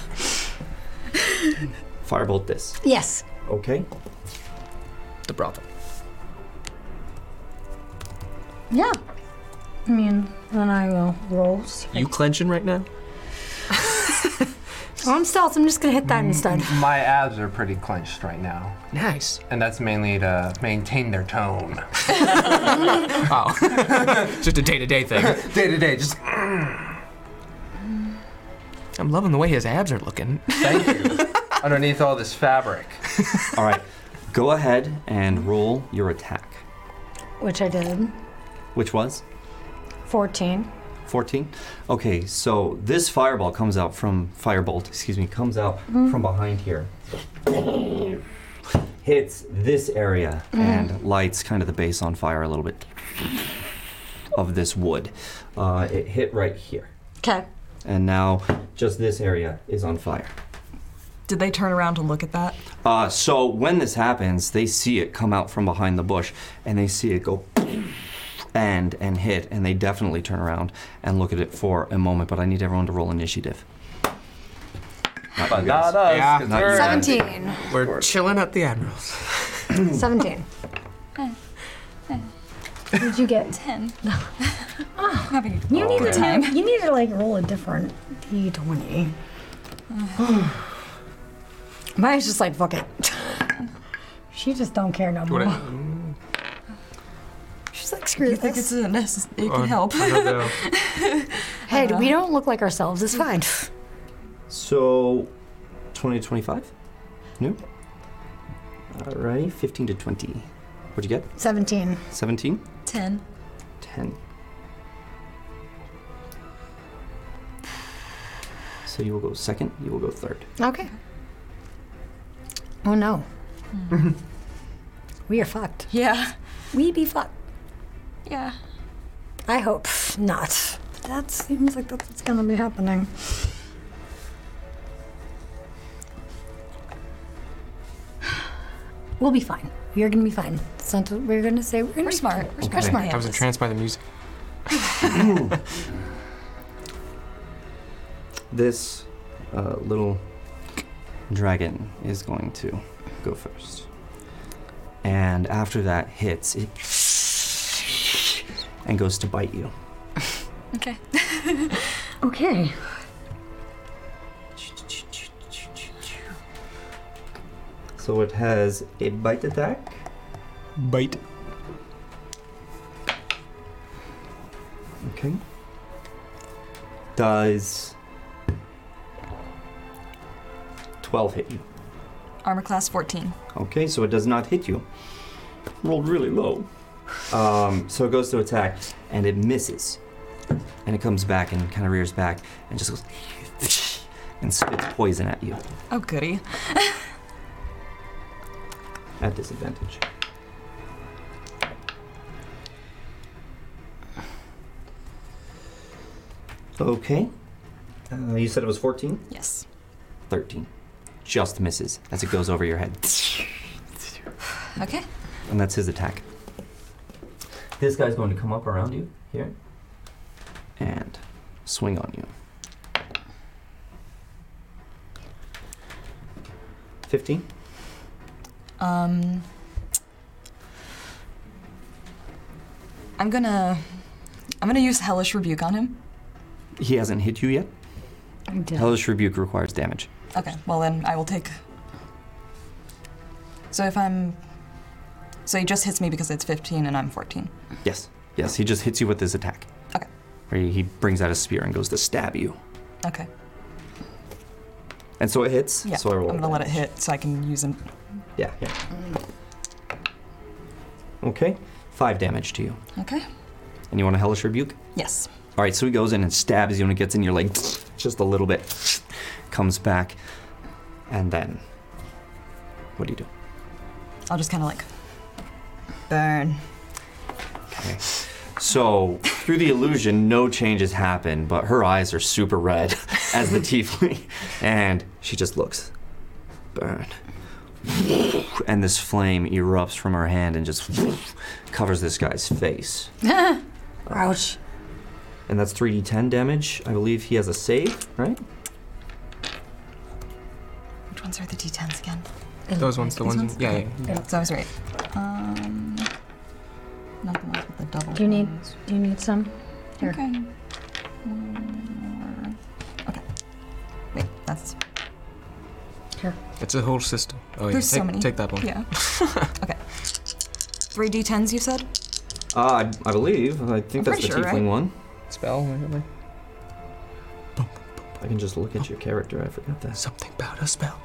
Firebolt this. Yes. Okay. The brothel. Yeah. I mean, then I will roll. You clenching right now? I'm stealth. I'm just going to hit that Mm. instead. My abs are pretty clenched right now. Nice. And that's mainly to maintain their tone. Oh. just a day to day thing. Day to day, just. I'm loving the way his abs are looking. Thank you. Underneath all this fabric. All right. Go ahead and roll your attack, Which I did. which was 14. 14. Okay, so this fireball comes out from firebolt, excuse me, comes out Mhm. from behind here. Hits this area Mm-hmm. and lights kind of the base on fire a little bit of this wood. Uh, it hit right here. Okay. And now just this area is on fire. Did they turn around to look at that? Uh, so when this happens, they see it come out from behind the bush, and they see it go and and hit, and they definitely turn around and look at it for a moment. But I need everyone to roll initiative. Not you guys. Yeah. Not you guys. 17. We're chilling at the Admiral's. 17. Did you get 10? No. Ah, having you a need good to time. you need to like roll a different d20. Maya's just like fuck it. she just don't care no more. Mm. She's like screw You this. think it's a necess- it can Uh, help? I don't know. hey, we don't look like ourselves. It's fine. So, 20 to 25? No? Alrighty, 15 to 20. What'd you get? 17. 17? 10. 10. So you will go second, you will go third. Okay. Oh no. we are fucked. Yeah. We be fucked. Yeah. I hope not. That seems like that's what's gonna be happening. We'll be fine. We are gonna be fine. It's not- we're gonna say we're, gonna be smart. We're, smart. Oh, I was entranced by the music. This uh, little dragon is going to go first. And after that hits, it and goes to bite you. Okay. okay. So it has a bite attack. Bite. Okay. Does 12 hit you? Armor class 14. Okay, so it does not hit you. Rolled really low. Um, so it goes to attack and it misses. And it comes back and kind of rears back and just goes and spits poison at you Oh, goody. at disadvantage. Okay. Uh, you said it was 14? Yes. 13. Just misses as it goes over your head. Okay. And that's his attack. This guy's going to come up around you here and swing on you. 15? Um, I'm gonna, I'm gonna use hellish rebuke on him. He hasn't hit you yet. Hellish Rebuke requires damage. Okay. Well then, I will take. So if I'm, so he just hits me because it's 15 and I'm 14. Yes. Yes, he just hits you with his attack. Okay. Where he he brings out his spear and goes to stab you. Okay. And so it hits. Yeah. so I roll I'm gonna let it damage. hit so I can use him. Yeah, yeah. Okay. Five damage to you. Okay. And you want a Hellish Rebuke? Yes. All right, so he goes in and stabs you, and it gets in your leg just a little bit. Comes back, and then what do you do? I'll just kind of like burn. Okay. So through the illusion, no changes happen, but her eyes are super red as the tiefling, and she just looks burn. And this flame erupts from her hand and just covers this guy's face. Ouch. And that's 3d10 damage. I believe he has a save, right? Which ones are the d10s again? Those ones, the These ones. Yeah, yeah. yeah. So I was right. Um, not the ones with the double. Do you need do you need some? Here. Okay. One more. Okay. Wait, that's. It's a whole system. Oh yeah. There's take, so many. Take that one. Yeah. okay. Three d10s, you said? Uh, I, I believe. I I'm think that's the pretty sure, tiefling right? one. Spell. Maybe. I can just look at your character. I forgot that. Something about a spell.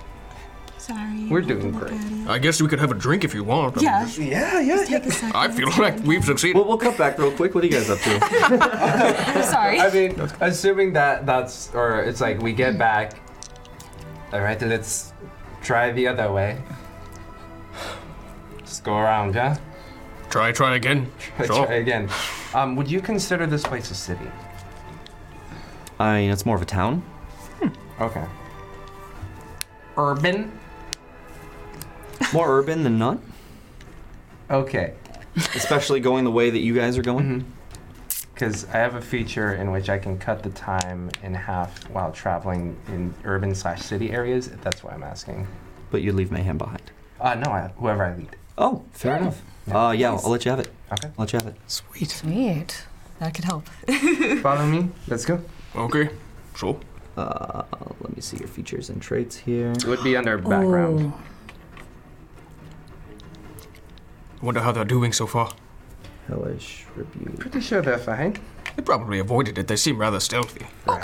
Sorry. We're doing great. I guess we could have a drink if you want. I Yeah. mean, Yeah, yeah. Just take a second. I feel like we've succeeded. Well, we'll cut back real quick. What are you guys up to? I'm sorry. I mean, assuming that that's, or it's like we get back. All right, let's try the other way. Just go around, yeah. Try, try again. Sure. try again. Um, would you consider this place a city? I mean, it's more of a town. Hmm, Okay. Urban. More urban than not. Okay. Especially going the way that you guys are going. Because Mm-hmm. I have a feature in which I can cut the time in half while traveling in urban slash city areas. If that's why I'm asking. But you leave mayhem behind. Uh, no, I, whoever I lead. Oh, fair enough. Uh, yeah, I'll let you have it. Okay. I'll let you have it. Sweet. Sweet. That could help. Follow me. Let's go. Okay. Sure. Uh, let me see your features and traits here. It would be under Oh. background. Wonder how they're doing so far. Hellish rebuke. Pretty sure they're fine. They probably avoided it. They seem rather stealthy. Oh,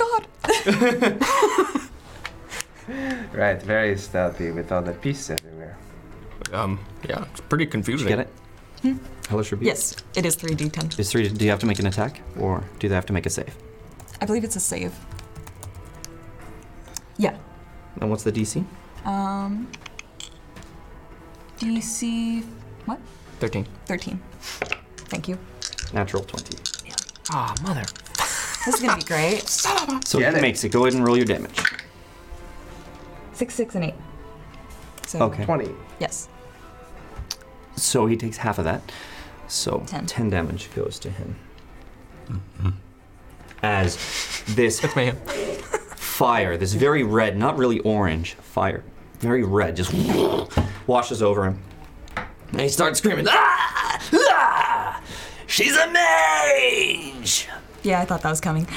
Right, very stealthy with all the pieces everywhere. Um, yeah, it's pretty confusing. Get it? Hellish rebuke. yes, it is 3d10. Is three? Do you have to make an attack, or do they have to make a save? I believe it's a save. Yeah. And what's the DC? Um. DC. What? 13. 13. Thank you. Natural twenty. Ah, mother. This is gonna be great. So he makes it. Go ahead and roll your damage. Six, six, and eight. So, Okay. 20. Yes. So he takes half of that. So Ten. damage goes to him. As this fire, this very red, not really orange, fire, very red, just washes over him. And he starts screaming, "Ah! Ah! She's a mage! Yeah, I thought that was coming.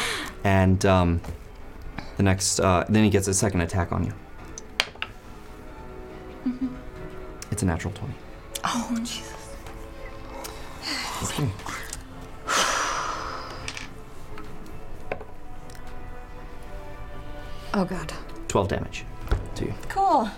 And um, the next, uh, then he gets a second attack on you. It's a natural 20. Oh, Jesus. Okay. Oh god. Oh, 12 damage. to you. Cool.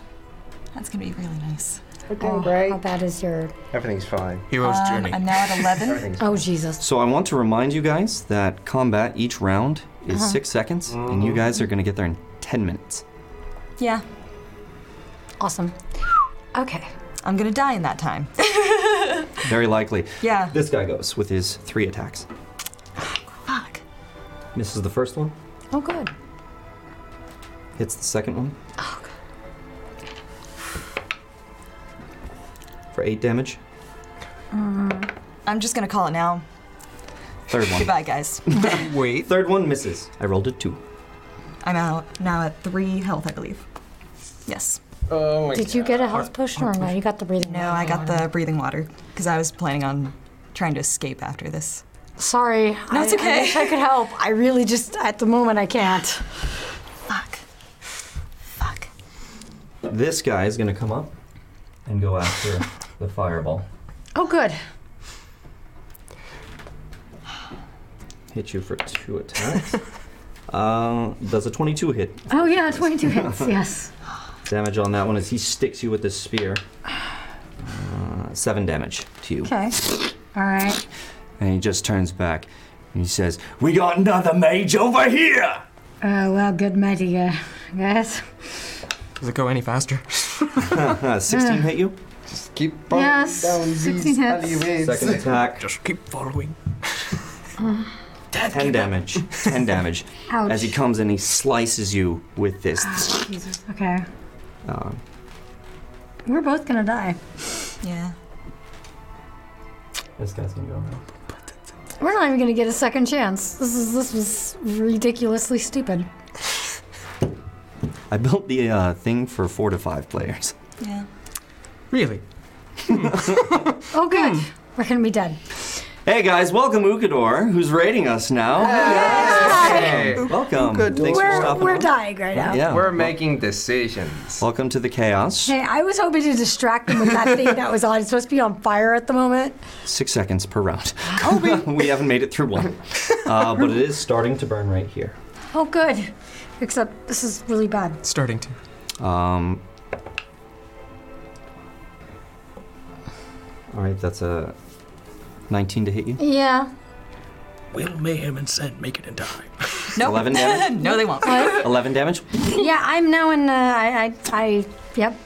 That's gonna be really nice. Okay, oh, great. How bad is your? Everything's fine. Um, I'm now at 11. Oh Jesus. So I want to remind you guys that combat each round is Uh-huh. six seconds, and you guys are going to get there in ten minutes. yeah. Awesome. Okay. I'm gonna die in that time. Very likely. Yeah. This guy goes with his three attacks. Fuck. Misses the first one, Oh good. hits the second one. Oh, For eight damage. Mm, I'm just gonna call it now. Third one. Goodbye, guys. Wait. Third one misses. I rolled a two. I'm out now at three health, I believe. Yes. Oh Did you get a health potion or no? You got the breathing. No, I got the breathing water because I was planning on trying to escape after this. Sorry. No, I- it's okay. I, wish I could help. I really just at the moment I can't. This guy is going to come up and go after the fireball. Oh good. Hit you for two attacks. uh, does a 22 hit? Oh yeah, 22 hits. Yes. Damage on that one as he sticks you with this spear. Uh, seven damage to you. Okay. All right. And he just turns back and he says, We got another mage over here. Uh, well, good mighty, yeah, guys. Does it go any faster? 16 Uh, hit you? Just keep Yes, 16 hits. Second attack. Just keep following. Uh, 10 damage. 10 damage. Ouch. As he comes and he slices you with this. Jesus. Okay. Uh, We're both gonna die. Yeah. this guy's gonna go around. We're not even gonna get a second chance. This is this was ridiculously stupid. I built the uh, thing for four to five players. Yeah. Really? Oh good. Hmm. We're gonna be dead. Hey guys, welcome Ukador, who's raiding us now. Hey. Welcome. Welcome. Thanks for we're stopping we're by. dying right now. Yeah. We're making decisions. Welcome to the chaos. Hey, I was hoping to distract him with that thing that was on. It's supposed to be on fire at the moment. Six seconds per round. we haven't made it through one. Uh, but it is starting to burn right here. Oh good. Except this is really bad. Starting to. Um, all right, that's a 19 to hit you. Yeah. Will Mayhem and Sen make it in time? No. 11 damage? no, they won't. 11 damage. yeah, I'm now in. Uh, I, I, I, yep.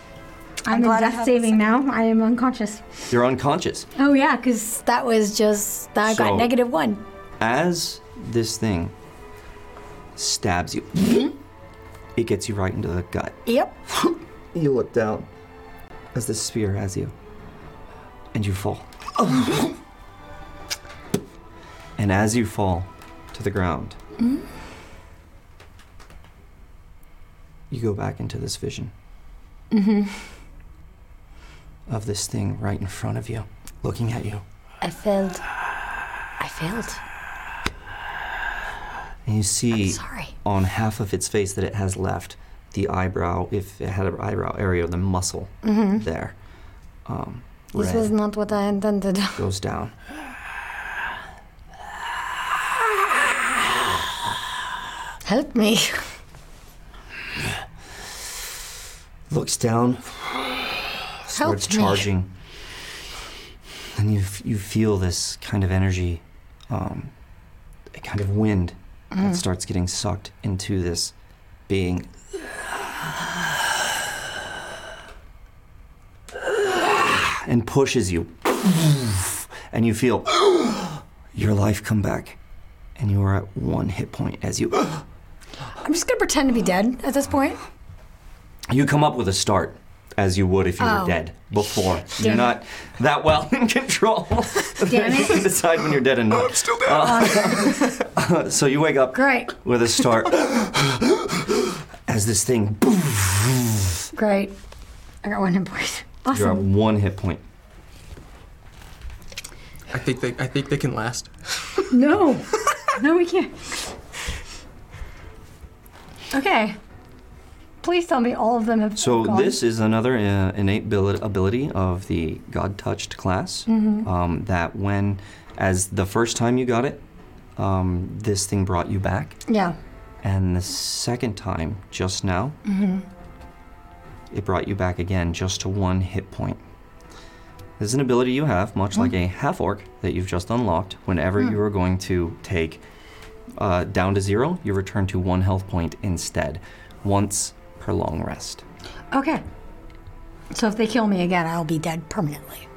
I'm, in glad I death had saving now. I am unconscious. You're unconscious. Oh yeah, because that was just that I So- got negative one. As this thing stabs you, it gets you right into the gut. Yep. You look down as the spear has you, and you fall. Oh. And as you fall to the ground, Mm. you go back into this vision Mm-hmm. of this thing right in front of you, looking at you. I failed. I failed. And you see sorry. on half of its face that it has left the eyebrow, if it had an eyebrow area, the muscle Mhm. there. Um, This red was not what I intended. goes down. Help me. Looks down, swords me. charging. And you, f- you feel this kind of energy, um, a kind of wind Mm. that starts getting sucked into this being. And pushes you. And you feel your life come back. And you are at one hit point as you. I'm just gonna pretend to be dead at this point. You come up with a start as you would if you Oh. were dead before. Damn You're it. not that well in control. Damn you it. can decide when you're dead and not. I'm still dead. so you wake up Great. with a start as this thing. Great. I got one hit point. You're at Awesome. one hit point. I think they. I think they can last. No. no, we can't. Okay. Please tell me all of them have. So gone. this is another uh, innate abili- ability of the God Touched class. Mhm. Um, that when, as the first time you got it, um, this thing brought you back, Yeah. and the second time just now, Mm-hmm. it brought you back again just to one hit point. This is an ability you have, much like a half orc that you've just unlocked. Whenever Hmm. you are going to take uh, down to zero, you return to one health point instead, once per long rest. Okay. So if they kill me again, I'll be dead permanently.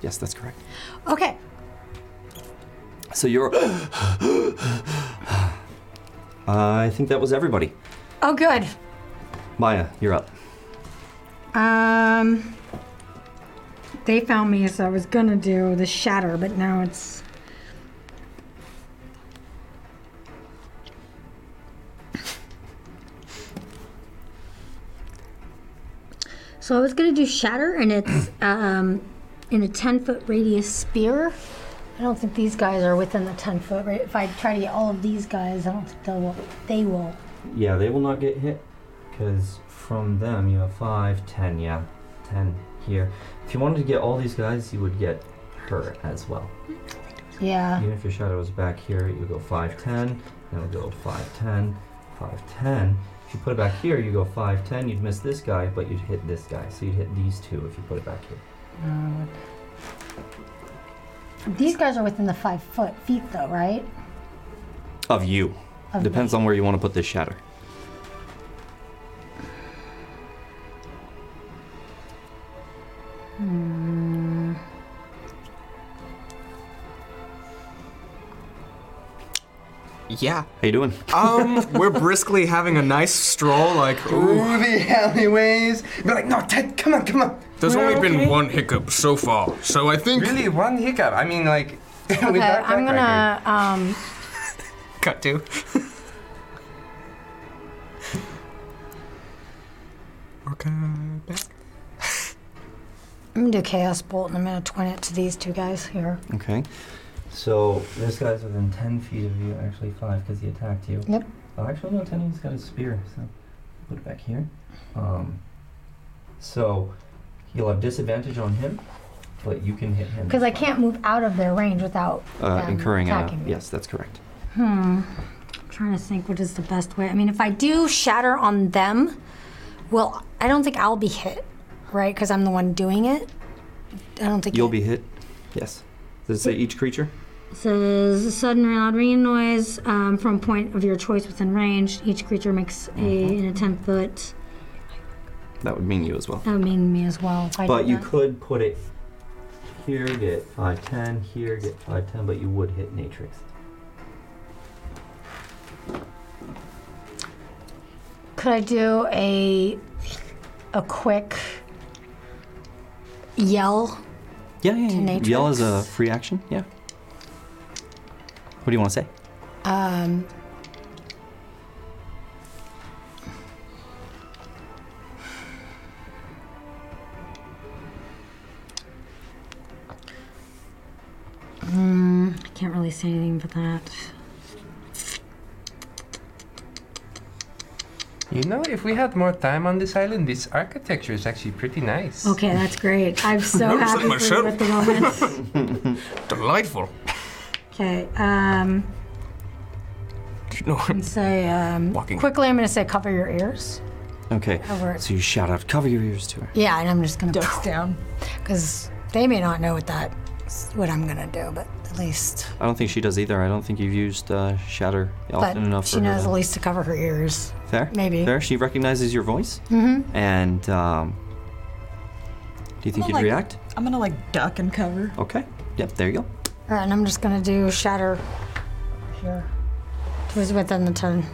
Yes, that's correct. Okay. So you're. I think that was everybody. Oh, good. Maya, you're up. Um, they found me, so I was gonna do the shatter, but now it's. So I was gonna do shatter, and it's um, in a ten foot radius spear. I don't think these guys are within the ten foot. Right? If I try to get all of these guys, I don't think they will. They will. Yeah, they will not get hit because from them you have 5, 10, yeah, 10 here. If you wanted to get all these guys, you would get her as well. Yeah. Even if your shadow was back here, you go 5, 10, then it'll go 5, 10, 5, 10. If you put it back here, you go 5, 10, you'd miss this guy, but you'd hit this guy. So you'd hit these two if you put it back here. Um, These guys are within the five foot feet, though, right? Of you. Of Depends on where you want to put this shatter. Hmm. Yeah. How you doing? Um, we're briskly having a nice stroll, like, ooh. the alleyways. Be like, no, Ted, come on, come on. There's We're only okay." been one hiccup so far, so I think. Really, one hiccup. I mean, like. Okay, I'm gonna. Um, Cut to. I'm gonna do chaos bolt, and I'm gonna twin it to these two guys here. Okay. So this guy's within 10 feet of you, actually 5 because he attacked you. Yep. Oh, actually, no, 10 he's got a spear, so put it back here. Um, so you'll have disadvantage on him, but you can hit him. Because I can't move out of their range without Uh, them incurring a. um, attacking me. Yes, that's correct. Hmm. I'm trying to think what is the best way. I mean, if I do shatter on them, well, I don't think I'll be hit, right? Because I'm the one doing it. I don't think You'll be hit. Yes. Does it say each creature? says a sudden or loud ringing noise um, from a point of your choice within range. Each creature makes a, an attempt foot. That would mean you as well. That would mean me as well. If I But did you that. could put it here, get 510, here, get 510, but you would hit Natrix. Could I do a a quick yell? Yeah, yeah, To yeah. Natrix? Yell is a free action, yeah. What do you want to say? Um, mm, I can't really say anything but that. You know, if we had more time on this island, this architecture is actually pretty nice. Okay, that's great. I'm so Noticed happy that for you at the moment. Delightful. Okay. Um, No, and say um, Walking. quickly. I'm going to say cover your ears. Okay. Over it. So you shout out, cover your ears to her. Yeah, and I'm just going to duck down because they may not know what that what I'm going to do, but at least I don't think she does either. I don't think you've used uh, Shatter often but enough she for her knows to- at least to cover her ears. Fair? maybe. Fair? She recognizes your voice? Mhm. And, um, do you think you'd like, react? I'm gonna like duck and cover. Okay. Yep, there you go. All right, and I'm just going to do shatter here. It was within the ten.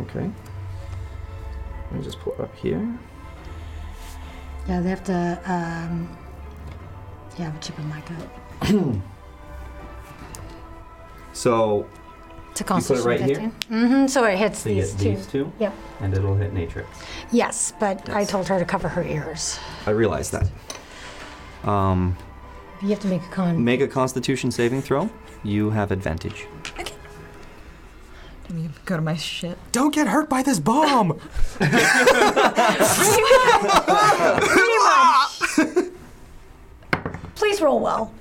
Okay. Let me just pull it up here. Yeah, they have to. Um, yeah, have a chip in my gut. so, you To put it Constitution right here, Mm-hmm. So it hits So you these get two. these two? Yep. and it'll hit Natrix. Yes, but I told her to cover her ears. I realize that. Um, You have to make a con. make a Constitution saving throw. You have advantage. Let me go to my shit. Don't get hurt by this bomb! Please roll well.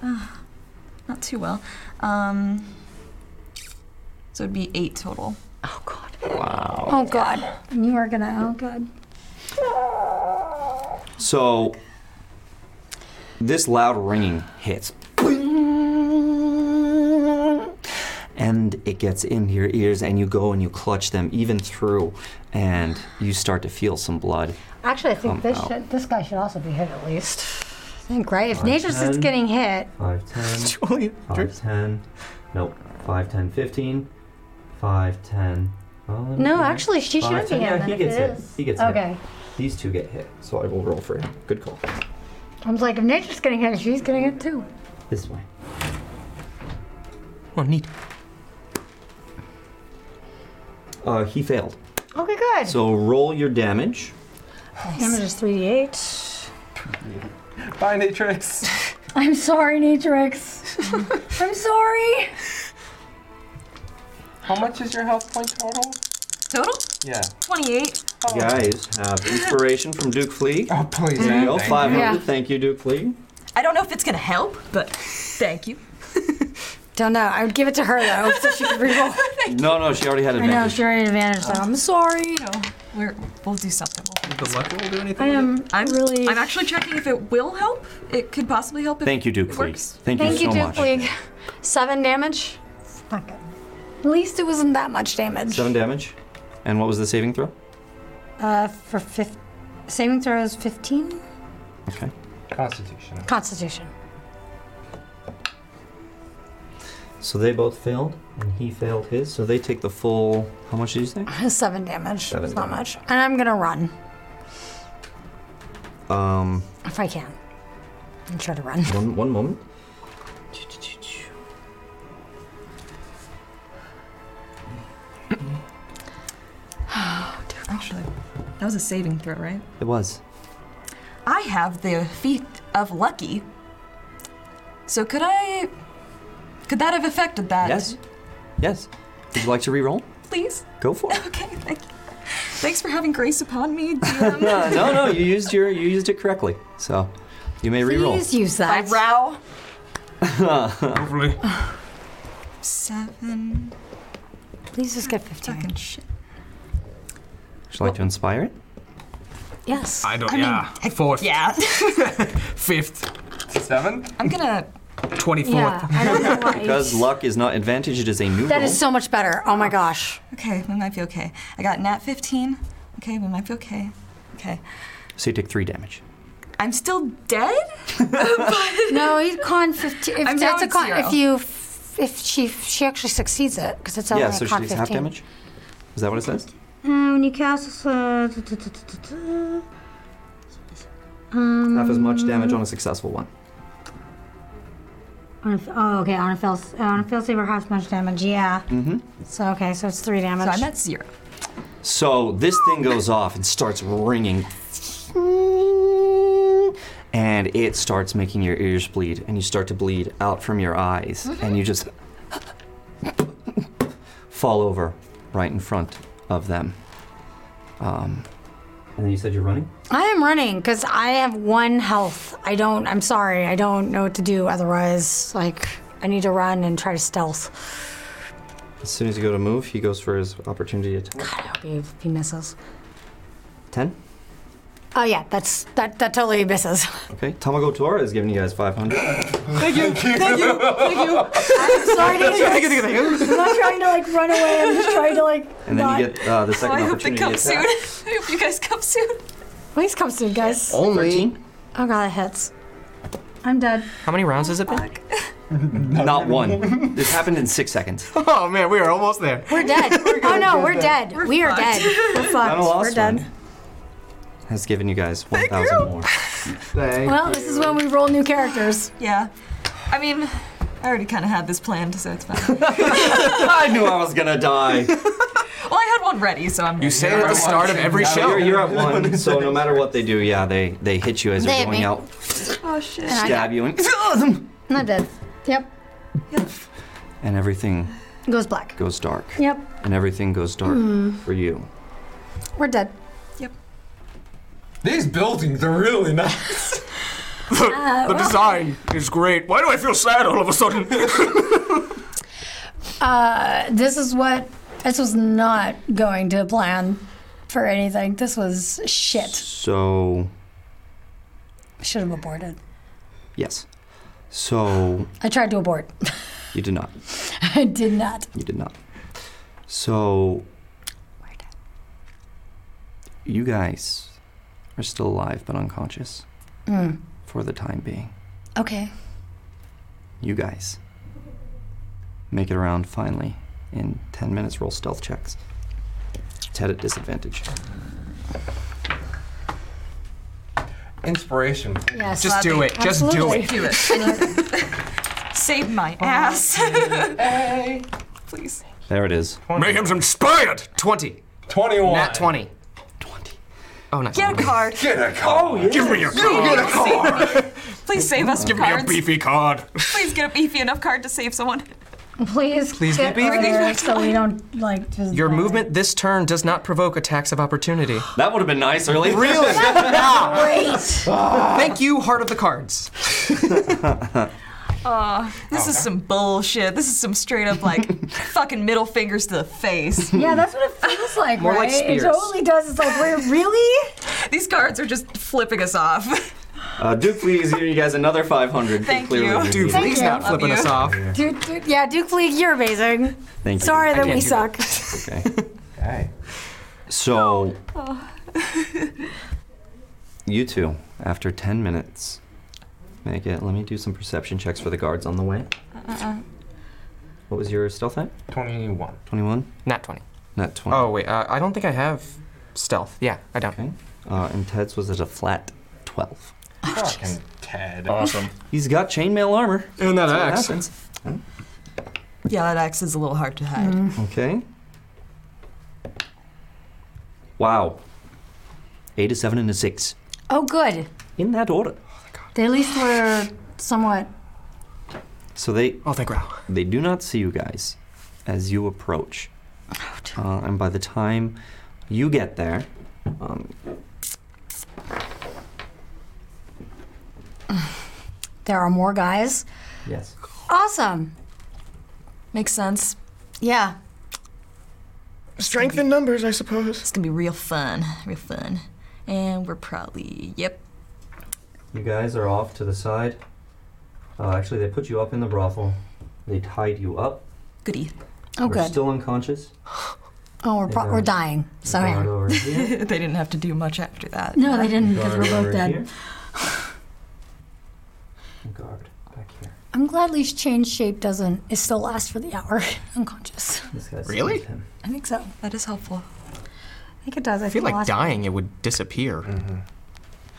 Not too well. Um, so it'd be eight total. Wow. Oh God, you are gonna. Oh God. So this loud ringing hits. And it gets into your ears, and you go and you clutch them even through, and you start to feel some blood. Actually, I think Come this out. should, this guy should also be hit at least. I think, right? If Five, Nature's just ten. getting hit, 5, 10, 5, 10, nope, 5, 10, 15, 5, 10. well, let me No, see. actually, she Five, shouldn't be 10, in Yeah, he then, gets if it hit. is. He gets Okay. hit. These two get hit, so I will roll for him. Good call. I was like, if Nature's getting hit, she's getting hit too. This way. Oh, neat. Uh, he failed. Okay, good. So roll your damage. Damage is 3d8. Bye, Natrix. I'm sorry, Natrix. I'm sorry. How much is your health point total? Oh. Total? Yeah. 28. You guys have inspiration from Duke Fleeg. Oh, please. There you go, Thank you. 500. Yeah. Thank you, Duke Fleeg. I don't know if it's going to help, but thank you. Don't know. I would give it to her though, so she could reroll. No, no, she already had I know advantage. she already had advantage though. I'm sorry. We're, we'll do something. The luck roll do anything? I am I'm really. I'm actually checking if it will help. It could possibly help. If Thank you, Duke it Fleeg. works. Thank, you so much. Duke League. Seven damage. Not good. At least it wasn't that much damage. Seven damage. And what was the saving throw? Uh, for fifth, saving throw is 15. Okay. Constitution. Constitution. So they both failed, and he failed his. So they take the full. How much did you say? Seven damage. Seven it's not damage. much. And I'm gonna run Um, if I can. I'm try to run. one, one moment. Actually, that was a saving throw, right? It was. I have the feat of lucky. So could I? Could that have affected that? Yes. Yes. Would you like to re-roll? Please. Go for it. Okay. Thank you. Thanks for having grace upon me. DM. no, no, you used your you used it correctly. So you may re-roll. Please use that. I row. Hopefully. Seven. Please just get 15. Fucking shit. Would you like to inspire it? Yes. I don't. I mean, yeah. Fourth. Yeah. Fifth. Seventh. I'm gonna. Twenty-fourth. Yeah, I don't know why. because luck is not advantage; it is a new That roll. is So much better. Oh my gosh. Okay, we might be okay. I got nat 15. Okay, we might be okay. Okay. so you take three damage. I'm still dead? no, he's con 15. If I'm that's a down con, zero. if you, f- if she, she actually succeeds it because it's only yeah, a so she con takes 15. half damage. Is that what it says? Um, when you cast, uh, duh, duh, duh, duh, duh, duh. um, Half as much damage on a successful one. on a f- oh, okay, on a fail, s- uh, on a fail save or half as much damage. Yeah. Mm-hmm. So okay, so it's three damage. So I'm at zero. So this thing goes off and starts ringing, and it starts making your ears bleed, and you start to bleed out from your eyes, Mm-hmm. and you just fall over right in front of them. Um, and then you said you're running. I am running because I have one health. I don't. I'm sorry. I don't know what to do otherwise. Like I need to run and try to stealth. As soon as you go to move, he goes for his opportunity attack. God, I hope he, he misses. Ten. Oh yeah, that's that. That totally misses. Okay. Tamago Tora is giving you guys 500. Thank you. Thank you. Thank you. I'm sorry. Thank you, thank you, thank you. I'm not trying to like run away. I'm just trying to like. And then you not- get uh, the second I hope they opportunity come soon. attack. I hope you guys come soon. Please come soon, guys. Only- 13. Oh god, that hits. I'm dead. How many rounds has it been? Not one. this happened in six seconds. Oh man, we are almost there. We're dead. oh no, we're dead. We're fucked. dead. We're fucked. Kinda lost we're dead. one. Has given you guys 1,000 more. Well, this is when we roll new characters. Yeah. I mean, I already kind of had this planned, so it's fine. I knew I was gonna die. well, I had one ready, so I'm. You say it at the start of every Yeah, show. You're, you're at one, so no matter what they do, yeah, they, they hit you as They you're hit going me. out, Oh shit. And I stab you, and, Not dead. Yep. and everything Goes black. goes dark. Yep. And everything goes dark Mm. for you. We're dead. These buildings are really nice. the the Uh, well- design is great. Why do I feel sad all of a sudden? Uh, this is what. This was not going to plan for anything. This was shit. So I should have aborted. Yes. So I tried to abort. you did not. I did not. You did not. So you guys are still alive but unconscious Mm. for the time being. Okay. You guys make it around finally in 10 minutes. Roll stealth checks. Ted at disadvantage. Inspiration. Yes, just do it. Just do it. Do it. Save my ass. Please. There it is. Mayhem's inspired! 20. 21. Nat 20. Oh, nice. Get a card. Get a card. Give me a Please. card. Get a card. Please save us Give from me a cards. beefy card. Please get a beefy enough card to save someone. Please, Please get be beefy. over there so we don't like just. Your movement this turn does not provoke attacks of opportunity. That would have been nice earlier. Really? Great. Thank you, Heart of the Cards. Aw, this is some bullshit. This is some straight up like fucking middle fingers to the face. Yeah, that's what it feels like, More like right? it spears. totally does. It's like we're really. These cards are just flipping us off. Uh, Duke Lee is giving you guys another 500. Thank clearly. you. Duke Thank Lee's you. not Love flipping you. us off. Dude, dude, yeah, Duke League, you're amazing. Thank you. Sorry I that can't we do suck. Okay. So You two, after 10 minutes, make it. Let me do some perception checks for the guards on the way. Uh-uh. What was your stealth at? 21. 21? Nat 20. Not 20. Oh, wait. Uh, I don't think I have stealth. Yeah, I don't. Oh. Uh, and Ted's was at a flat 12. Fucking Ted. He's got chainmail armor. And that That's axe. what happens. Yeah, that axe is a little hard to hide. Mm. Okay. Wow. Eight, a seven, and a six. Oh, good. In that order. They at least were somewhat. So they. Oh, thank God. They do not see you guys as you approach. Uh, and by the time you get there, um, There are more guys. yes. Awesome. Makes sense. Yeah. Strength in numbers, I suppose. It's gonna be real fun. Real fun. And we're probably, yep. You guys are off to the side. Uh, actually, they put you up in the brothel. They tied you up. Goody. Oh, You're good. still unconscious. Oh, we're, pro- Yeah. we're dying. Sorry. Guard over here. they didn't have to do much after that. No, they didn't because Guard we're over both dead. here. Guard back here. I'm glad Leash change shape doesn't. It still lasts for the hour. Unconscious. This guy's Really? with him. I think so. That is helpful. I think it does. I, I feel lost- like dying, it would disappear.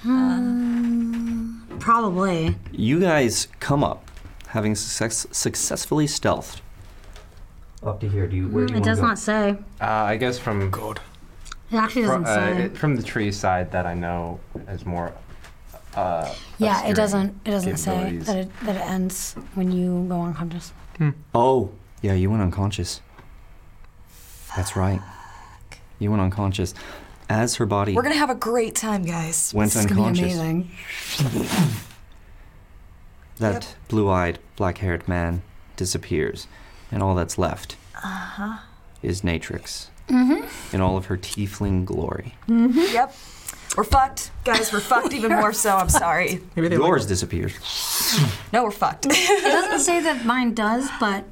Hmm, probably. You guys come up, having success, successfully stealthed. Up to here. Do you? Mm, Where do you It want does to not say. Uh, I guess from God. It actually doesn't uh, say. from the tree side that I know is more. Uh, Yeah, obscuring it doesn't. It doesn't say capabilities. that it that it ends when you go unconscious. go? Oh, yeah. You went unconscious. That's right. You went unconscious. As her body We're gonna have a great time, guys. Went this is gonna be unconscious. amazing. That blue eyed, black haired man disappears, and all that's left Uh-huh. is Natrix Mm-hmm. in all of her tiefling glory. Mm-hmm. Yep. We're fucked. Guys, we're fucked even more so. I'm sorry. Yours disappears. No, we're fucked. It doesn't say that mine does, but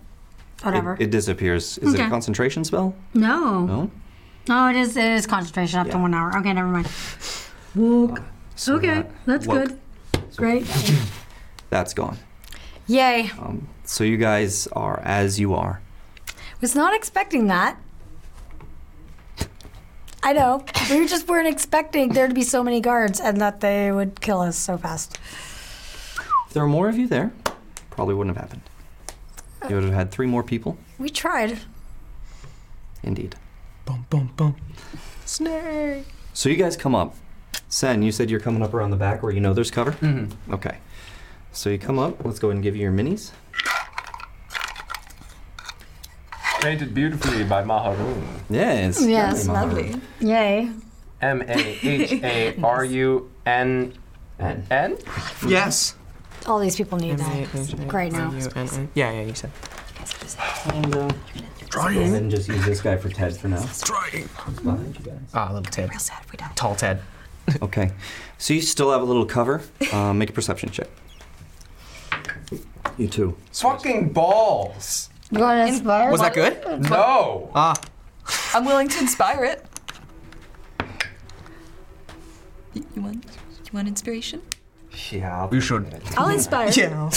whatever. It, it disappears. Is it Okay. a concentration spell? no. no. No? it is. It is concentration up to Yeah. one hour. Okay, never mind. okay, that's woke. good. Great. That's gone. Yay! Um, so you guys are as you are. Was not expecting that. I know. We just weren't expecting there to be so many guards and that they would kill us so fast. If there were more of you there, probably wouldn't have happened. You would have had three more people, We tried. indeed. Boom, boom, boom. Snake. So you guys come up. Sen, you said you're coming up around the back where you know there's cover? Mm-hmm. Okay. So you come up. Let's go ahead and give you your minis. Painted beautifully by Maharoon. Yes. Yes, lovely. Yay. M A H A R U N N. Yes. All these people need that right now. Yeah, yeah, you said. And, uh, And then just use this guy for Ted for now. Ah, little Ted. Real sad if we die. Tall Ted. okay. So you still have a little cover. Uh, make a perception check. You too. It's fucking balls. You want to inspire? Was that good? No. Ah. I'm willing to inspire it. You, you want? You want inspiration? Yeah. You should. I'll inspire. Yeah.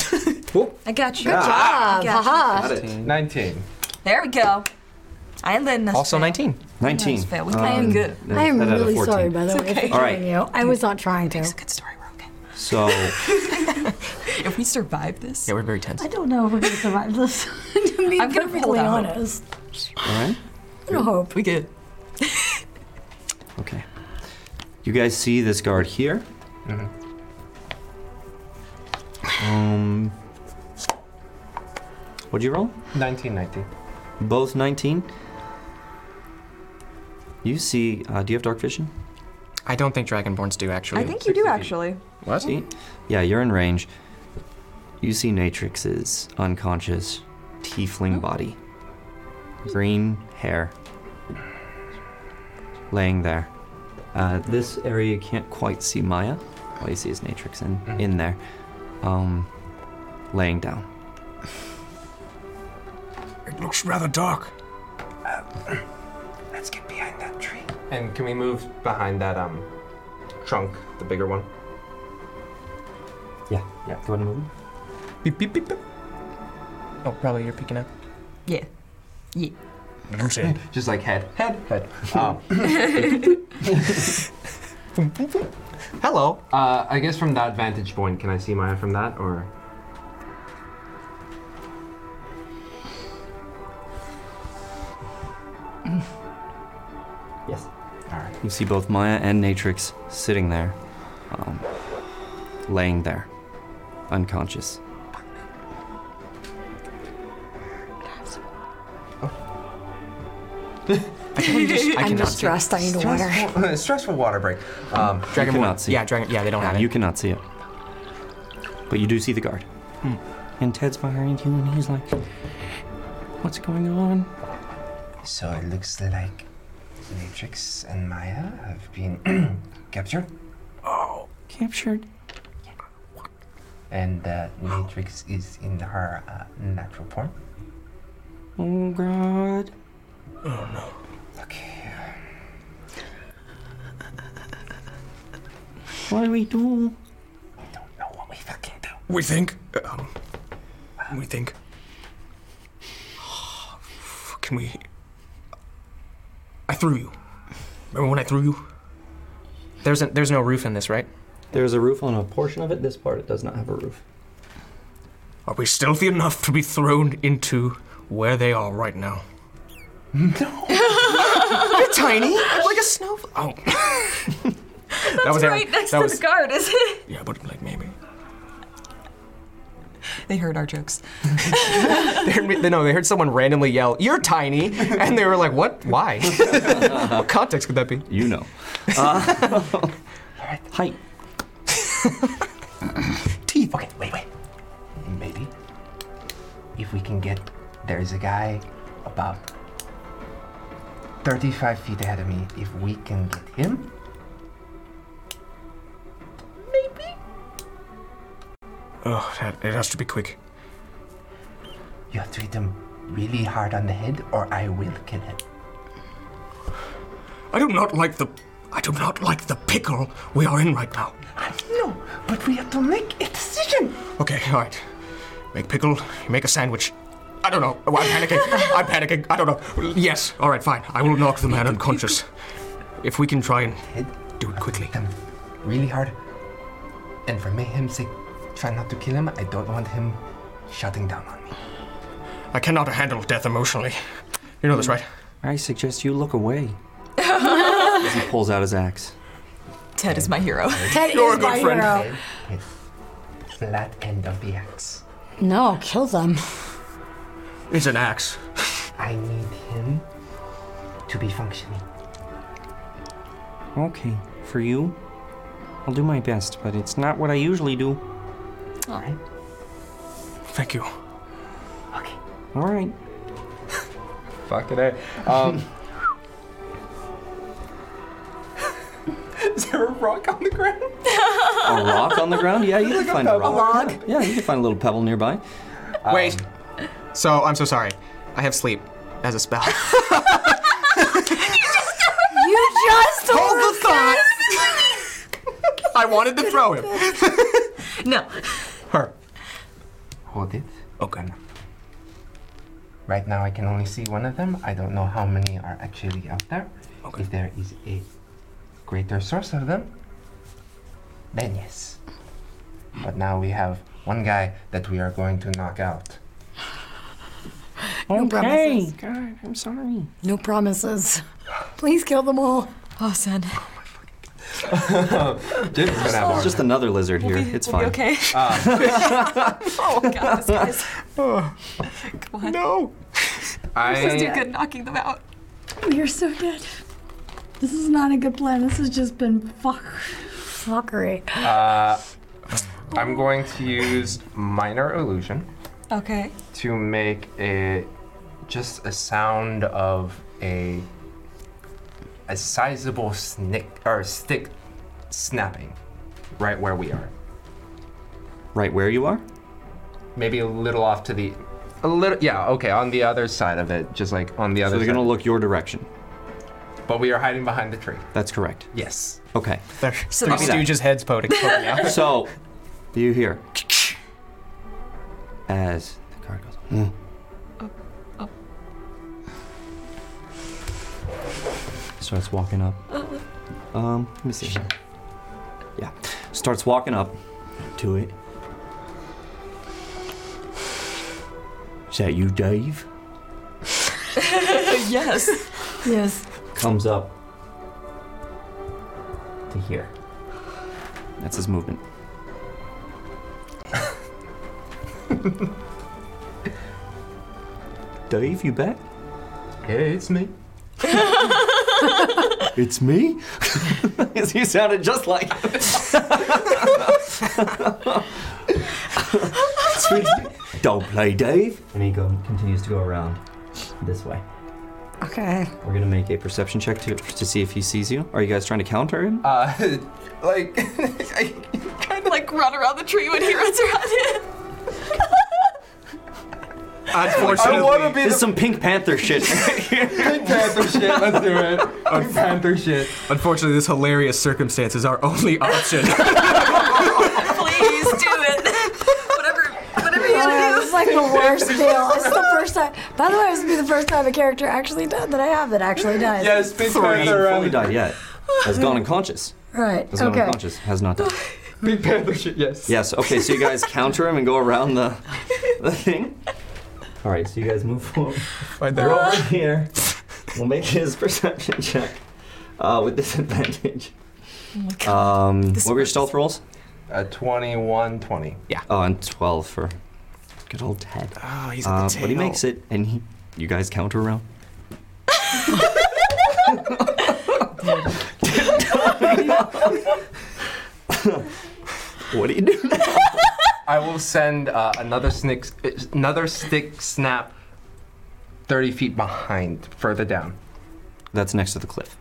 I got you. Good I job. got you. Got it. 19. There we go. I am letting us Also fail. 19. Nineteen. Nice fit. We I am good. Um, I am that out of really 14. sorry, by the way, okay. for All right. killing you. I was not trying to. So If we survive this, Yeah, we're very tense. I don't know if we're gonna survive this. to be I'm gonna perfectly hold out hope. honest, all right. I hope we good. Okay. You guys see this guard here. Mm-hmm. Um. What'd you roll? 19, 19. Both 19. You see, uh, do you have dark vision? I don't think dragonborns do actually. I think you do actually. What? See? Yeah, you're in range. You see Natrix's unconscious tiefling body. Green hair. Laying there. Uh, this area you can't quite see Maya. All you see is Natrix in, in there. Um, laying down. It looks rather dark. Let's get behind that tree. Uh, And can we move behind that um trunk, the bigger one? Yeah, yeah. Do you want to move? Beep, beep, beep, beep. Oh, probably you're picking up. Yeah. Yeah. Just like head, head, head. Um, Hello. Uh, I guess from that vantage point, can I see Maya from that, or Yes. All right. You see both Maya and Natrix sitting there, um, laying there, unconscious. I can just. I I'm cannot just see. stressed, I need water. Stressful- stressful water break? Um, Dragon you Ball. cannot see. Yeah, dragon. Yeah, they don't Yeah, have You cannot see it. But you do see the guard. And Ted's behind you, and he's like, "What's going on?" So it looks like Matrix and Maya have been captured. Oh. Captured. And uh, Matrix is in her uh, natural form. Oh god. Oh no. What do we do? We think. Um, we think. Can we? I threw you. Remember when I threw you? There's a, there's no roof in this, right? There's a roof on a portion of it. This part it does not have a roof. Are we stealthy enough to be thrown into where they are right now? You're tiny, like a snowflake. Oh. That was Aaron. right next That to was- the guard, isn't it? Yeah, but like maybe. They heard our jokes. they heard me, they, no, they heard someone randomly yell, "You're tiny," and they were like, "What? Why? what context could that be?" You know. Height. Teeth. Okay, wait, wait. Maybe if we can get there's a guy about 35 feet ahead of me. If we can get him, Oh, that, it has to be quick. you have to hit him really hard on the head, or I will kill him. I do not like the. I do not like the pickle we are in right now. No, but we have to make a decision. Okay, all right. Make pickle. You make a sandwich. I don't know. Oh, I'm panicking. I'm panicking. I don't know. Yes. All right. Fine. I will knock the man unconscious. If we can try and do it quickly. Really hard. And for Mayhem's sake, try not to kill him. I don't want him shutting down on me. I cannot handle death emotionally. You know this, right? I suggest you look away. As he pulls out his axe. Ted is my hero. Oh, Ted You're is a good my friend. hero. Flat end of the axe. No, kill them. It's an axe. I need him to be functioning. Okay, for you, I'll do my best, but it's not what I usually do. All right. Thank you. All right. Um, Fuck it, eh? Um, Is there a rock on the ground? a rock on the ground? Yeah, you can Like a find a pebble. rock. A log? Yeah, you can find a little pebble nearby. Um, Wait. So I'm so sorry. I have sleep as a spell. You just Hold the thought. I wanted to throw him. No. Her. Hold it. Okay. Right now, I can only see one of them. I don't know how many are actually out there. If there is a greater source of them, then yes. But now we have one guy that we are going to knock out. Okay. promises. God, I'm sorry. No promises. Please kill them all. Oh, son. Dude, it's gonna have just another lizard here. it's we'll fine. Uh, be okay. Ah, oh god, this guy's. Come on. No. This is too good knocking them out. Oh, You're so dead. This is not a good plan. This has just been fuck, fuckery. Uh, I'm going to use minor illusion Okay. to make a just a sound of a a sizable snick or stick snapping right where we are. Right where you are? Maybe a little off to the a little yeah, okay, on the other side of it, just like on the So other they're side. gonna look your direction. But we are hiding behind the tree. That's correct. Yes. Okay. There. So Three copy that. Stooges heads poking poking out. So, do you hear? As the card goes. "Hmm." Starts walking up. Um, let me see. here. Yeah. Starts walking up to it. Is that you, Dave? yes. Yes. Comes up to here. That's his movement. Dave, you back? Yeah, it's me. it's me? you sounded just like Sweet. Don't play Dave. And he go, continues to go around this way. Okay. We're gonna make a perception check to, to see if he sees you. Are you guys trying to counter him? Uh, like Kind of like run around the tree when he runs around it. Unfortunately, I wanna be this the- is some Pink Panther shit. Pink Panther shit, let's do it. Pink Panther shit. Unfortunately, this hilarious circumstance is our only option. Please do it. whatever, whatever you Oh, gotta this do. is like the worst deal. It's the first time. By the way, this will be the first time a character actually died that I haven't actually died. Pink Hasn't Panther um, around fully died yet. Has gone unconscious. Right. Has gone Okay. unconscious. Has not died. Big Panther shit, yes. Yes. Okay. So you guys counter him and go around the the thing. All right. So you guys move forward. Right there. over here. We'll make his perception check uh, with disadvantage. Um, This what were your stealth rolls? A 21, 20. Yeah. Oh, and 12 for good old Ted. Uh, Oh, he's at the But he tail. makes it, and he, you guys counter around. what do you do now? I will send uh, another, snick, another stick snap 30 feet behind, further down. That's next to the cliff.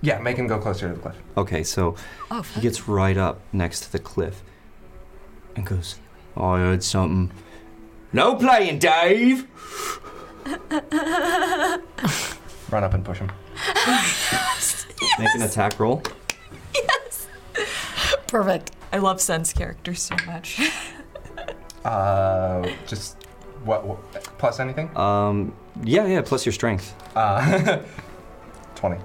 Yeah, make him go closer to the cliff. Okay, so Oh, he gets right up next to the cliff and goes, "Oh, I heard something. No playing, Dave! Run up and push him. Make an attack roll. Perfect. I love Sen's character so much. Uh, just what, what plus anything? Um, yeah, yeah, plus your strength. Uh, 20.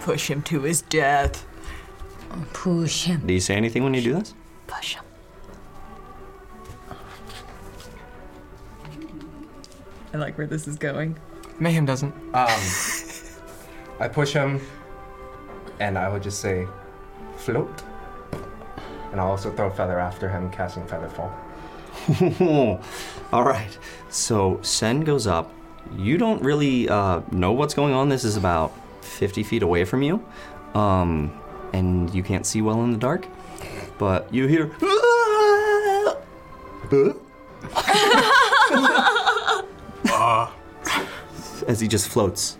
Push him to his death. Push him. Do you say anything when you do this? Push him. I like where this is going. Mayhem doesn't. Um, I push him, and I would just say, float. And I'll also throw feather after him, casting feather fall. All right. So Sen goes up. You don't really uh, know what's going on. This is about 50 feet away from you. Um, and you can't see well in the dark. But you hear. "Huh?" as he just floats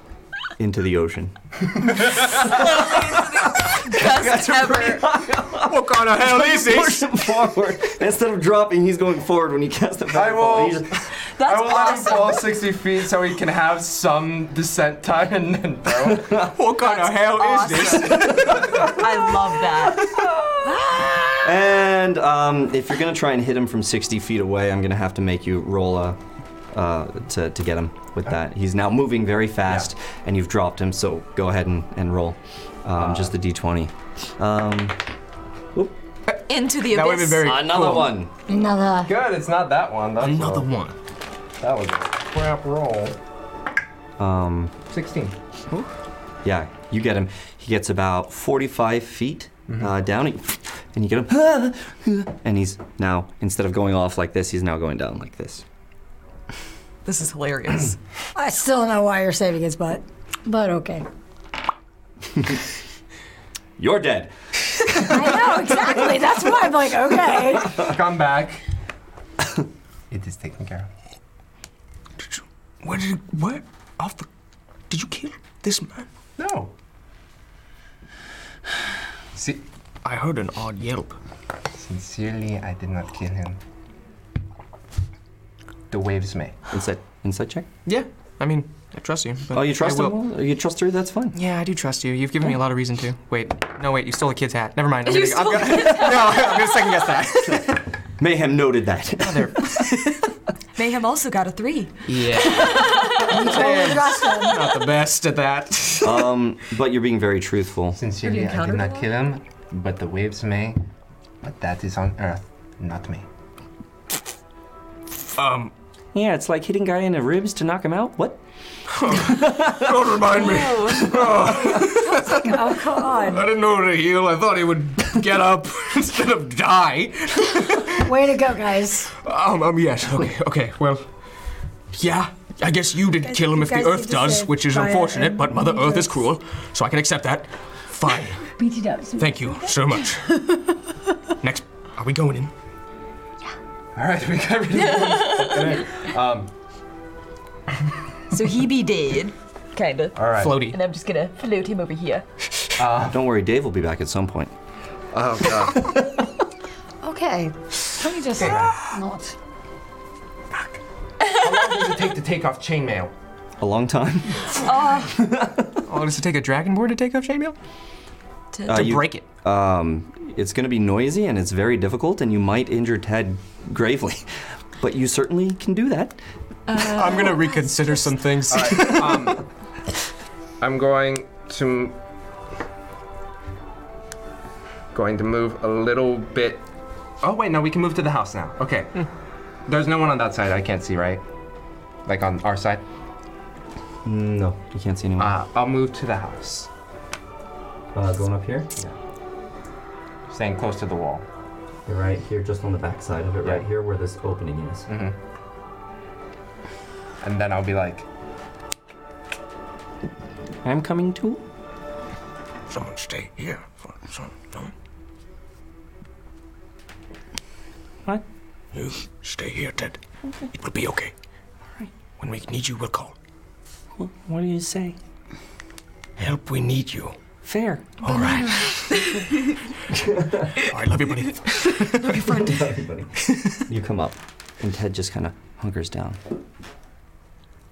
into the ocean. Best ever. What kind of hell is this? forward. Instead of dropping, he's going forward when he casts the fireball. He's just- I will let him fall 60 feet so he can have some descent time and then throw. what kind of hell is this? I love that. And um, if you're gonna try and hit him from 60 feet away, I'm gonna have to make you roll a, uh, to to get him with that. He's now moving very fast, and you've dropped him. So go ahead and, and roll, um, just the d20. Um, Into the abyss. That would've been very Another cool. one. Another. Good, it's not that one. That's Another one. That was a crap roll. um, 16. yeah, you get him. He gets about 45 feet uh, down, and you- and you get him. And he's now instead of going off like this, he's now going down like this. This is hilarious. I still don't know why you're saving his butt, but okay. You're dead. I know exactly. That's why I'm like, okay. Come back. it is taken care of. Where did what off the? Did you kill this man? No. See, I heard an odd yelp. Sincerely, I did not kill him. The waves may. Inside, inside check. Yeah, I mean, I trust you. but Oh, you I trust will- him? You trust her? That's fine. Yeah, I do trust you. You've given me a lot of reason to. Wait, no, wait, you stole a kid's hat. Never mind. I'm You gonna, I'm stole a gonna- no, I'm gonna second guess that. Mayhem noted that. Mayhem also got a three. Yeah. Not the best at that. um, but you're being very truthful. Sincerely, I did not kill him, but the waves may. But that is on Earth, not me. Um. Yeah, it's like hitting guy in the ribs to knock him out. What? Don't remind me. Uh, oh God. I didn't know how to heal. I thought he would get up instead of die. Way to go, guys. Oh, Um, um, yes. Okay, okay. Well, yeah. I guess you didn't kill him if the guys Earth did the does, same which is by, uh, unfortunate, but Mother um, Earth is cruel, so I can accept that. Fine. Beat it up. Thank you so much. Next, are we going in? All right, we got rid of him. um, So he be dead. Kinda. All right. Floaty. And I'm just gonna float him over here. Uh, Don't worry, Dave will be back at some point. Oh god. Okay. Can we just not? How long does it take to take off chainmail? A long time. oh, does it take a dragon board to take off chainmail? To, Uh, to you- break it. Um, it's going to be noisy and it's very difficult, and you might injure Ted gravely. But you certainly can do that. Uh, I'm gonna reconsider some things. Um, I'm going to going to move a little bit. Oh wait, no, we can move to the house now. Okay. There's no one on that side. I can't see, right? Like on our side. No, you can't see anyone. Ah. Uh, I'll move to the house. Uh, going up here? Yeah. Staying close to the wall. You're right here, just on the back side of it, right here where this opening is. Mm-hmm. And then I'll be like, I'm coming too. Someone stay here. For some, no. What? You stay here, Ted. Okay. It will be okay. Alright. When we need you, we'll call. Wh- What do you say? Help, we need you. Fair. All right. All right, love you, buddy. you come up, and Ted just kind of hunkers down.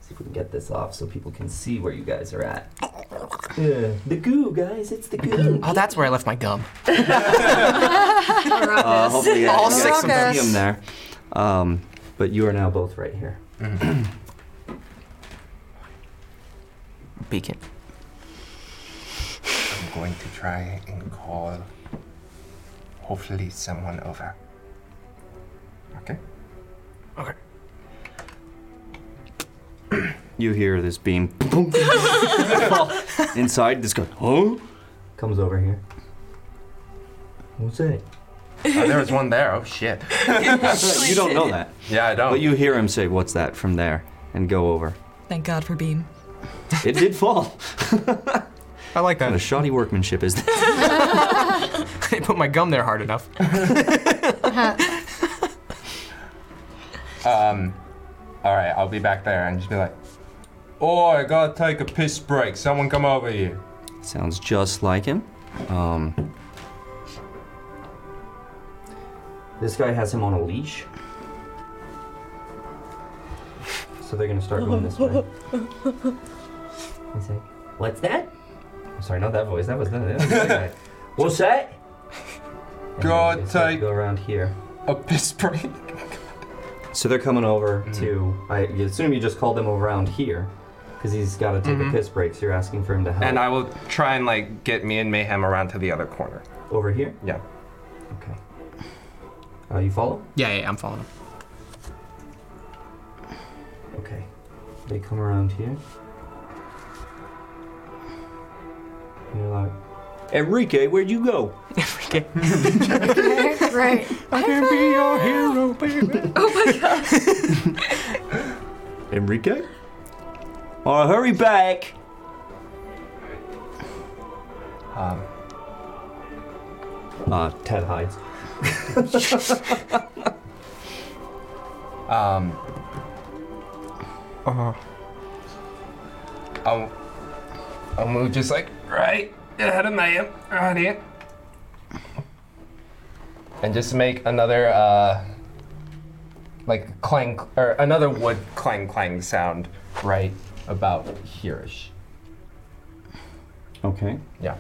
See if we can get this off so people can see where you guys are at. Yeah. The goo, guys, it's the goo. Oh, that's where I left my gum. Uh, hopefully, yeah, All you six of guys can them. see 'em there. Um, but you are now both right here. Beacon. I'm going to try and call. Hopefully, someone over. Okay. You hear this beam boom, fall inside. This guy, huh? Comes over here. What's that? Oh, there was one there. Oh shit. you don't know that. Yeah, I don't. But you hear him say, "What's that?" from there, and go over. Thank God for Beam. It did fall. I like that. What a shoddy workmanship is that? I put my gum there hard enough. Um, all right, I'll be back there and just be like, Oh, I gotta take a piss break. Someone come over here. Sounds just like him. Um, this guy has him on a leash. So they're gonna start going this way. He's like, What's that? I'm sorry, not that voice. That was the that was the other guy. What's that? God take. Go around here. A piss break. So they're coming over to. I assume you just called them around here, because he's got to take Mhm. a piss break. So you're asking for him to help. And I will try and like get me and Mayhem around to the other corner. Over here? Yeah. Uh, you follow? Yeah, yeah, I'm following him. Okay. They come around here. And you're like, Enrique, where'd you go? right. I can be your hero, baby. oh my god. Enrique? "Oh, Alright, hurry back. Um, uh, Ted hides. Um. Uh-huh. Uh. I'll. I'll move just like right ahead of Mayhem, right here, and just make another uh. Like clang or another wood clang clang sound right about hereish. Okay. Yeah.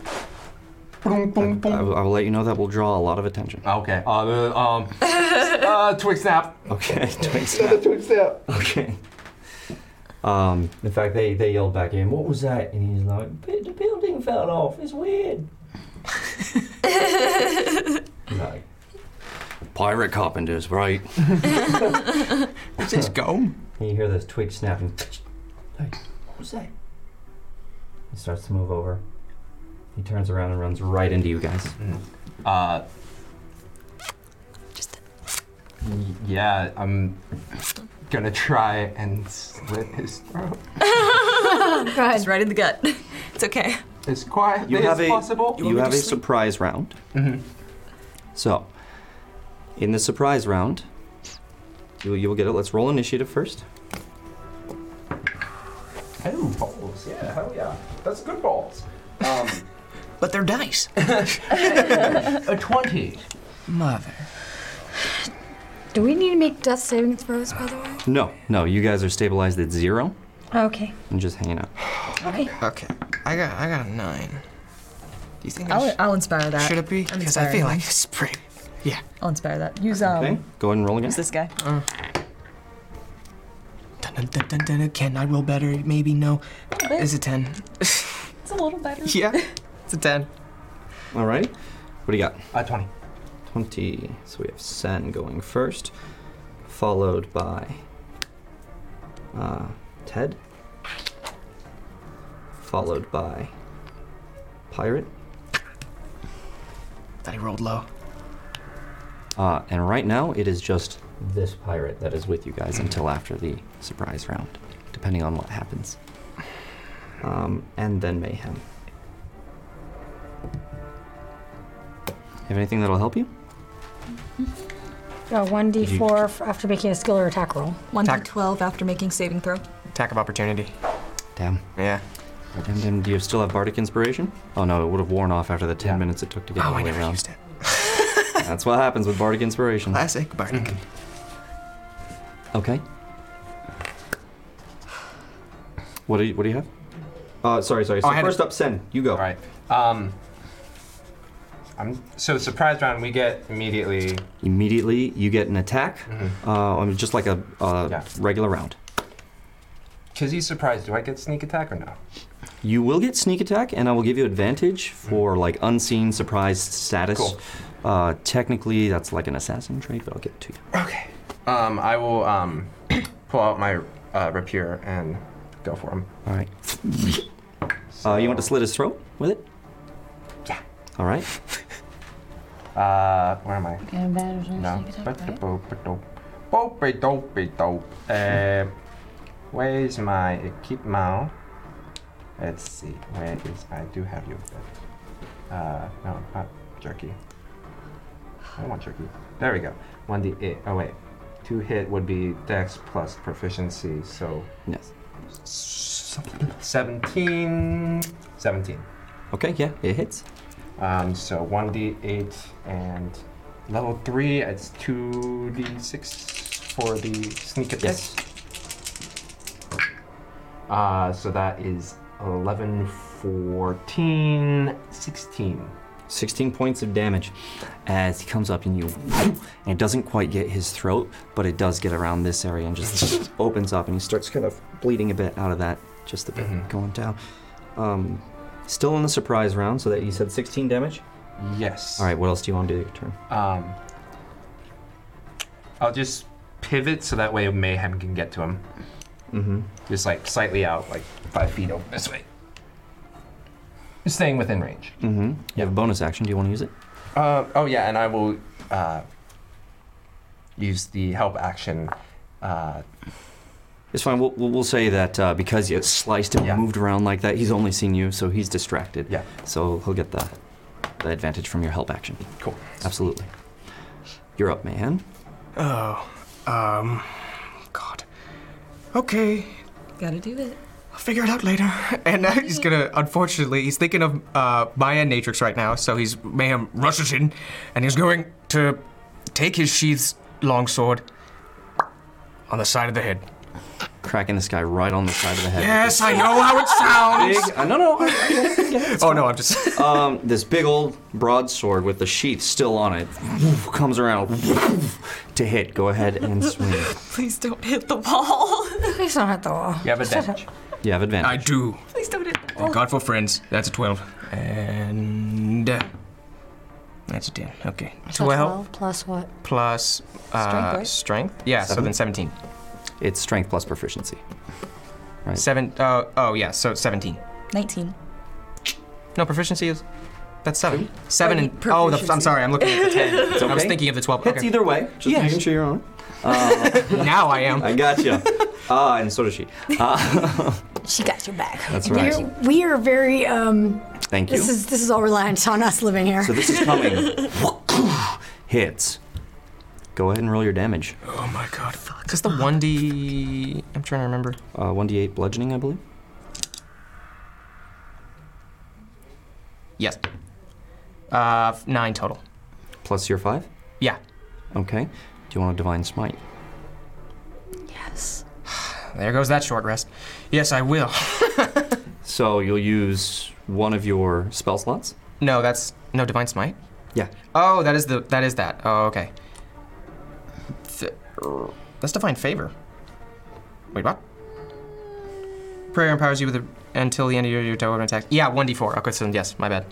I will, I will let you know that will draw a lot of attention. Okay. Uh, um. uh, twig snap. Okay. Twig Another twig snap. Okay. Um, in fact, they, they yelled back at him, What was that? And he's like, Bu- The building fell off. It's weird. no. Pirate carpenters, right? What's this gum? And you hear this twig snapping. Hey, what was that? He starts to move over. He turns around and runs right into you guys. Mm-hmm. Uh. Just. Yeah, I'm gonna try and slit his throat Just right in the gut. It's okay. as quietly You have as a possible. you have a surprise round. Mm-hmm. Mhm. So, in the surprise round, you, you will get it. Let's roll initiative first. Oh, balls! Yeah, hell yeah, that's good balls. Um, But they're dice. a twenty. Mother. Do we need to make death saving throws, by the way? No, no, you guys are stabilized at zero Okay. and just hanging out. Okay. Okay. I got I got a nine. Do you think I I'll, should, I'll inspire that. should it be? I'm Because I inspiring feel like him. it's pretty. Yeah. I'll inspire that. Use um. Okay, go ahead and roll again. Use this guy. Uh. Dun, dun, dun, dun, dun, Can I roll better? Maybe no. bit. Is it ten? It's a little better. yeah. It's a ten. All right, what do you got? Uh, twenty. Twenty. So we have Sen going first, followed by uh, Ted, followed by Pirate. That he rolled low. Uh, and right now, it is just this pirate that is with you guys until after the surprise round, depending on what happens. Um, and then mayhem. Have anything that'll help you? Uh, 1d4 f- after making a skill or attack roll. 1d12 after making saving throw. Attack of opportunity. Damn. Yeah. Damn, damn. Do you still have bardic inspiration? Oh no, it would have worn off after the ten minutes it took to get Oh, all the I way never around. used it. That's what happens with bardic inspiration. Mm-hmm. Classic bardic. Okay. What do you What do you have? Uh, sorry, sorry. So Oh, I had first it. up, Sen, you go. All right. Um. I'm so surprise round. We get immediately. Immediately, you get an attack. Mm-hmm. Uh, I mean, just like a, a Yeah. regular round. Cause he's surprised. Do I get sneak attack or no? You will get sneak attack, and I will give you advantage Mm. for like unseen surprise status. Cool. Uh, technically, that's like an assassin trait, but I'll get to you. Um, I will um, pull out my uh, rapier and go for him. All right. Uh, you want to slit his throat with it? Yeah. All right. Uh, where am I? And that is No. sneak attack, right? Dope-a-dope-a-dope. Uh, where's my equipment? Let's see. Where is? I do have your bed. Uh, no, not jerky. I don't want jerky. There we go. One d eight. Oh wait, two hit would be dex plus proficiency. So yes. 17. 17. Okay, yeah, it hits. Um, so 1d8 and level 3, it's 2d6 for the sneak attack. Yes. Uh, so that is 11, 14, 16. 16 points of damage as he comes up and you and it doesn't quite get his throat but it does get around this area and just opens up and he starts kind of bleeding a bit out of that just a bit Mm-hmm. going down um, still in the surprise round so that you said 16 damage Yes. all right what else do you want to do your turn Um, I'll just pivot so that way Mayhem can get to him. Mm-hmm. Just like slightly out, like five feet over this way. Staying within range. mm-hmm you have a bonus action do you want to use it Uh, oh yeah, and I will uh, use the help action. Uh, it's fine we'll, we'll we'll say that uh, because you sliced him moved around like that he's only seen you so he's distracted yeah so he'll get the, the advantage from your help action cool absolutely you're up man Oh, um, God. Okay, Gotta do it. I'll figure it out later. And now he's gonna, unfortunately, he's thinking of uh, Maya and Natrix right now, so he's Mayhem rushes in, and he's going to take his sheath's longsword on the side of the head. cracking this guy right on the side of the head Yes, I know how it sounds! Big- uh, no, no. oh no, I'm just. um, this big old broadsword with the sheath still on it comes around to hit. Go ahead and swing. Please don't hit the wall. Please don't hit the wall. You have advantage. You have advantage. I do. Please don't hit the Oh. wall. Thank God for friends. That's a 12. And. uh, That's a 10. Okay. So 12 plus what? plus uh, Strength, right? strength. Yeah, so then 17. It's strength plus proficiency. Right. Seven, oh, oh, yeah, so 17. 19. No, proficiency is. That's seven. Seven and. Right, Oh, the, I'm sorry, I'm looking at the 10. It's I was okay. thinking of the 12. Hits okay. either way. Just Yes. making sure you're on. Uh, now I am. I gotcha. Ah, and so does she. Uh, She got your back. That's right. We're, we are very. Um, Thank you. This is this is all reliant on us living here. So this is coming. hits. Go ahead and roll your damage. Oh my god. Because the 1D. I'm trying to remember. Uh, 1d8 bludgeoning, I believe. Yes. Uh, f- nine total. Plus your 5? Yeah. Okay. Do you want a divine smite? Yes. There goes that short rest. Yes, I will. So you'll use one of your spell slots. No, that's no divine smite. Yeah. Oh, that is the that is that. Oh, okay. Th- that's divine favor. Wait, what? Prayer empowers you with a, until the end of your, your total attack. Yeah, one d four. Okay, so yes, my bad.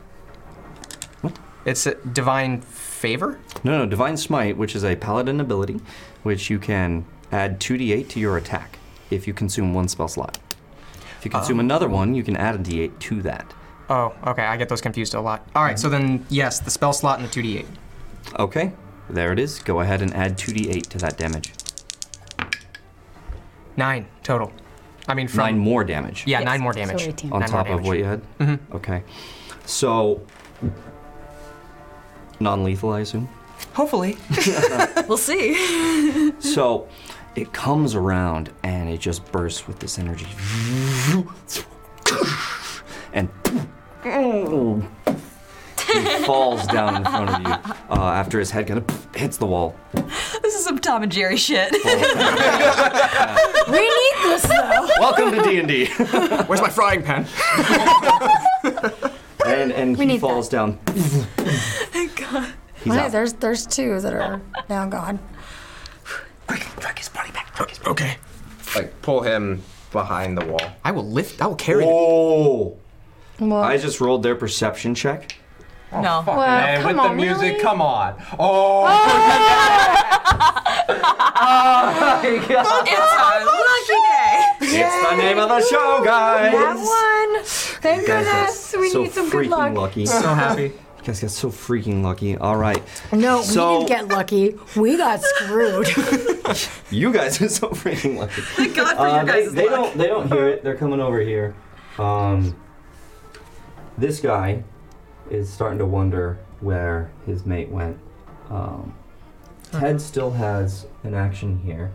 What? It's a divine favor. No, no, divine smite, which is a paladin ability, which you can add 2d8 to your attack if you consume one spell slot. If you consume Oh. another one, you can add a d8 to that. Oh, okay. I get those confused a lot. All right, so then yes, the spell slot and the two d eight. Okay, there it is. Go ahead and add 2d8 to that damage. Nine total. I mean, from Nine more damage. Yeah, nine more damage. On Nine more top of damage. what you had? Mhm. Okay. So, non lethal, I assume? Hopefully. we'll see. So it comes around and it just bursts with this energy. And Mm. he falls down in front of you uh, after his head kind of hits the wall. This is some Tom and Jerry shit. we need this though. Welcome to D&D. Where's my frying pan? and and he falls down. God. He's out. there's there's two that are now gone. Okay. Like pull him behind the wall. I will lift. I will carry. Whoa! Well, I just rolled their perception check. no. Uh, and Oh, with the music, come on. Oh, Oh! my God. It's It's the name of the show, guys. That one. Thank You guys got goodness. We so need some freaking good luck. Lucky. You guys got so freaking lucky. All right. No, So- we didn't get lucky. We got screwed. You guys are so freaking lucky. Thank God for your they, guys' they luck. don't. They don't hear it. They're coming over here. Um, this guy is starting to wonder where his mate went. Um, Ted still has an action here.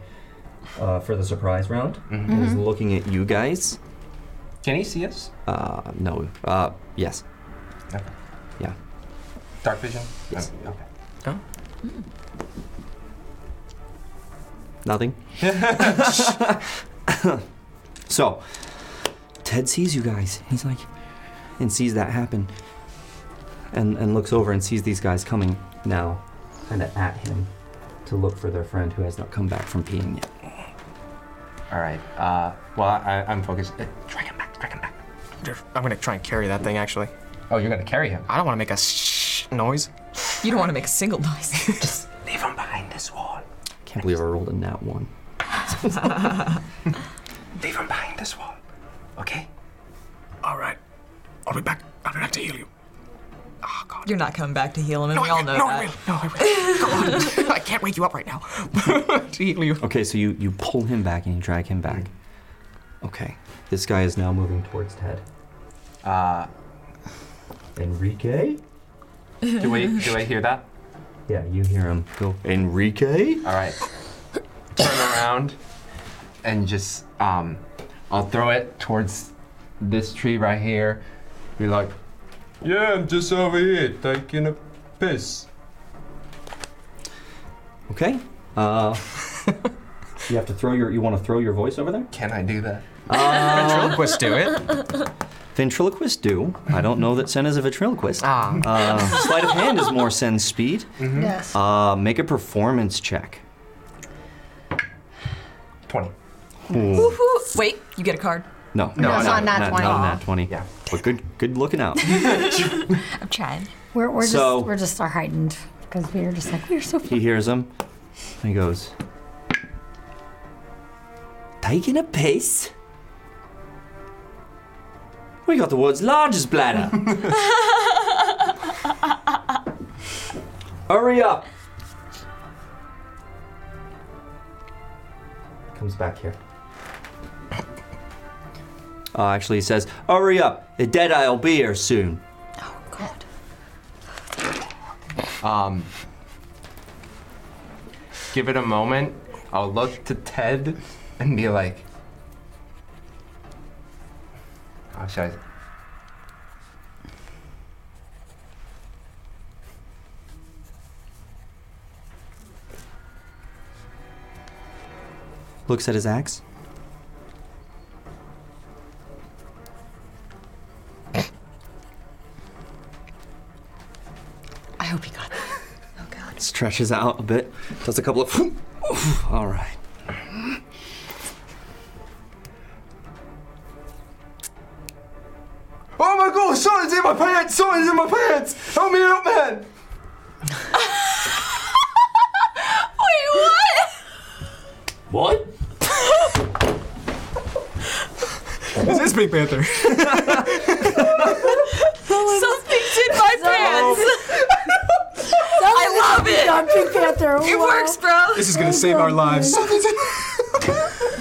uh, for the surprise round. And is Mm-hmm. Mhm. looking at you guys. Can he see us? Uh, no. Uh, yes. Okay. Yeah. Dark vision? Yes. Um, okay. Nothing. so, Ted sees you guys. He's like, and sees that happen, and and looks over and sees these guys coming now, kind of at him, to look for their friend who has not come back from peeing yet. All right. Uh, well, I, I'm focused. Uh, drag him back. Drag him back. I'm gonna try and carry that thing actually. Oh, you're gonna carry him? I don't want to make a shh noise. You don't want to make a single noise. Just leave him behind this wall. Can't believe I rolled a nat one. Leave him behind this wall. Okay? Alright. I'll be back. I'll be back to heal you. You're not coming back to heal him, and No, we I all will. know No, I that. God, I can't wake you up right now. Okay, so you you pull him back and you drag him back. Okay, this guy is now moving towards Ted. Uh, Enrique? do we do I hear that? Yeah, you hear him. Go, Enrique? All right. Turn around and just um, I'll throw it towards this tree right here. Be like, yeah, I'm just over here taking a piss. Okay. Uh, you have to throw your. You want to throw your voice over there? Uh. Can I do that? Ventriloquist do it. Ventriloquists do. I don't know that Sen is a ventriloquist. Ah. Uh, sleight of hand is more Sen's speed. Mhm. Yes. Uh, make a performance check. 20. Ooh. Woohoo! Wait, you get a card. No, No, it's not nat not, 20. Not nat 20. Yeah. But good, good looking out. I'm trying. We're, we're So- just we're just are heightened because we are just like we're so. He hears him. And he goes, Taking a piss? We got the world's largest bladder. Hurry up! Comes back here. Uh, actually, he says, Hurry up! The dead eye'll be here soon. Um, give it a moment. I'll look to Ted and be like, "How "Oh, should I?" Looks at his axe. I hope he got that. Oh, Stretches out a bit, does a couple of. All right. Oh my god, something's in my pants! Oh, Something's in my pants! Help me out, man! Wait, What? Is this Big Panther? what? Something's in my pants. I love it. I'm Pink Panther. It works, bro. This is gonna save our lives.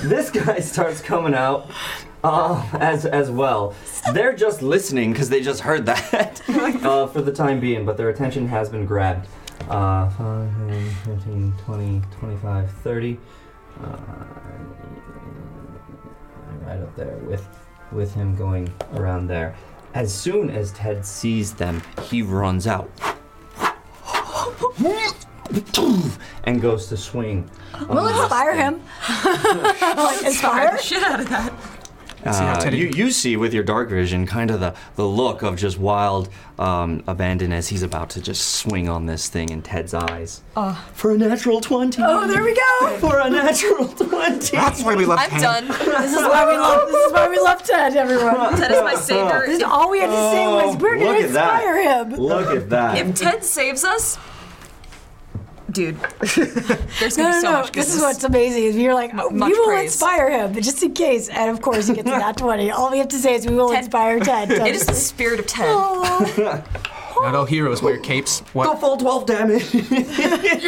this guy starts coming out uh, as as well. They're just listening because they just heard that uh, for the time being, but their attention has been grabbed. Uh, 5, 10, 15, 20, 25, 30. Uh, right up there with with him going around there. As soon as Ted sees them, he runs out and goes to swing. We'll on this inspire him. like, inspire the shit out of that. See how Uh, Teddy- you, you see with your dark vision kind of the, the look of just wild um, abandon as he's about to just swing on this thing in Ted's eyes. Ah. For a natural 20. Oh, there we go. For a natural 20. That's why we love I'm done. This is why we love. This is why we love Ted, everyone. Ted is my savior. This is all we had to say was we're Oh. Look gonna at that. inspire him. Look at that. If Ted saves us, dude, there's No, gonna be no, so no. much This goodness. is what's amazing is you're like, we much will praise. inspire him, but just in case. And of course, he gets to that 20. All we have to say is we will inspire Ted. It is the spirit of Ted. Not all heroes wear capes. What? full 12 damage.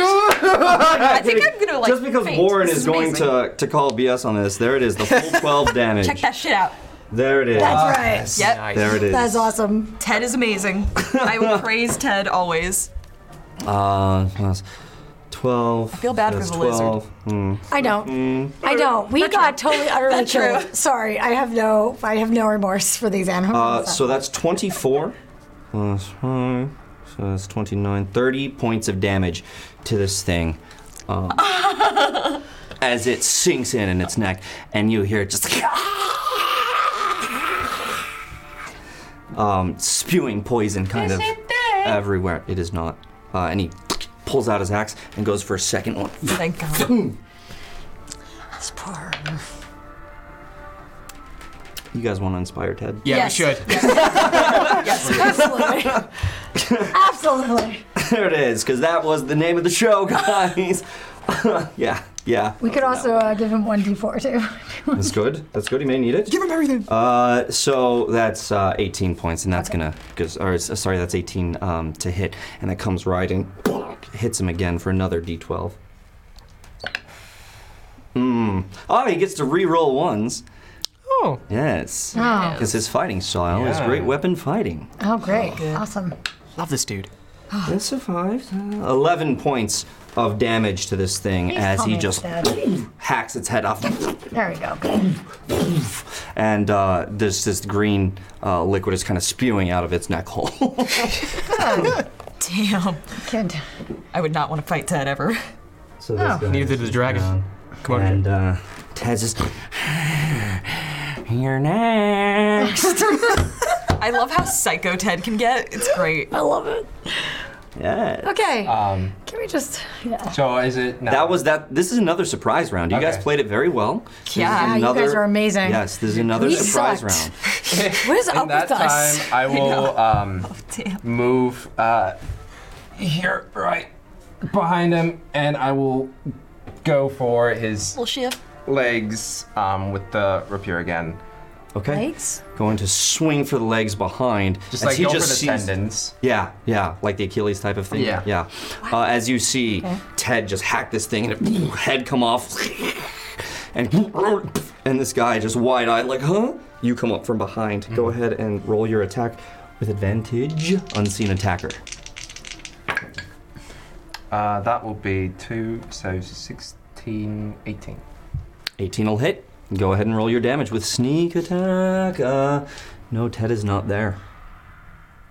I think I'm gonna like. just because faint. Warren This is, going amazing. to, to call BS on this, there it is, the full 12 damage. check that shit out. There it is. That's right. Yes, Yep. nice. There it is. awesome. Ted is amazing. I will praise Ted always. Uh, plus 12. I feel bad for that's the lizard. 12. Mm. I don't. Mm. I don't. We got totally utterly That's true. killed. Sorry, I have no. I have no remorse for these Uh, animals. so that's 24 plus 5. So that's 29. 30 points of damage to this thing. Um, as it sinks in in its neck, and you hear it just um, spewing poison kind of everywhere. It is not. Uh, and he pulls out his axe and goes for a second one. Thank God. This poor. You guys want to inspire Ted? Yeah, we should. Absolutely. Absolutely. there it is, because that was the name of the show, guys. yeah, yeah. We could also uh, give him one d4 too. That's good. That's good. He may need it. Give him everything. Uh, so that's uh, 18 points, and that's gonna, cause, or s- sorry, that's 18 um, to hit, and that comes right and hits him again for another d12. Mm. Oh, he gets to re-roll ones. Oh. Yes. Oh. Because his fighting style is Yeah. great weapon fighting. Oh, great. Awesome. Love this dude. That survived. 11 points of damage to this thing as he just hacks its head off. There we go. And uh, this, this green uh, liquid is kind of spewing out of its neck hole. Damn. Kid. I would not want to fight Ted ever. so this Oh. guy Neither did the dragon. Come on. And uh, Ted's just. You're next. I love how psycho Ted can get. It's great. I love it. yeah. Okay. Um, Can we just? Yeah. so is it? That was that. This is another surprise round. You guys played it very well. This is Yeah, you guys are amazing. Yes, this is another We surprise sucked. round. What is up In that with us? time, I will um, move uh, here, right behind him, and I will go for his Little shift. legs um, with the rapier again. Okay. Legs? Going to swing for the legs behind. Just as like he go just for the sees- tendons. Yeah, yeah, like the Achilles type of thing. Yeah. yeah. Uh, as you see, Okay. Ted just hack this thing and it, head come off, and and this guy just wide eyed like, huh? You come up from behind. Go Mm-hmm. ahead and roll your attack with advantage. Unseen attacker. Uh, that will be two, so 16, 18. 18 will hit. Go ahead and roll your damage with sneak attack. Uh, no, Ted is not there.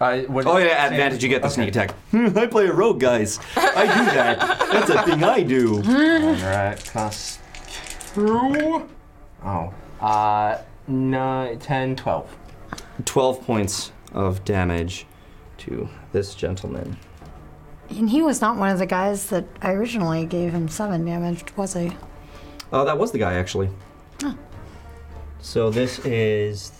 oh yeah, advantage. You get the sneak attack. Hmm, I play a rogue, guys. I do that. That's a thing I do. Alright, plus two. Oh. Uh, nine, 10, 12. 12 points of damage to this gentleman. And he was not one of the guys that I originally gave him seven damage, was he? Oh, that was the guy, actually. Oh. So this is.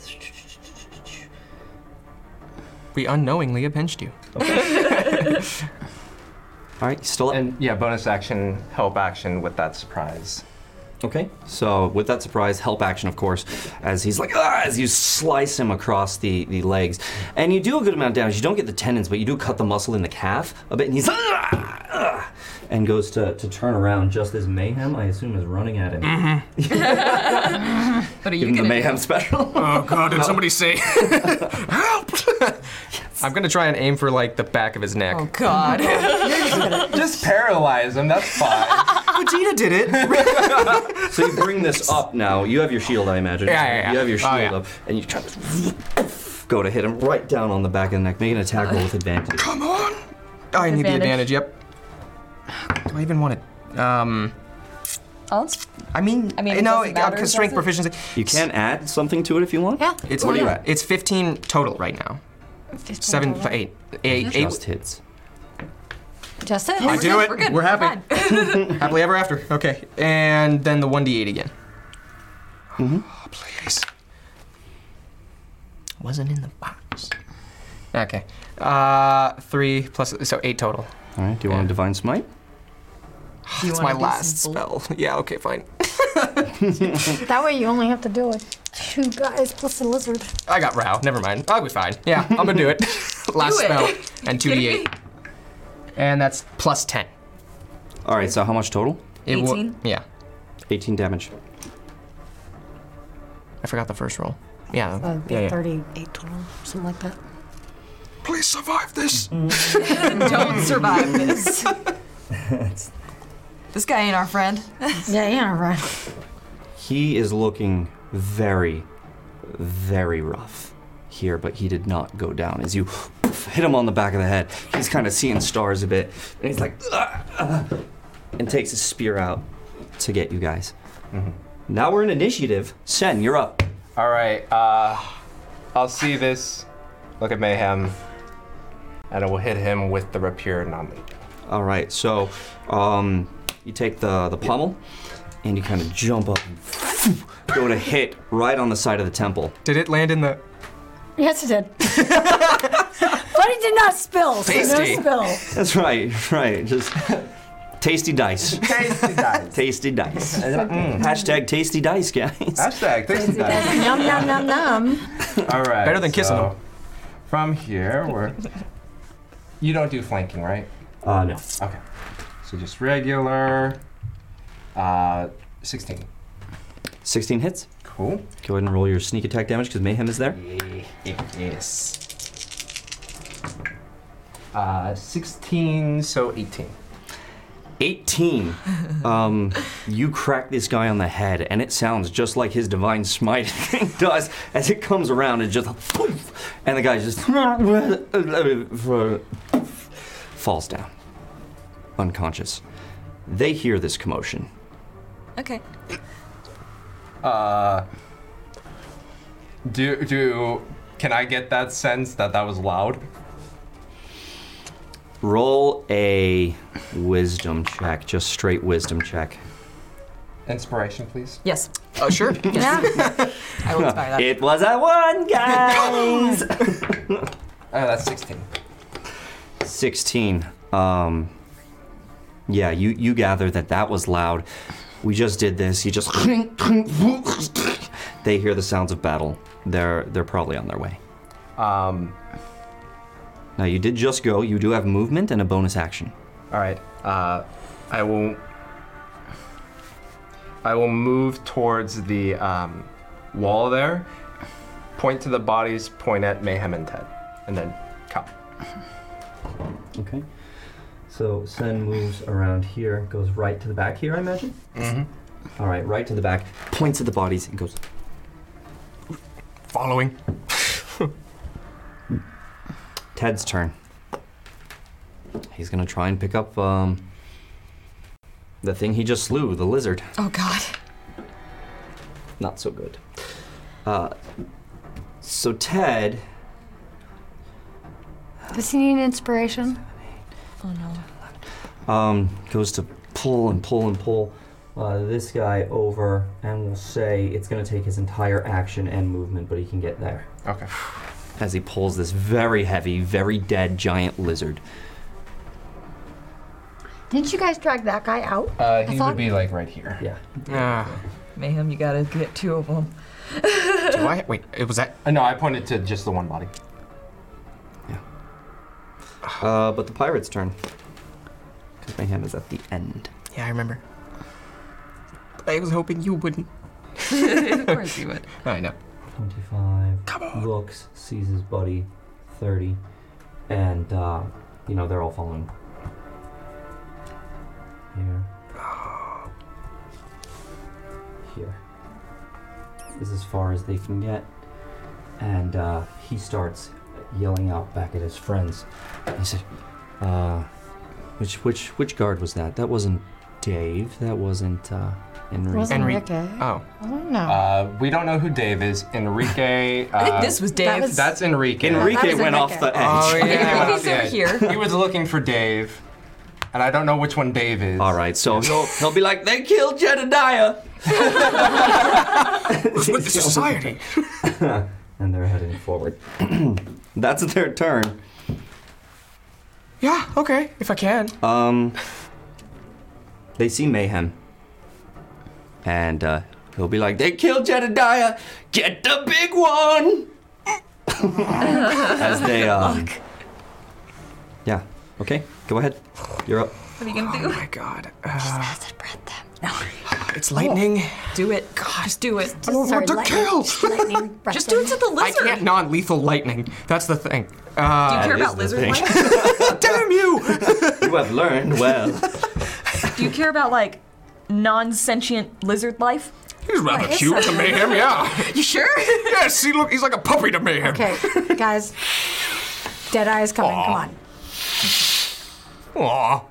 We unknowingly avenged you. All right, still up. And yeah, bonus action, help action with that surprise. Okay. So, with that surprise, help action, of course, as he's like, ah, as you slice him across the, the legs. And you do a good amount of damage. You don't get the tendons, but you do cut the muscle in the calf a bit, and he's ah, ah, and goes to, to turn around just as Mayhem, I assume, is running at him. Mm-hmm. But are Give him the Mayhem special. Oh god, did No. somebody say help? I'm gonna try and aim for like the back of his neck. Oh God. Just paralyze him, that's fine. Vegeta did it. so you bring this up now. You have your shield, I imagine. Yeah, yeah, yeah. You have your Oh, shield yeah. up, and you try to go to hit him right down on the back of the neck. Make an attack roll with advantage. Come on. I need the advantage. Advantage. Yep. Do I even want it? Um. I mean, I mean, it no, doesn't matter, because strength does proficiency. You can add something to it if you want. Yeah. It's What do you at? It's 15 total right now. 15 Seven, total. eight, eight, Mhm. eight. Just hits. Just it. I do it. We're good. happy. Happily ever after. Okay, and then the one d8 again. Ah, Mm-hmm. please. Wasn't in the box. Okay. Uh, three plus so eight total. All right. Do you want a divine smite? It's my last spell. Yeah. Okay. Fine. That way you only have to do it. Two guys plus a lizard. I got Rao. Never mind. I'll be fine. Yeah. I'm gonna do it. last Do it. spell and two d8. And that's plus ten. All right. So how much total? It wa- 18. yeah. 18 damage. I forgot the first roll. Yeah. Uh, it'd be yeah, yeah. 38 total, something like that. Please survive this. Don't survive this. This guy ain't our friend. yeah, he ain't our friend. He is looking very, very rough here, but he did not go down. As you poof, hit him on the back of the head, he's kind of seeing stars a bit, and he's like, "Ugh, ugh," and takes his spear out to get you guys. Mm-hmm. Now we're in initiative. Sen, you're up. All right. Uh, I'll see this. Look at mayhem, and I will hit him with the rapier non All right, so um, you take the the pommel, and you kind of jump up, and go to hit right on the side of the temple. Did it land in the? Yes, it did. but he did not spill, so Tasty. no spill. That's right, right. Just tasty dice. Tasty dice. tasty dice. Mm, Hashtag tasty dice, guys. Hashtag tasty Nom nom nom nom. All right. Better than kissing so From here, we're. You don't do flanking, right? Uh, no. Okay. So just regular. Uh, 16. 16 hits. Cool. Go ahead and roll your sneak attack damage because Mayhem is there. Yes. Uh, 16, so 18. 18. Um, you crack this guy on the head, and it sounds just like his divine smite thing does as it comes around and just. And the guy just. falls down. Unconscious. They hear this commotion. Okay. Uh, do do can I get that sense that that was loud? Roll a wisdom check, just straight wisdom check. Inspiration, please. Yes. Oh, sure. Yeah. I will inspire that. It was a one, guys! Oh, that's 16. 16. Um, yeah, you, you gather that that was loud. We just did this. You just. they hear the sounds of battle. They're, they're probably on their way. Um, Now, you did just go. You do have movement and a bonus action. all right. Uh, I will. I will move towards the um, wall there. Point to the bodies. Point at Mayhem and Ted, and then come. Okay. So Sen moves around here, goes right to the back here, I imagine? Mm-hmm. right, right to the back, points at the bodies, and goes. Following. Ted's turn. He's gonna try and pick up um, the thing he just slew, the lizard. Oh God. Not so good. Uh, so Ted, Does he need an inspiration? Oh no. um, goes to pull and pull and pull uh, this guy over, and will say it's going to take his entire action and movement, but he can get there. Okay. As he pulls this very heavy, very dead giant lizard. Didn't you guys drag that guy out? Uh, I thought- like right here. Yeah. Mayhem, you gotta get two of them. Do I? Wait, it was that. Uh, No, I pointed to just the one body. Uh, but the pirate's turn. Because Mayhem is at the end. Yeah, I remember. I was hoping you wouldn't. Of course you would. I know. 25. Looks, sees his buddy, 30. And, uh, you know, they're all following. Here. Here. This is as far as they can get. And uh, he starts yelling out back at his friends. He said, uh, which, which, which guard was that? That wasn't Dave. That wasn't uh, Enrique. Wasn't Enrique. Enrique. Oh. I don't know. Uh, we don't know who Dave is. Enrique. Uh, I think this was Dave. That was- that's Enrique. Enrique That was went off Enrique. the Oh yeah, edge. Okay, he went he's off the over edge. here. He was looking for Dave, and I don't know which one Dave is. All right, so he'll, he'll be like, they killed Jedediah. With the society. and they're heading forward. That's their turn. Yeah, okay, if I can. Um, they see mayhem, and uh, he'll be like, "They killed Jedediah. Get the big one." As they, um, yeah, okay, go ahead. You're up. What are you gonna do? Oh my God. It's Uh, lightning. Oh, Do it. God, just Oh, do it. I don't want to kill. Just do it to the I lizard. can't non-lethal lightning. That's the thing. Do you Uh, care about lizard life? Damn you! You have learned well. Do you care about like non-sentient lizard life? He's rather Right, it's cute to a- Mayhem, yeah. You sure? yes, see, look, he's like a puppy to Mayhem. Okay, guys. Dead eyes coming. Come Aw. on. Aw.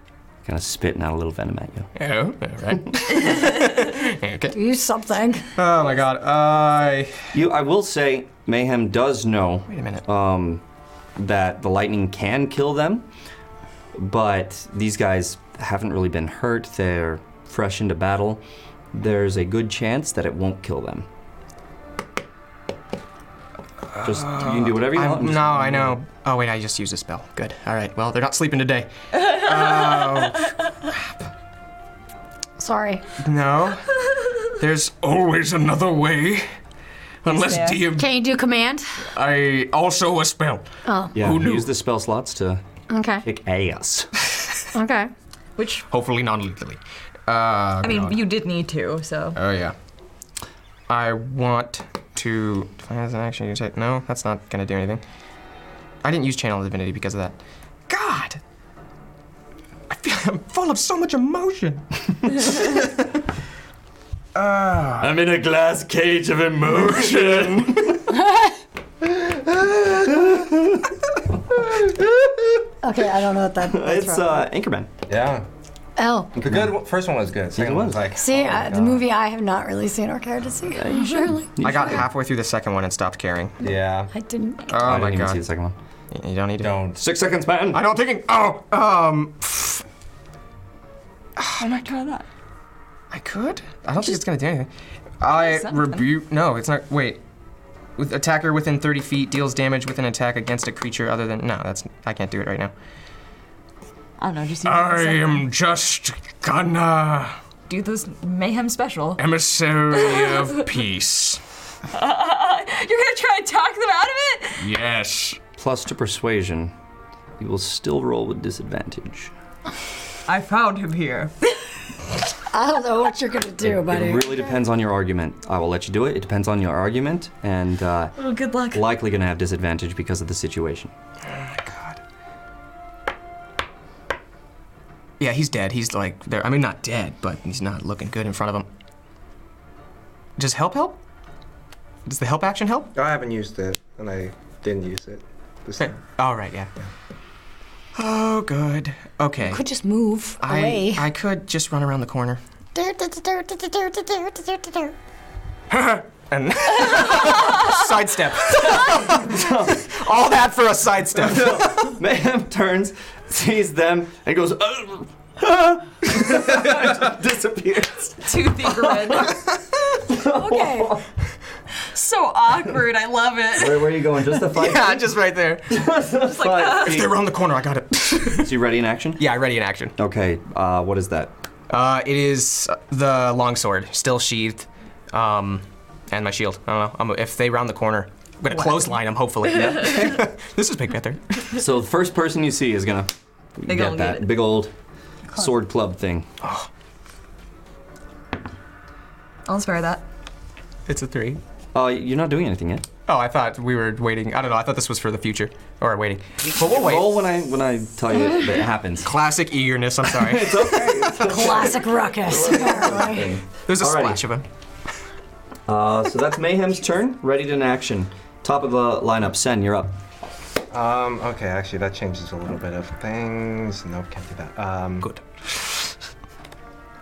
Kind of spitting out a little venom at you. Oh, all right. Do you something. Oh my god. I. You. I will say, Mayhem does know. Wait a minute. Um, that the lightning can kill them, but these guys haven't really been hurt. They're fresh into battle. There's a good chance that it won't kill them. Just you can do whatever you I'm- want. No, I know. Oh wait, I just used a spell. Good. All right. Well, they're not sleeping today. Oh, Sorry. no. There's always another way. Unless DM. Can you do command? I also a spell. Oh. Yeah, Who knew? use the spell slots to Okay. kick ass. Okay. Which Hopefully non-lethally. Uh, I mean, you did need to, so. Oh yeah. I want to. Define as an action you take. No, that's not gonna do anything. I didn't use Channel Divinity because of that. God. I feel I'm full of so much emotion. I'm in a glass cage of emotion. Okay, I don't know what that. that's it's from. uh, Anchorman. Yeah. Oh. The good one, first one was good. Second one was like. Oh See, uh, the movie I have not really seen or cared to see. Surely. I got halfway through the second one and stopped caring. Yeah. I didn't. Oh I my didn't even god. see the second one. You don't need to. Don't. Six seconds, man. I don't think. Oh, um. Oh Why not try that? I could. I don't think it's gonna do anything. I something. rebuke. No, it's not. Wait. With attacker within 30 feet deals damage with an attack against a creature other than. No, that's. I can't do it right now. I don't know. Just use I it as am just gonna a- do this mayhem special. emissary of peace. You're gonna try and talk them out of it? Yes. Plus to persuasion, you will still roll with disadvantage. I found him here. I don't know what you're gonna do, buddy. It really depends on your argument. I will let you do it. It depends on your argument, and uh, Oh, good luck. likely going to have disadvantage because of the situation. Yeah, he's dead. He's like there. I mean, not dead, but he's not looking good in front of him. Does help help? Does the help action help? I haven't used it, and I didn't use it. This time. All right, yeah. Oh, good. Okay. Could just move I, away. I could just run around the corner. And sidestep. All that for a sidestep. Mayhem turns, sees them, and goes, "Uh, disappears. Toothy grin. okay. So awkward. I love it. Where, where are you going? Just the fight? yeah, just right there. Just like uh, that. If they're around the corner, I got it. So you ready in action? Yeah, ready in action. Okay, uh, what is that? Uh, it is the longsword, still sheathed, um, and my shield. I don't know. I'm, if they round the corner, I'm gonna Wow. clothesline them. Hopefully, Yeah. this is Big Panther. So the first person you see is going to They get gonna that get it. big old sword club thing. I'll inspire that. It's a three. Uh, you're not doing anything yet. Oh, I thought we were waiting. I don't know. I thought this was for the future, or waiting. But we'll wait. Roll when I when I tell you that it happens. Classic eagerness. I'm sorry. it's Classic ruckus. apparently. There's a splash of him. Uh, so that's Mayhem's turn. Ready in action. Top of the lineup. Sen, you're up. Um, okay, actually, that changes a little bit of things. No, can't do that. Um, Good.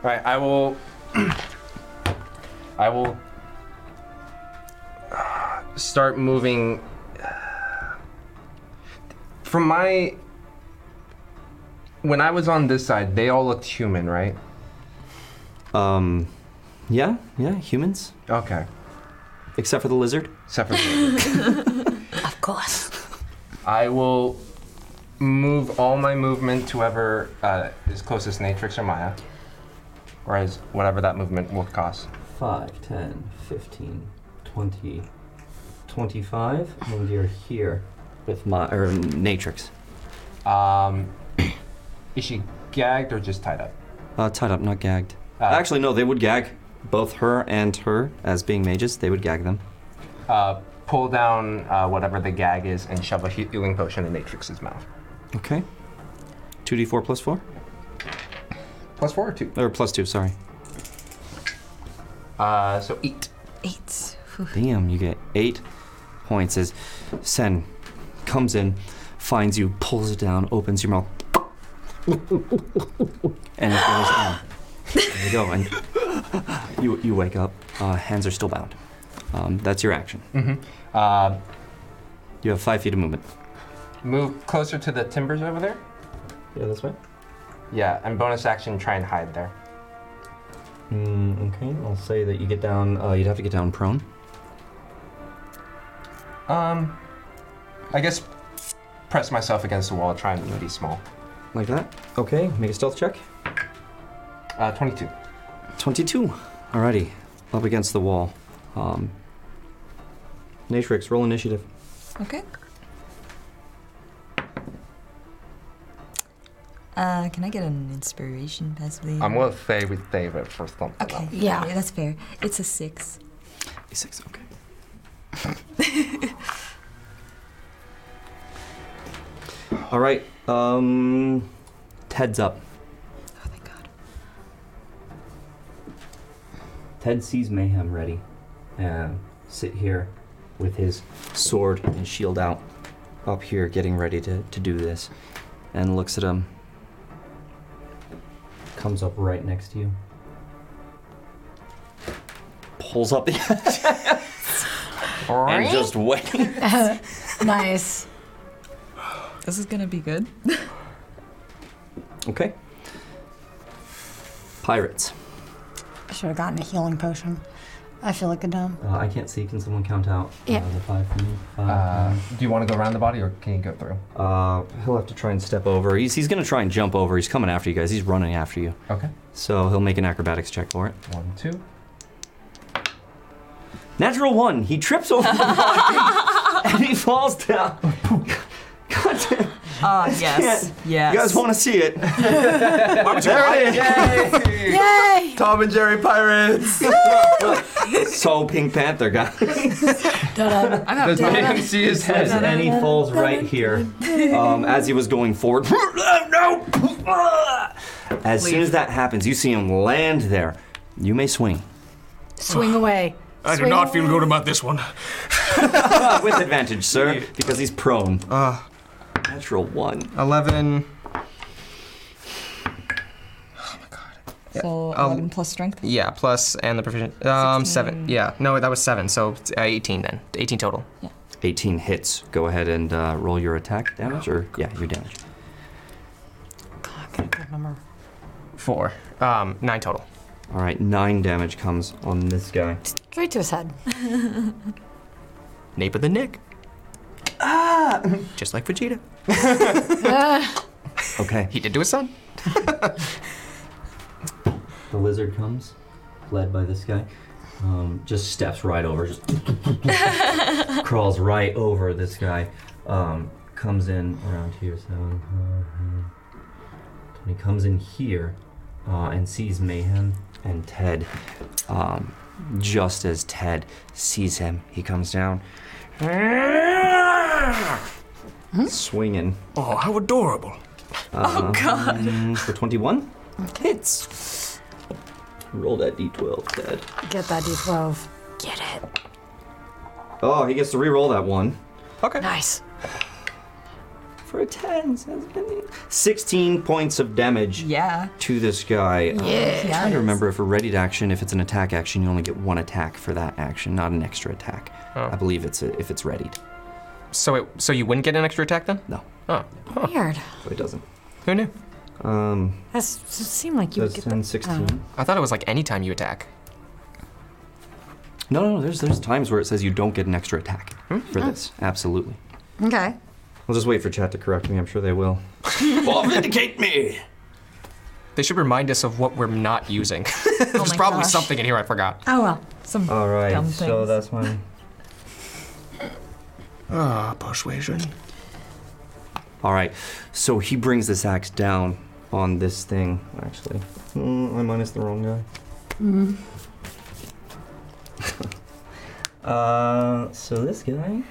Alright, I will. I will. Start moving. From my. When I was on this side, they all looked human, right? Um, yeah, yeah, humans. Okay. Except for the lizard. Except for the lizard. of course. I will move all my movement to whoever uh, is closest, Natrix or Maya, or is whatever that movement will cost. 5, 10, 15, 20, 25, and you're here with my or Natrix. Um, is she gagged or just tied up? Uh, Uh, tied up, not gagged. Actually, no, they would gag both her and her as being mages. They would gag them. Uh, pull down uh, whatever the gag is and shove a he- healing potion in Natrix's mouth. Okay. 2d4 plus 4. Plus four or two? Or plus two, sorry. Uh, so eight. Eight. Damn, you get eight points as Sen comes in, finds you, pulls it down, opens your mouth, and it goes on. There you go, and you, you wake up. Uh, hands are still bound. Um, that's your action. Mhm. Uh, You have five feet of movement. move closer to the timbers over there. Yeah, this way. Yeah, and bonus action, try and hide there. Mm, okay, I'll say that you get down. Uh, you'd have to get down prone. Um, I guess press myself against the wall, try and be small. Like that? Okay, make a stealth check. Uh, 22. 22. Alrighty, up against the wall. Um, Natrix, roll initiative. Okay. Uh, can I get an inspiration, possibly? I'm gonna say we save it for something. Okay. else. Yeah. that's fair. It's a six. A six. Okay. Alright, um, Ted's up. Oh, thank God. Ted sees Mayhem ready and sit here with his sword and shield out, up here getting ready to, to do this, and looks at him. Comes up right next to you. Pulls up the and just waits. nice. This is gonna be good. Okay. Pirates. I should have gotten a healing potion. I feel like a dumb. Uh, I can't see. Can someone count out Yeah. uh, the five for me? Five, Uh, nine. do you want to go around the body or can you go through? Uh, he'll have to try and step over. He's, he's going to try and jump over. He's coming after you guys. He's running after you. Okay. So he'll make an acrobatics check for it. One, two. Natural one. He trips over the body and he falls down. Uh, Ah, yes. Yes. You guys want to see it? Why would you there want it is. Yay! Tom and Jerry Pirates. so Pink Panther, guys. I'm out. You can see his head, and he falls right here um, as he was going forward. no! As soon as that happens, you see him land there. You may swing Swing away. I do Swing not feel good about this one. with advantage, sir, because he's prone. Ah. Natural one. 11. So Um, 11 plus strength. Yeah, plus and the proficient. Um, seven. Yeah, no, that was seven. So it's, uh, eighteen then. Eighteen total. 18 hits. Go ahead and uh, roll your attack damage, or yeah, your damage. Remember. Four. Um, nine total. All right, nine damage comes on this guy. Straight to his head. Nape of the neck, ah! just like Vegeta. Uh, Okay. He did to his son. The lizard comes, led by this guy. Um, just steps right over, just crawls right over this guy. Um, comes in around here, so uh, he comes in here uh, and sees mayhem and Ted. Um, just as Ted sees him, he comes down, swinging. Oh, how adorable. Uh, Hmm? Oh, God. mm, For 21 hits. Roll that d12, Ted. Get that d12. Get it. Oh, he gets to re-roll that one. Okay. Nice. For a 10, sounds good. 16 points of damage. Yeah. To this guy. Um, Yeah. I'm trying to remember if a ready to action, if it's an attack action, you only get one attack for that action, not an extra attack. Oh. I believe it's a, if it's readied. So it. Oh, So you wouldn't get an extra attack then? No. Oh. Huh. Weird. So it doesn't. Who knew? Um. That seemed like you would That's get 10, that. 16. Oh. Um. I thought it was like any time you attack. No, no, no. There's, there's times where it says you don't get an extra attack for Oh. this. Absolutely. Okay. I'll just wait for chat to correct me. I'm sure they will. Well, vindicate me. They should remind us of what we're not using. Oh There's probably gosh. something in here I forgot. Oh well. Some All right. dumb so things. that's my Ah, persuasion. All right. So he brings this axe down on this thing. Actually, mm, I minus the wrong guy. Mm. Uh, so this guy.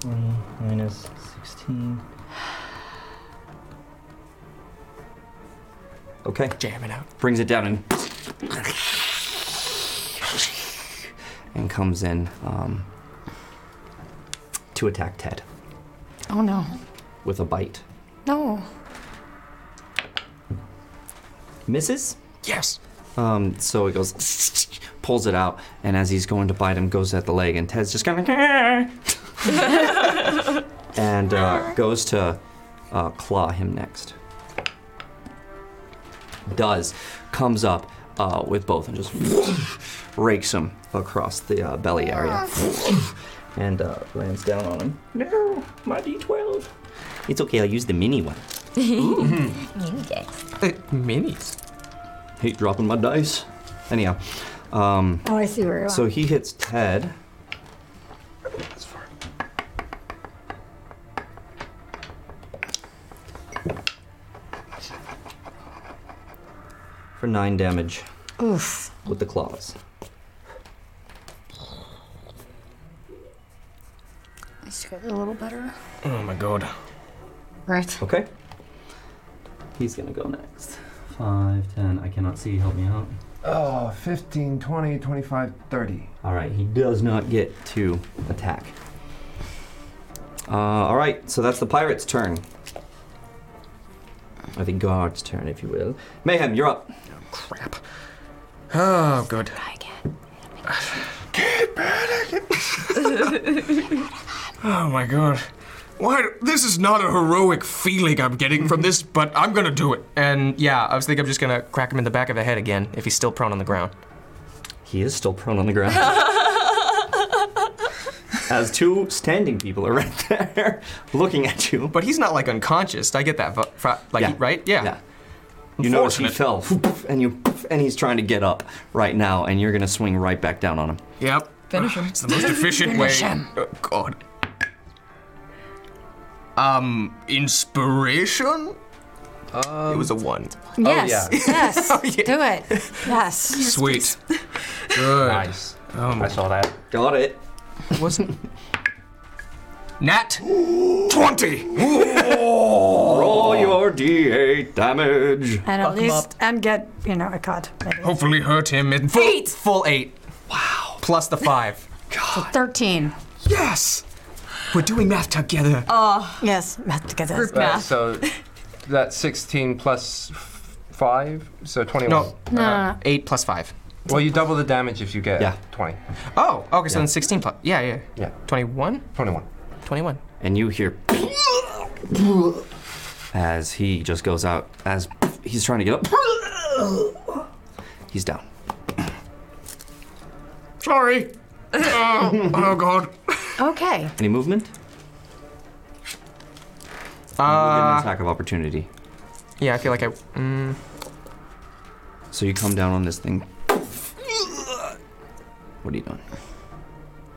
20 minus 16. Okay. Jam it out. Brings it down and and comes in um, to attack Ted Oh no. with a bite. No. Misses. Yes. Um, so he goes, pulls it out, and as he's going to bite him, goes at the leg, and Ted's just kind of and uh, goes to uh, claw him next. Does comes up uh, with both and just rakes him across the uh, belly area, and uh, lands down on him. No, my D12. It's okay. I'll use the mini one. Mm-hmm. Mini dicks. minis. Hate dropping my dice. Anyhow. Um, Oh, I see where you are. So he hits Ted. For nine damage. Oof. With the claws. It's getting a little better. Oh my god. Right. Okay. He's gonna go next. 5, 10. I cannot see. Help me out. Oh, 15, 20, 25, 30. All right, he does not get to attack. Uh, all right, so that's the pirate's turn. Or the guard's turn, if you will. Mayhem, you're up. crap. Oh, good. Oh my god. Why? This is not a heroic feeling I'm getting from this, but I'm gonna do it. And yeah, I was thinking I'm just gonna crack him in the back of the head again if he's still prone on the ground. He is still prone on the ground. As two standing people are right there looking at you. But he's not like unconscious. I get that. vo- fra- Like, Yeah. right? Yeah. yeah. You notice he fell, and you, and he's trying to get up right now, and you're gonna swing right back down on him. Yep. Finish him. It's the most efficient way. Finish him. Oh, God. Um, inspiration? it was a one. Oh, Oh, Yes. Yes. Do it. Yes. Sweet. Good. Nice. Oh my. I saw that. Got it. Wasn't. Nat 20! Oh, Roll your d8 damage. And at least and get you know a card. maybe. Hopefully hurt him in full, full eight. Wow. Plus the five. So Thirteen. Yes. We're doing math together. Oh. Yes, math together. Uh, so that's 16 plus f- 5, so 21. No, No. uh, 8 plus 5. Well, you double the damage if you get 20. Oh, okay, so Yeah. then 16 plus. Yeah, yeah. Yeah. 21? 21. 21. And you hear Uh, as he just goes out, as he's trying to get up, he's down. Sorry. oh, oh, God. Okay. Any movement? you get an Uh, attack of opportunity. yeah, I feel like I. Mm, So you come down on this thing. What are you doing?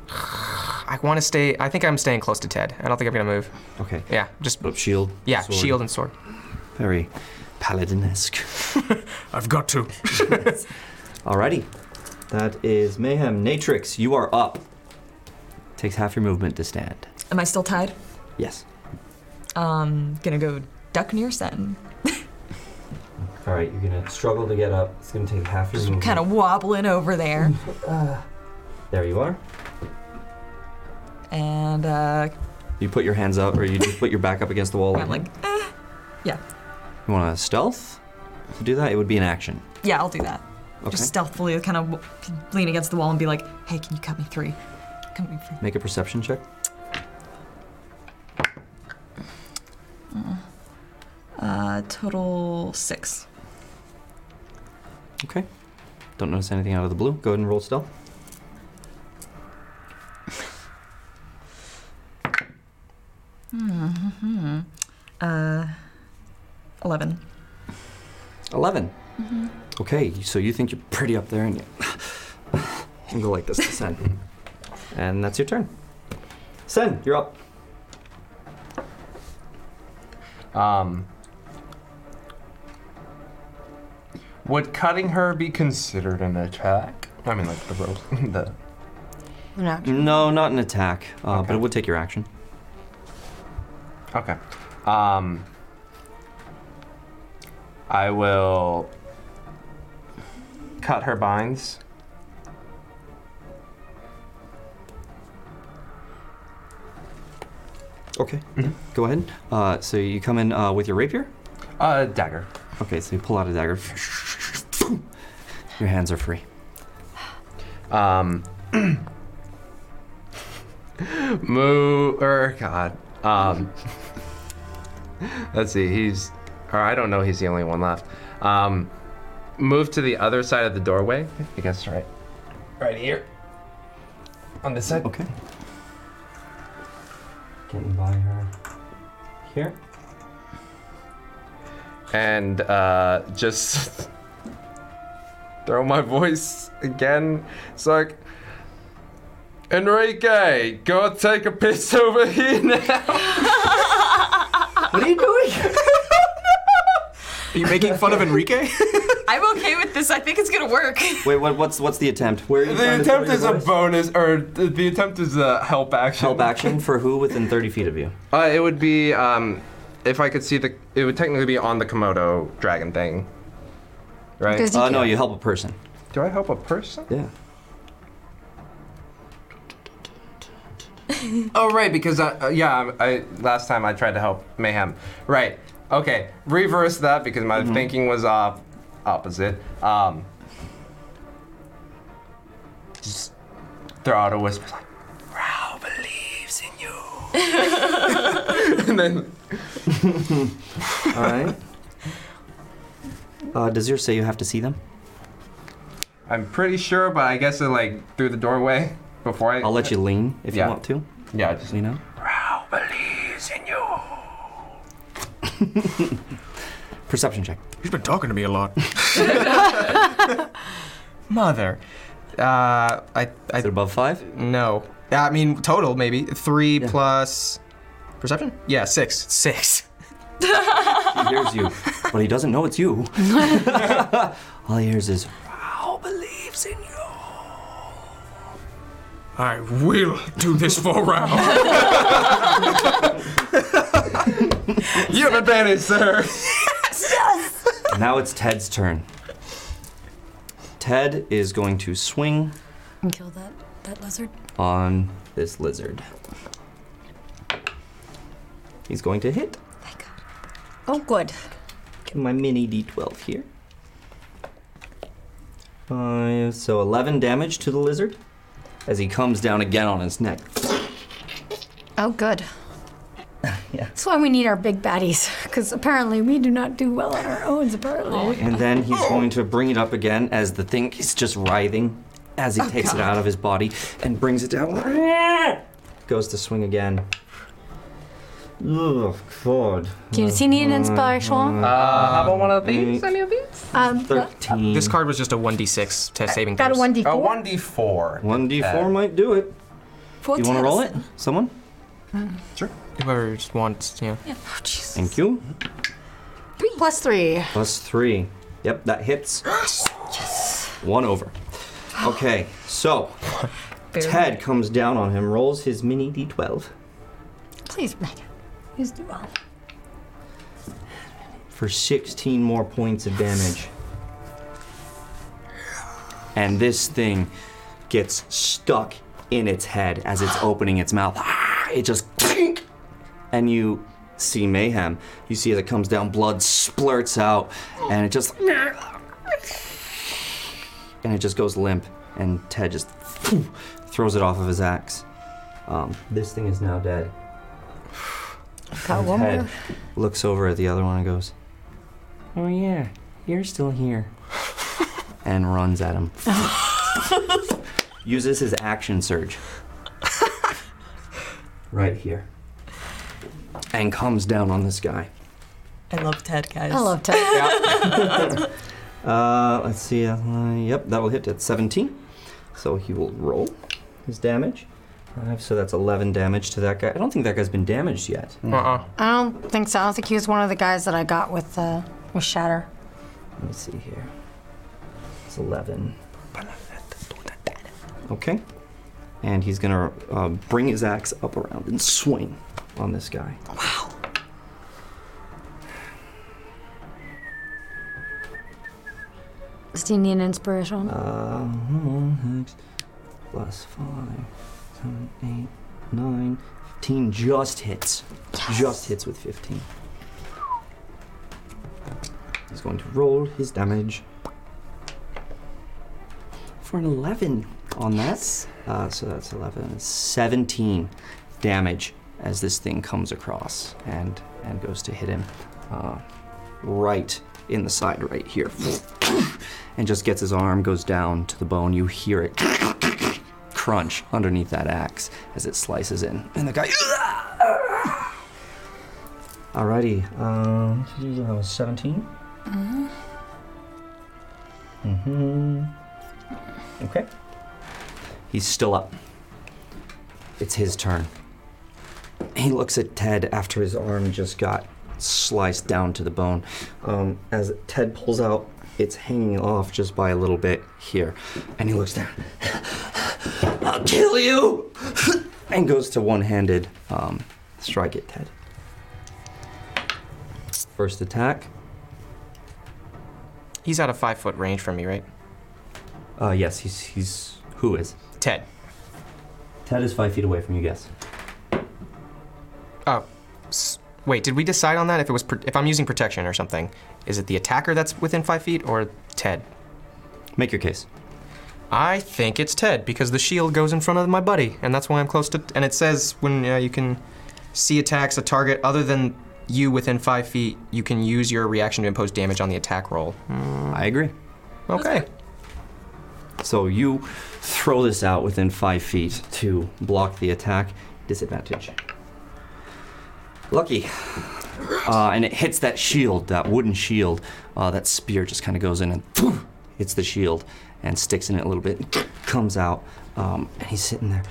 I want to stay. I think I'm staying close to Ted. I don't think I'm going to move. Okay. Yeah, just. Up shield. Yeah, sword. shield and sword. Very paladinesque. I've got to. Alrighty. That is Mayhem. Natrix, you are up. Takes half your movement to stand. Am I still tied? Yes. Um, gonna go duck near Sen. Alright, you're gonna struggle to get up. It's gonna take half your movement. Kind of wobbling over there. Mm. Uh. There you are. And, uh, You put your hands up, or you just put your back up against the wall. I'm like, eh. Yeah. You want to stealth to do that? It would be an action. Yeah, I'll do that. Okay. Just stealthily kind of lean against the wall and be like, hey, can you cut me three? Cut me three. Make a perception check. Uh, total six. Okay. Don't notice anything out of the blue. Go ahead and roll stealth. hmm Uh, 11. 11. Mhm. Okay, so you think you're pretty up there and you and go like this to Sen. and that's your turn. Sen, you're up. Um, would cutting her be considered an attack? I mean, like the rope. the, No, not an attack, uh, but it would take your action. Uh, okay. Um, I will cut her binds. Okay. Mm-hmm. Go ahead. Uh, so you come in uh, with your rapier? Uh, dagger. Okay, so you pull out a dagger. Your hands are free. Um, Moo er God. Um, let's see. He's or I don't know. He's the only one left. Um, move to the other side of the doorway. I guess right. Right here. On this side. Okay. Getting by her. Here. And uh, just throw my voice again. It's like. Enrique, go take a piss over here now. what are you doing? Are you making fun of Enrique? I'm okay with this. I think it's gonna work. Wait, what, what's what's the attempt? Where are you The trying to attempt throw is your a voice? bonus, or th- the attempt is a help action. help action for who within 30 feet of you? Uh, it would be um, if I could see the. It would technically be on the Komodo dragon thing, right? Does he Uh, no, count? you help a person. Do I help a person? Yeah. oh right, because I, uh, yeah, I, I last time I tried to help Mayhem. Right. Okay. Reverse that because my Mm-hmm. thinking was off, opposite. Um, just throw out a whisper like, Rao believes in you. and then All right. Uh, does yours say you have to see them? I'm pretty sure, but I guess it like through the doorway before I. I'll let you lean if Yeah. you want to. Yeah, just lean out. Rao believes in you. Perception check. He's been talking to me a lot. Mother. Uh, I, I, Is it above five? No. I mean, total, maybe. Three plus. Perception? Yeah, six. Six. He hears you, but he doesn't know it's you. All he hears is Rao believes in you. I will do this for Rao. You have advantage, sir. yes. now it's Ted's turn. Ted is going to swing And kill that, that lizard. on this lizard. He's going to hit. Oh, good. Get my mini d12 here. Five, so 11 damage to the lizard as he comes down again on his neck. Oh, good. Yeah. That's why we need our big baddies, because apparently we do not do well on our own, apparently. And then he's going to bring it up again as the thing is just writhing as he Oh, takes it God. out of his body and brings it down. Goes to swing again. Oh, God. Do you see need an inspiration? how about one of these? Any of these? Um, This card was just a 1d6 to saving got a throws. 1d4? A 1d4. 1d4 might do it. Four you Mm. want to roll it? times. Someone? Sure. Whoever just wants, yeah. Thank you. Three plus three. Plus three. Yep, that hits. One over. Okay, so Barely. Ted comes down on him, rolls his mini d12 Please, Megan. Please do well. for 16 more points of damage. And this thing gets stuck in its head as it's opening its mouth. Ah, It just clink, and you see mayhem. You see as it comes down, blood splurts out, and it just and it just goes limp, and Ted just phew, throws it off of his axe. Um, this thing is now dead. Got And one Ted more. looks over at the other one and goes, Oh yeah, you're still here. and runs at him. Uses his action surge. right here. And comes down on this guy. I love Ted, guys. I love Ted. Uh, let's see. Uh, yep, that'll hit at 17. So he will roll his damage. Five, so that's 11 damage to that guy. I don't think that guy's been damaged yet. Uh-uh. I don't think so. I don't think he was one of the guys that I got with uh, with Shatter. Let me see here. It's 11. Okay. And he's going to uh, bring his axe up around and swing on this guy. Wow. Does he need an inspiration? Uh, one, six, plus five, seven, eight, nine, 15 just hits. Just hits with 15. He's going to roll his damage for an 11 on that. Uh, so that's 11. 17 damage as this thing comes across and, and goes to hit him uh, right in the side, right here. and just gets his arm, goes down to the bone. You hear it crunch underneath that axe as it slices in. And the guy. Alrighty, um, that was 17. Mm-hmm. hmm Okay. He's still up. It's his turn. He looks at Ted after his arm just got sliced down to the bone. Um, as Ted pulls out, it's hanging off just by a little bit here. And he looks down. I'll kill you! and goes to one handed um, strike at Ted. First attack. He's out of five foot range from me, right? Uh, yes, he's he's who is Ted. Ted is five feet away from you. Guess. Oh, s- wait. Did we decide on that? If it was, pr if I'm using protection or something, is it the attacker that's within five feet or Ted? Make your case. I think it's Ted because the shield goes in front of my buddy, and that's why I'm close to. And it says when uh, you can see attacks a target other than you within five feet, you can use your reaction to impose damage on the attack roll. Hmm. I agree. Okay. So you throw this out within five feet to block the attack. Disadvantage. Lucky. Uh, and it hits that shield, that wooden shield. Uh, that spear just kind of goes in and hits the shield and sticks in it a little bit. Comes out, um, and he's sitting there,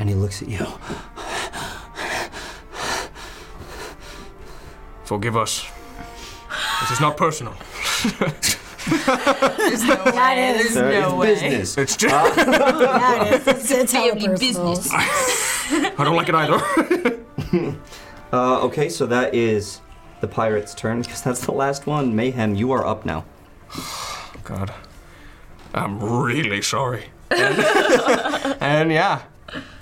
and he looks at you. Forgive us. This is not personal. There's no that way. There's Sir, no it's way. business. It's just- Uh, That is. It's, family business. I don't like it either. Uh, okay, so that is the pirate's turn because that's the last one. Mayhem, you are up now. God, I'm really sorry. and yeah,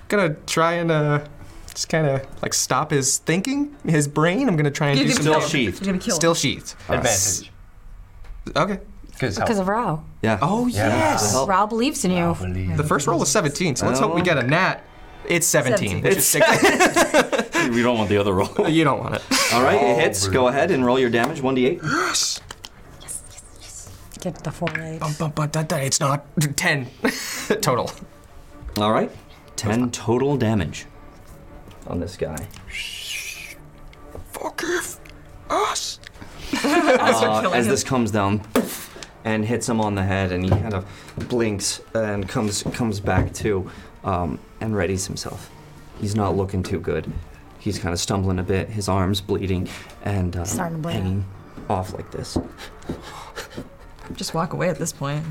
gonna try and uh, just kind of like stop his thinking, his brain. I'm gonna try and You're do gonna some kill damage. him. You're gonna kill him. Still sheathed. Advantage. Okay. Because of Rao. Yeah. Oh Yeah, yes. Rao believes in you. The first roll was 17, so let's hope we get a nat. It's 17. 17. Which is six. we don't want the other roll. Oh, you don't want it. All right, it hits. Go ahead and roll your damage, 1d8. Yes. Get the four eight. Bum, bum, bum, da, da, it's not 10 total. All right, 10 total damage on this guy. Forgive us. Uh, as this comes down and hits him on the head, and he kind of blinks and comes comes back to um, and readies himself. He's not looking too good. He's kind of stumbling a bit. His arms bleeding and um, Starting to bleed. hanging off like this. Just walk away at this point.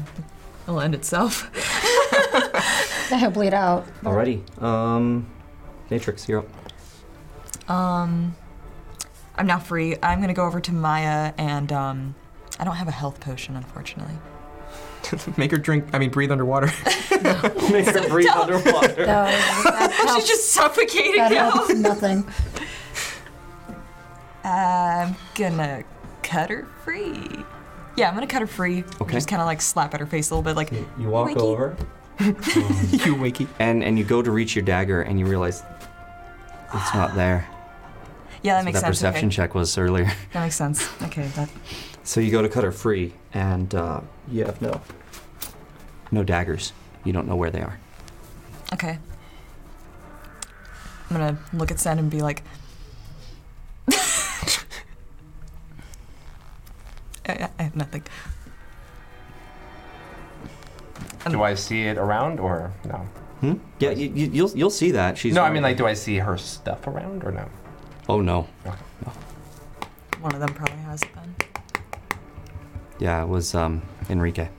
It'll end itself. He'll bleed out. Oh. Alrighty, um, Matrix, you're up. Um, I'm now free. I'm gonna go over to Maya, and um, I don't have a health potion, unfortunately. Make her drink, I mean, breathe underwater. Make her breathe underwater. She's just suffocating That now. helps nothing. I'm gonna cut her free. Yeah, I'm gonna cut her free. Okay. Just kind of like slap at her face a little bit, like. You walk Winky. over. you wakey. And and you go to reach your dagger, and you realize it's not there. Yeah, that So makes that sense. perception okay. check was earlier. That makes sense. Okay, that. So you go to cut her free, and uh, you have no no daggers. You don't know where they are. Okay. I'm gonna look at Sen and be like. I, I- I have nothing. Do I see it around or no? Hmm? Yeah, you, you, you'll you'll see that. She's no, I mean, like, do I see her stuff around or no? Oh no. One of them probably has it then. Yeah, it was um, Enrique.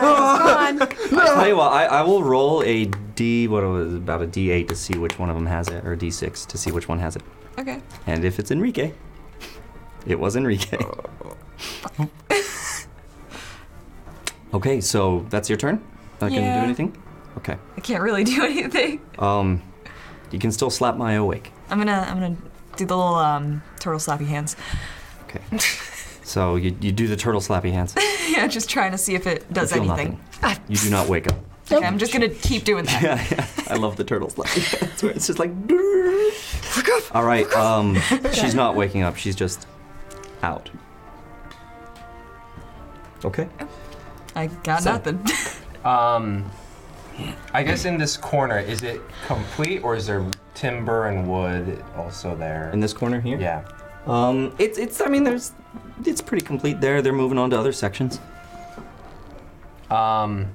I tell you what, I, I will roll a D. What it was about a D8 to see which one of them has it, or D6 to see which one has it. Okay. And if it's Enrique, It was Enrique. okay, so that's your turn. Not gonna Yeah. do anything. Okay. I can't really do anything. Um, you can still slap Maya awake. I'm gonna I'm gonna do the little um, turtle slappy hands. Okay. So you, you do the turtle slappy hands. yeah, just trying to see if it does you feel anything. nothing. You do not wake up. Okay, I'm just gonna keep doing that. Yeah, yeah. I love the turtle slappy hands. Where it's just like. All right. Um, she's not waking up. She's just out. Okay. I got So- nothing. Um, I guess in this corner, is it complete or is there timber and wood also there? In this corner here. Yeah. Um, it's it's. I mean, there's. It's pretty complete there. They're moving on to other sections. Um,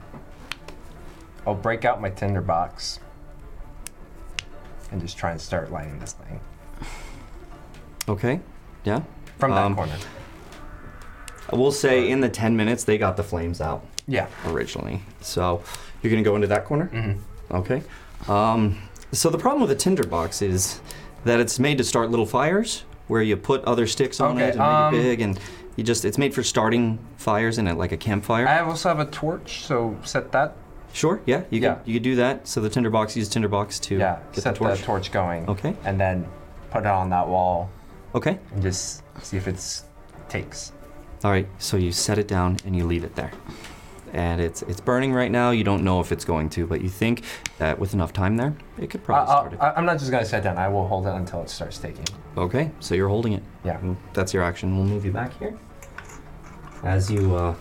I'll break out my tinder box and just try and start lighting this thing Okay. Yeah. from that Um, corner. I will say in the 10 minutes, they got the flames out. Yeah. Originally. So you're going to go into that corner? Mm-hmm. Okay. Um, so the problem with a tinder box is that it's made to start little fires where you put other sticks on Okay, it and um, make it big. And you just, it's made for starting fires in it like a campfire. I also have a torch, so set that. Sure. Yeah. You Yeah. Could, you could do that. So the tinder box, use tinder box to Yeah, get set the torch. going. Okay. And then put it on that wall. Okay. And just see if it's takes. All right, so you set it down and you leave it there. And it's it's burning right now. You don't know if it's going to, but you think that with enough time there, it could probably start it. I, am not just gonna set down. I will hold it until it starts taking. Okay, so you're holding it. Mm-hmm. Yeah. That's your action. We'll move you back here. As you uh,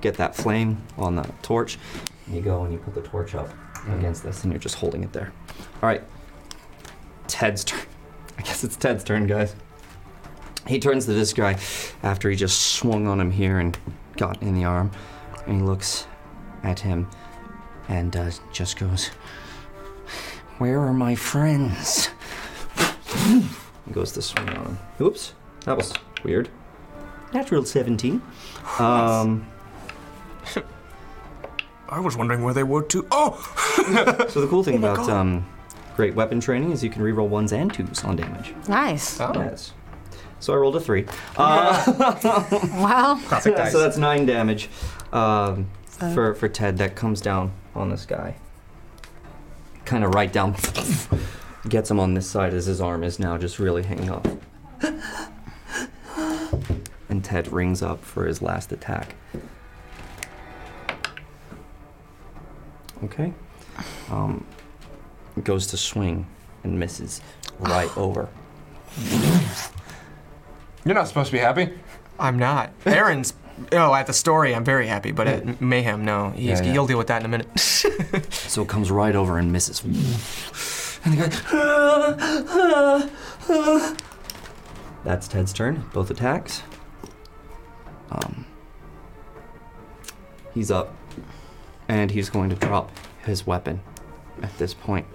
get that flame on the torch, and you go and you put the torch up Mm-hmm. against this, and you're just holding it there. All right, Ted's turn. I guess it's Ted's turn, guys. He turns to this guy after he just swung on him here and got in the arm, and he looks at him and uh, just goes, Where are my friends? and goes to swing on him. Oops, that was weird. Natural 17. Um, I was wondering where they were too. Oh, so the cool thing Oh my about God. um, great weapon training is you can reroll ones and twos on damage. Nice. Oh. Yes. So I rolled a three. Uh, Wow. so that's nine damage um, So- for, for Ted that comes down on this guy. Kind of right down. Gets him on this side as his arm is now just really hanging off. And Ted rings up for his last attack. Okay. Um, goes to swing and misses right over. You're not supposed to be happy. I'm not. Aaron's. Oh, at the story, I'm very happy, but at Mayhem, no. He's, Yeah, yeah. He'll deal with that in a minute. so it comes right over and misses. That's Ted's turn. Both attacks. Um, he's up, and he's going to drop his weapon at this point,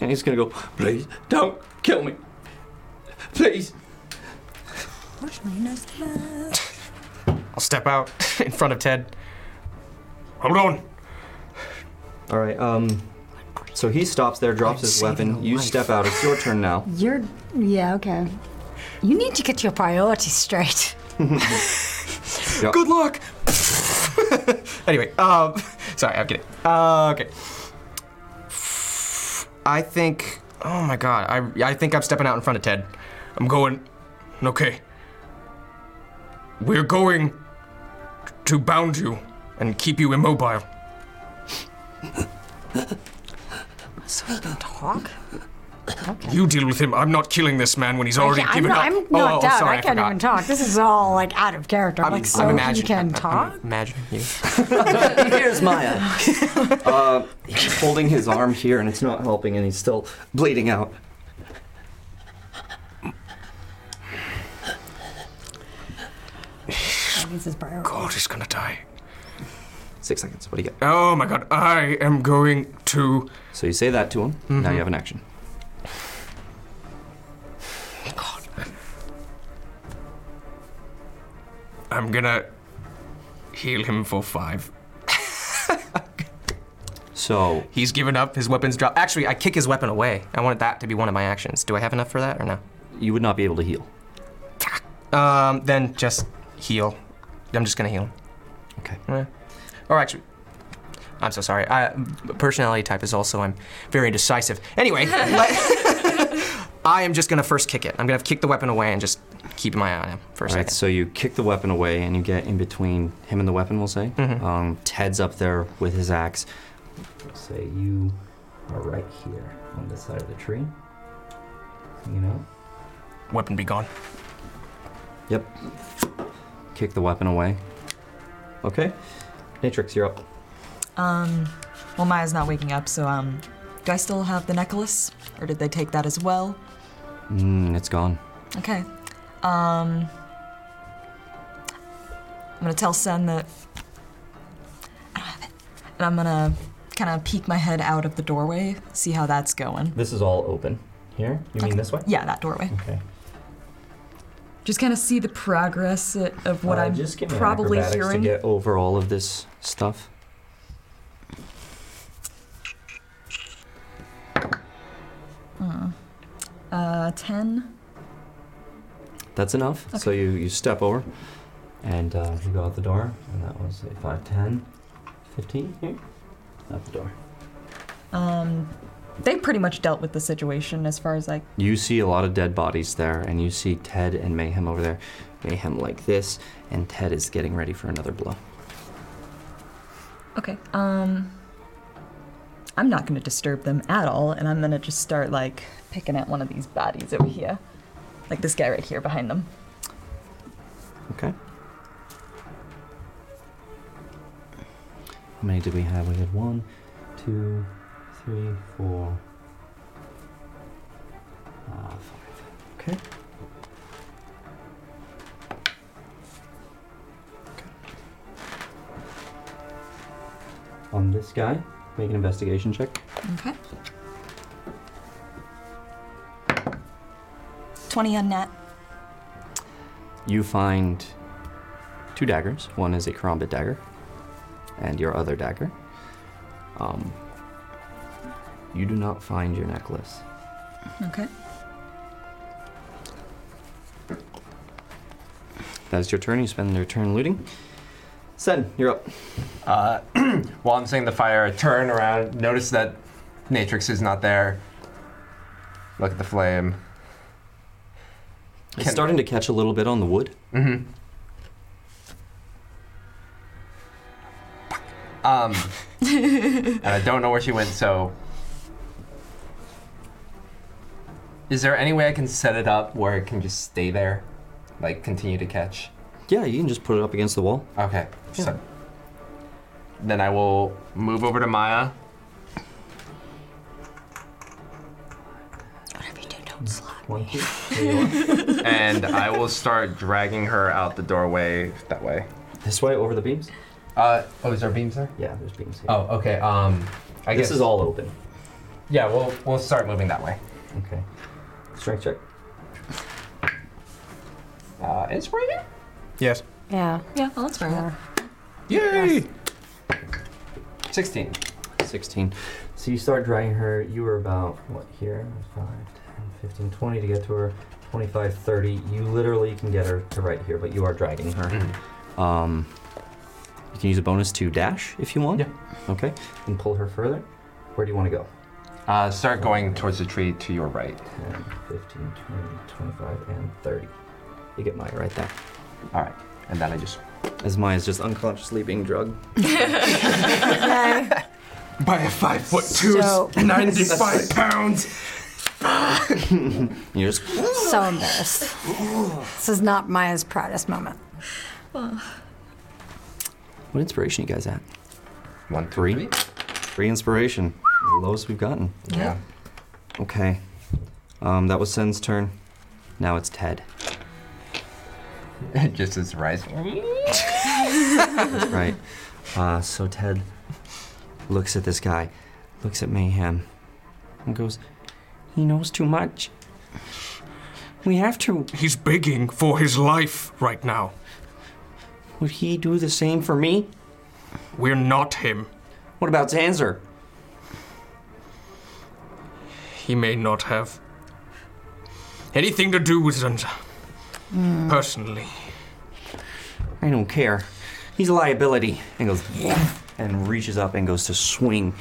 and he's going to go, please don't kill me, please. I'll step out in front of Ted. Hold on. All right. Um, so he stops there, drops his weapon. You step out. It's your turn now. You're. Yeah, okay. You need to get your priorities straight. Yeah. Good luck. anyway, um, sorry, I'm kidding. Uh, okay. I think. Oh my god, I I think I'm stepping out in front of Ted. I'm going. Okay. We're going to bound you and keep you immobile. So he can talk? You deal with him. I'm not killing this man when he's already I, given am up. not, I'm oh, not oh, down. sorry, I can't forgot. even talk. This is all like out of character. I'm, like, so you imagining- can I'm- talk. I'm imagining you. Here's Maya. uh, he's holding his arm here, and it's not helping, and he's still bleeding out. God, he's gonna die. Six seconds. What do you get? Oh my god, I am going to. Mm-hmm. So you say that to him. Now you have an action. I'm gonna heal him for five. So he's given up. His weapons drop. Actually, I kick his weapon away. I wanted that to be one of my actions. Do I have enough for that or no? you would not be able to heal. Um, then just heal. I'm just gonna heal. Okay. Or actually, I'm so sorry. I, personality type is also I'm very indecisive. Anyway, let- I am just gonna first kick it. I'm gonna kick the weapon away and just keep my eye on him for a All right, second. so you kick the weapon away and you get in between him and the weapon, we'll say. Mhm. Um, Ted's up there with his axe. Let's say you are right here on this side of the tree. You know? Weapon be gone. Yep. Kick the weapon away. Okay. Natrix, you're up. Um, well, Maya's not waking up, so um, do I still have the necklace, or did they take that as well? Mm, it's gone. Okay. Um, I'm gonna tell Sen that I don't have it, and I'm gonna kind of peek my head out of the doorway, see how that's going. This is all open. Here? You mean this way? Yeah, that doorway. Okay. Just kind of see the progress uh, of what Uh, I'm just give me an probably acrobatics hearing. to get over all of this stuff. Mm. Uh, ten. That's enough. So you, you step over and uh, you go out the door. And that was a 5, 10, 15 here. Out the door. Um, they pretty much dealt with the situation as far as like You see a lot of dead bodies there, and you see Ted and Mayhem over there. Mayhem like this, and Ted is getting ready for another blow. Okay. Um I'm not going to disturb them at all and I'm going to just start like picking at one of these bodies over here. Like this guy right here behind them. Okay. How many did we have? We had one, two, three, four, uh, five. Okay. On this guy, make an investigation check. Okay. 20 on net. You find two daggers. One is a karambit dagger, and your other dagger. Um, you do not find your necklace. Okay. That is your turn. You spend your turn looting. Sen, you're up. Uh, while I'm setting the fire, I turn around, notice that Matrix is not there. Look at the flame. It's starting to catch a little bit on the wood. Mm-hmm. Um, and I don't know where she went, so. Is there any way I can set it up where it can just stay there? Like, continue to catch? Yeah, you can just put it up against the wall. Okay. So then I will move over to Maya. One, two, and I will start dragging her out the doorway that way. This way over the beams? Uh oh, is there beams there? Yeah, there's beams here. Oh, okay. Um I This guess is all open. Yeah, we'll we'll start moving that way. Okay. Strength check. Uh it's right here. Yes. Yeah. Yeah, well, that's fair. Yay! 16. 16. So you start dragging her. You were about, what, here? 5, 10, 15, 20 to get to her. 25, 30. You literally can get her to right here, but you are dragging Mm-hmm. her. Um, you can use a bonus to dash if you want. Yeah. Okay. And pull her further. Where do you want to go? Uh start going towards the tree to your right. 10, 15, 20, 25, and 30. You get Maya right there. All right. And then I just. As Maya's just unconsciously being drugged. By a five foot two, So- 95 pounds. You just. So embarrassed. this is not Maya's proudest moment. What inspiration you guys at? One, three. Three inspiration. The lowest we've gotten. Yeah. Okay. Um, that was Sen's turn. Now it's Ted. just as rising. That's right. Uh, so Ted looks at this guy, looks at Mayhem, and goes, He knows too much. We have to. He's begging for his life right now. Would he do the same for me? We're not him. What about Zanzer? He may not have. anything to do with Zanza. Hmm. Mm. Personally. I don't care. He's a liability. And goes and reaches up and goes to swing,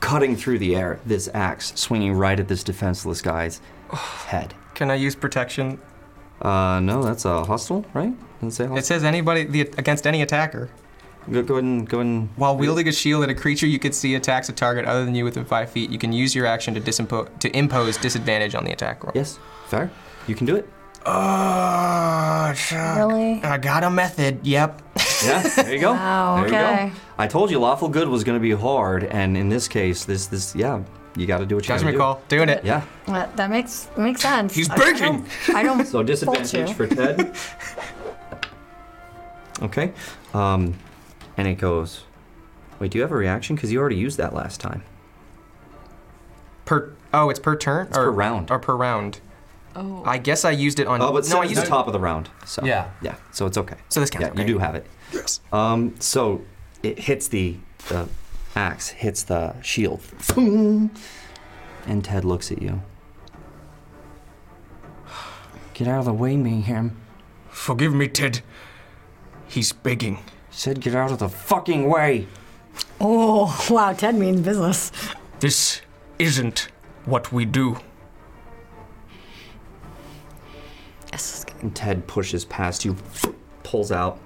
cutting through the air. This axe swinging right at this defenseless guy's head. Can I use protection? Uh, no, that's a hostile, right? Doesn't say hostile. It says anybody the, against any attacker. Go, go ahead and go ahead and. While wielding a shield at a creature you could see attacks a target other than you within five feet, you can use your action to disimpo- to impose disadvantage on the attack roll. Yes, fair. You can do it. Oh, shuck. Really? I got a method. Yep. Yeah, there you go. Wow, there okay. you go. I told you lawful good was going to be hard, and in this case, this this yeah, you got to do what you got to Judgment do. call. Doing it. Yeah. Well, that makes makes sense. He's I don't- baking. I don't. So fault disadvantage you. for Ted. okay, um, and it goes. Wait, do you have a reaction? Because you already used that last time. Per oh, it's per turn It's per round. or per round. Oh. I guess I used it on. Oh, but no, I it's used the it top of the round. So Yeah. yeah. So it's okay. So this counts, Yeah, you do have it. Yes. Um, so it hits the the axe hits the shield, and Ted looks at you. Get out of the way, Mayhem. Forgive me, Ted. He's begging. Said get out of the fucking way. Oh, wow, Ted means business. This isn't what we do. And Ted pushes past you, pulls out,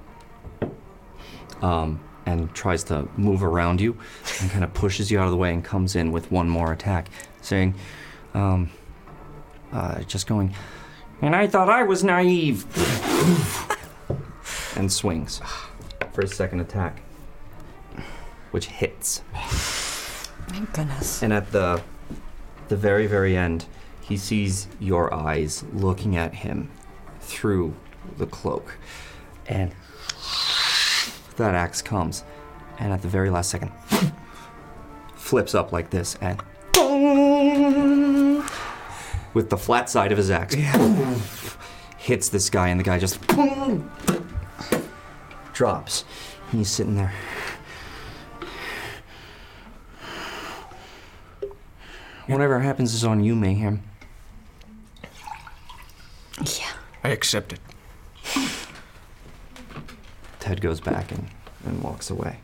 um, and tries to move around you, and kind of pushes you out of the way and comes in with one more attack, saying, um, uh, just going, and I thought I was naive, and swings for his second attack, which hits. Thank goodness. And at the the very very end, he sees your eyes looking at him through the cloak. And that axe comes and at the very last second flips up like this and with the flat side of his axe hits this guy and the guy just drops. He's sitting there. Whatever happens is on you, Mayhem. I accept it. Ted goes back and, and walks away.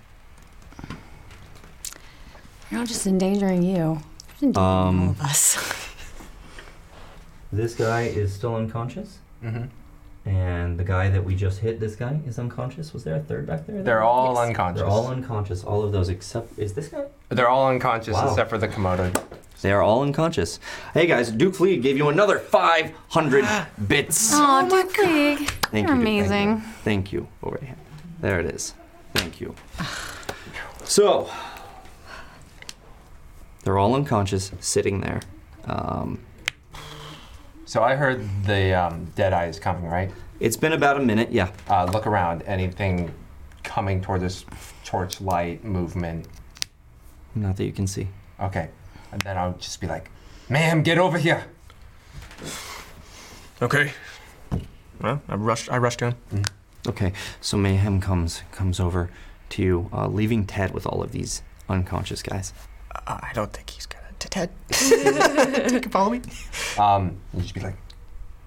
You're not just endangering you. You're endangering all Um, of us. this guy is still unconscious. Mhm. And the guy that we just hit, this guy is unconscious. Was there a third back there? They're all Yes. unconscious. They're all unconscious. All of those except is this guy? They're all unconscious Wow. except for the Komodo. They are all unconscious. Hey guys, Duke Fleet gave you another 500 bits. Oh, my god. Thank You're you, dude. Thank you. amazing. Thank you. Over here. There it is. Thank you. So, they're all unconscious, sitting there. Um, So I heard the um, dead eye is coming, right? It's been about a minute, yeah. Uh, look around. Anything coming toward this torchlight movement? not that you can see. Okay. And then I'll just be like, ma'am, get over here. Okay. Well, I rushed. I rushed to him. Okay, so Mayhem comes comes over to you, uh, leaving Ted with all of these unconscious guys. Uh, I don't think he's gonna. Ted. you can follow me. Um, you just be like,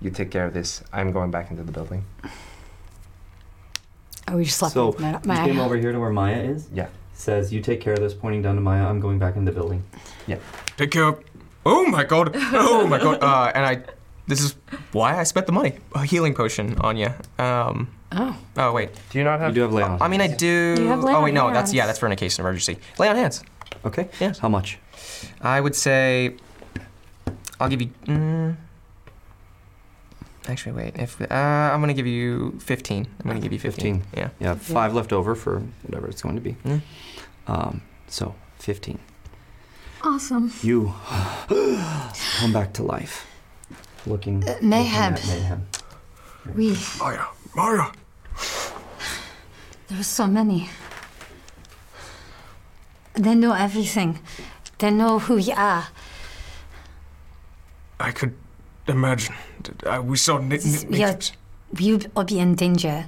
you take care of this. I'm going back into the building. Oh, we just left so with Ma- you Maya. came over here to where Maya is. Yeah. Says you take care of this, pointing down to Maya. I'm going back in the building. Yeah. Take care. of- Oh my god. Oh my god. Uh, and I. This is why I spent the money. A healing potion on you. Um. Oh. Oh wait. Do you not have? You do have lay on. I mean, I do. You have lay oh on wait, no. That's yeah. hands. That's for in a case of emergency. Lay on hands. Okay. Yes. How much? I would say. I'll give you. Mm, actually, wait. If uh, I'm gonna give you 15. I'm gonna give you 15. 15. Yeah. Yeah, five left over for whatever it's going to be. Yeah. Um, so fifteen. Awesome. You come back to life, looking. Uh, Mayhem. looking at Mayhem. We. Maya. Maya. There were so many. They know everything. They know who you are. I could imagine. that I, we saw Nick. Nick, Nick. You're, you will be in danger.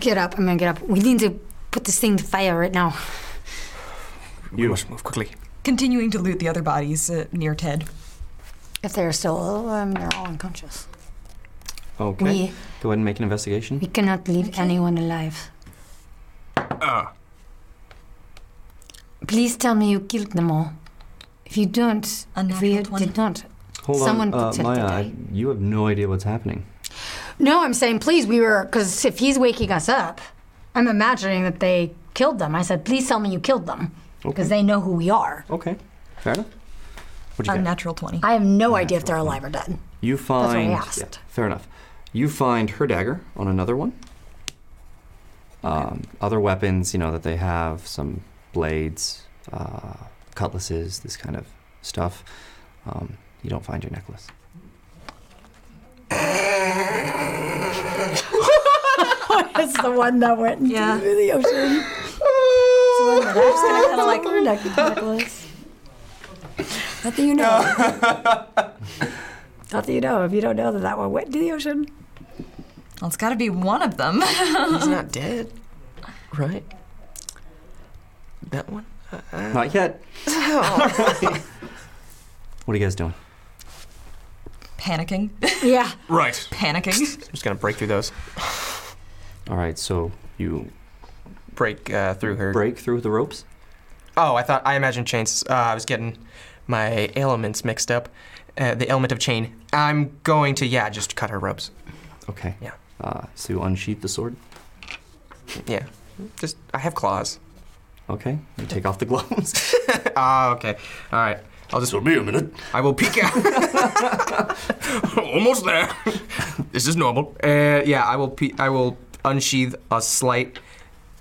Get up. I'm gonna get up. We need to put this thing to fire right now. You must move quickly. Continuing to loot the other bodies uh, near Ted. If they're still, um, they're all unconscious. Okay. We- Go ahead and make an investigation. We cannot leave anyone alive. Ah. Please tell me you killed them all. If you don't, if you did not, Hold someone on, uh, could tell Maya. today. I, you have no idea what's happening. No, I'm saying please. We were because if he's waking us up, I'm imagining that they killed them. I said, please tell me you killed them because they know who we are. Okay. Fair enough. What'd you get? natural twenty. I have no idea if they're alive or dead. You what we find. asked. yeah, fair enough. You find her dagger on another one. Um, other weapons, you know, that they have some blades, uh, cutlasses, this kind of stuff. Um, you don't find your necklace. it's the one that went into the ocean. It's the one that I'm just gonna kind of like her neck- necklace. Not that you know. Not that you know. If you don't know that that one went into the ocean. Well, it's got to be one of them. He's not dead. Right? That one? Uh, Not yet. Oh. What are you guys doing? Panicking. Yeah. Right. Panicking. I'm just gonna break through those. All right, so you break uh, through her. Break through the ropes. Oh, I thought I imagined chains. Uh, I was getting my elements mixed up. Uh, the element of chain. I'm going to yeah, just cut her ropes. Okay. Yeah. Uh, so you unsheath the sword. Yeah, just I have claws. Okay. You take off the gloves. Ah, okay. All right. I'll just. It'll be a minute. I will peek out. Almost there. this is normal. Uh, yeah, I will. Pe- I will unsheath a slight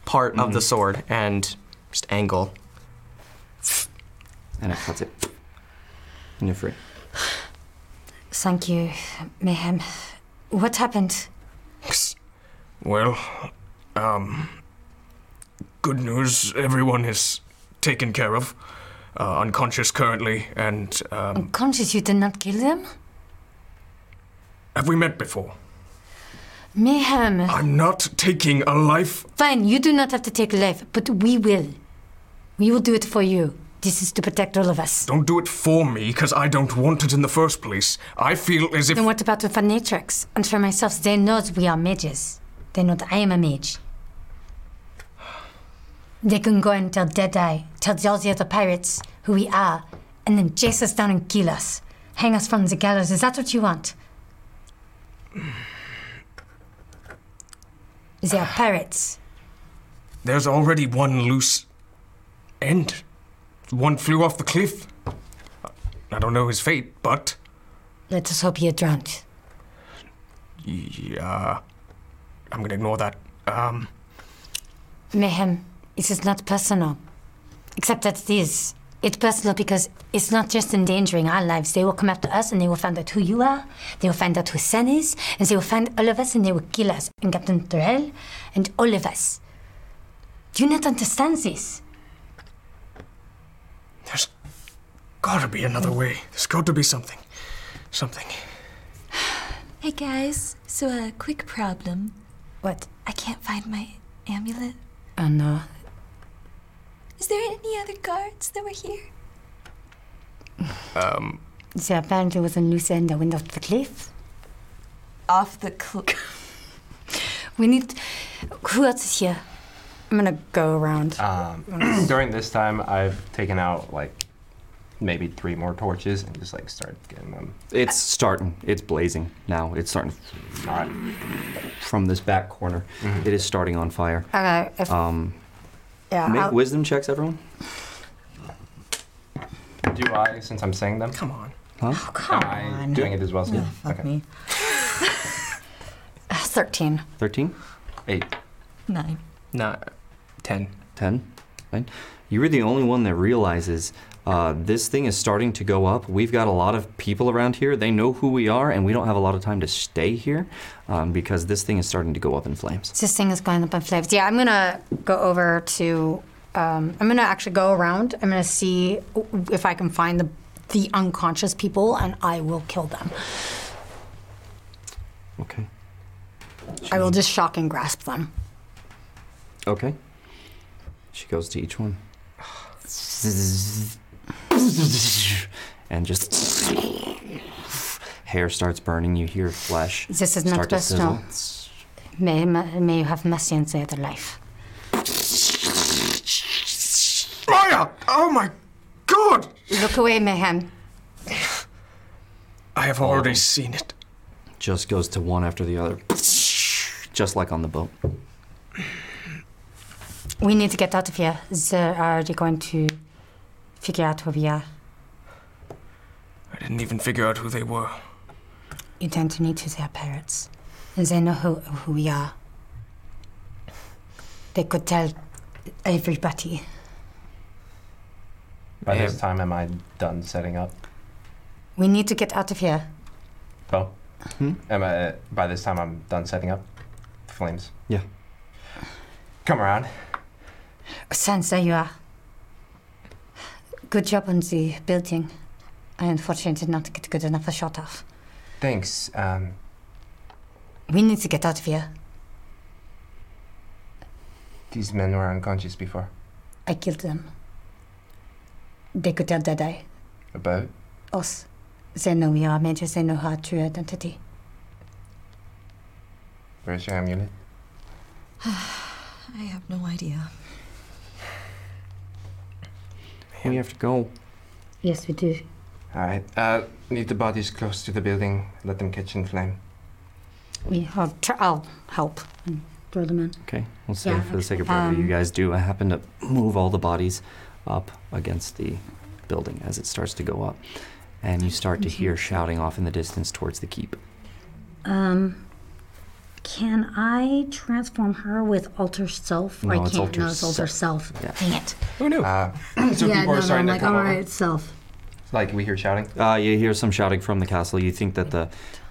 part Mm-hmm. of the sword and just angle. And it cuts it. And you're free. Thank you, Mayhem. What happened? Well, um, good news. Everyone is taken care of, uh, unconscious currently, and Oh. um, Conscious you did not kill them? have we met before? Mayhem. I'm not taking a life. Fine, you do not have to take life, but we will. We will do it for you. This is to protect all of us. Don't do it for me, because I don't want it in the first place. I feel as if Then what about the Fanatrix? And for myself, they know we are mages. They know that I am a mage. They can go and tell Deadeye, tell all the other pirates who we are, and then chase us down and kill us. Hang us from the gallows. Is that what you want? They are pirates. there's already one loose end. One flew off the cliff. I don't know his fate, but Let us hope you're drowned. yeah, I'm gonna ignore that. Um, Mayhem, it is not personal. Except that it is. It's personal because it's not just endangering our lives. They will come after us and they will find out who you are. They will find out who Sen is. And they will find all of us and they will kill us. And Captain Terrell and all of us. Do you not understand this? There's gotta be Mm. another way. There's got to be something. Something. Hey guys, so a uh, quick problem. What? I can't find my amulet. Oh no. Is there any other guards that were here? Um. There apparently was a loose end that went off the cliff. Off the cl- We need. Who else is here? I'm gonna go around. Um, during this time, I've taken out like maybe three more torches and just like started getting them. It's starting. It's blazing now. It's starting from this back corner. Mm-hmm. It is starting on fire. Okay, if- um, yeah, make I'll- wisdom checks, everyone. Do I, since I'm saying them? Come on. Huh? Oh, come Am I doing it as well? No, fuck me. 13. 13? 8. 9. Not 10. 10? Nine. You were the only one that realizes uh, this thing is starting to go up. We've got a lot of people around here. They know who we are, and we don't have a lot of time to stay here um, because this thing is starting to go up in flames. This thing is going up in flames. Yeah, I'm gonna go over to. Um, I'm gonna actually go around. I'm gonna see if I can find the the unconscious people, and I will kill them. Okay. I will just shock and grasp them. Okay. She goes to each one. and just hair starts burning. You hear flesh. This is not start to sizzle. personal. May, may you have mercy on the other life. Maya! Oh my god! Look away, Mayhem. I have already Oh. seen it. Just goes to one after the other, just like on the boat. We need to get out of here. uh, They're already going to figure out who we are. I didn't even figure out who they were. You don't need to. They're pirates. And they know who, who we are. They could tell everybody. By this time, am I done setting up? We need to get out of here. Oh. Hmm? Am I? By this time, I'm done setting up. Flames. Yeah. Come around. Sans, there you are. Good job on the building. I unfortunately did not get good enough a shot off. Thanks. Um, We need to get out of here. these men were unconscious before. I killed them. They could tell that I, About us. They know we are mages, they know our true identity. where's your amulet? I have no idea. We have to go. Yes, we do. All right. Uh, leave the bodies close to the building. Let them catch in flame. We I'll, tr- I'll help and throw them in. Okay, we'll say Yeah, for the okay. sake of brevity, Um, you guys do happen to move all the bodies up against the building as it starts to go up, and you start to Mm-hmm. hear shouting off in the distance towards the keep. Um, can I transform her with alter self? No, I it's can't. alter no, it's alter self. Yeah. Oh, Dang it. Who knew? Uh, so yeah, people no, are Um, starting no, I'm to like, come all over. right, self. Like we hear shouting. Uh, you hear some shouting from the castle. You think that the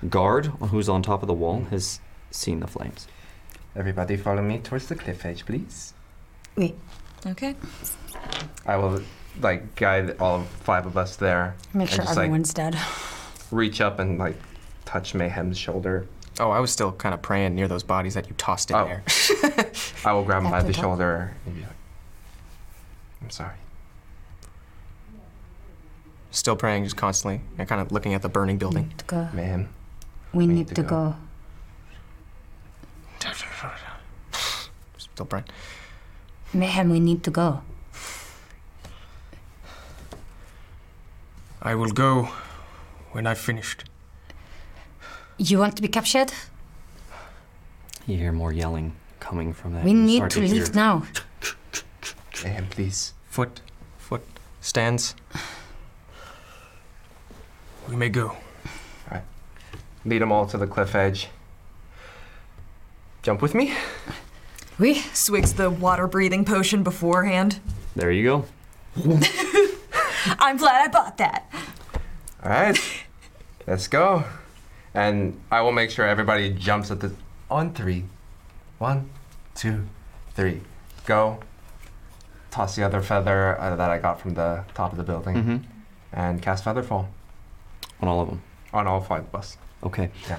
guard who's on top of the wall has seen the flames. Everybody follow me towards the cliff edge, please. Wait. Okay. I will like guide all five of us there. Make and sure just, like, everyone's dead. reach up and like touch Mayhem's shoulder. Oh. Oh, I was still kind of praying near those bodies that you tossed in there. I will grab him by the That's okay. shoulder and be like, I'm sorry. Still praying, just constantly, and kind of looking at the burning building. Go. Mayhem. We, need, to go. Still praying. Mayhem, we need to go. I will go when I've finished. You want to be captured? You hear more yelling coming from that. we You need start to hear- leave now. Mayhem, please. Foot, foot stands. We may go. Lead them all to the cliff edge. Jump with me. We swigs the water breathing potion beforehand. There you go. I'm glad I bought that. All right, let's go. And I will make sure everybody jumps at the on three. One, two, three. Go. Toss the other feather uh, that I got from the top of the building, Mhm. and cast featherfall On all of them. on all five of us. Okay. Yeah.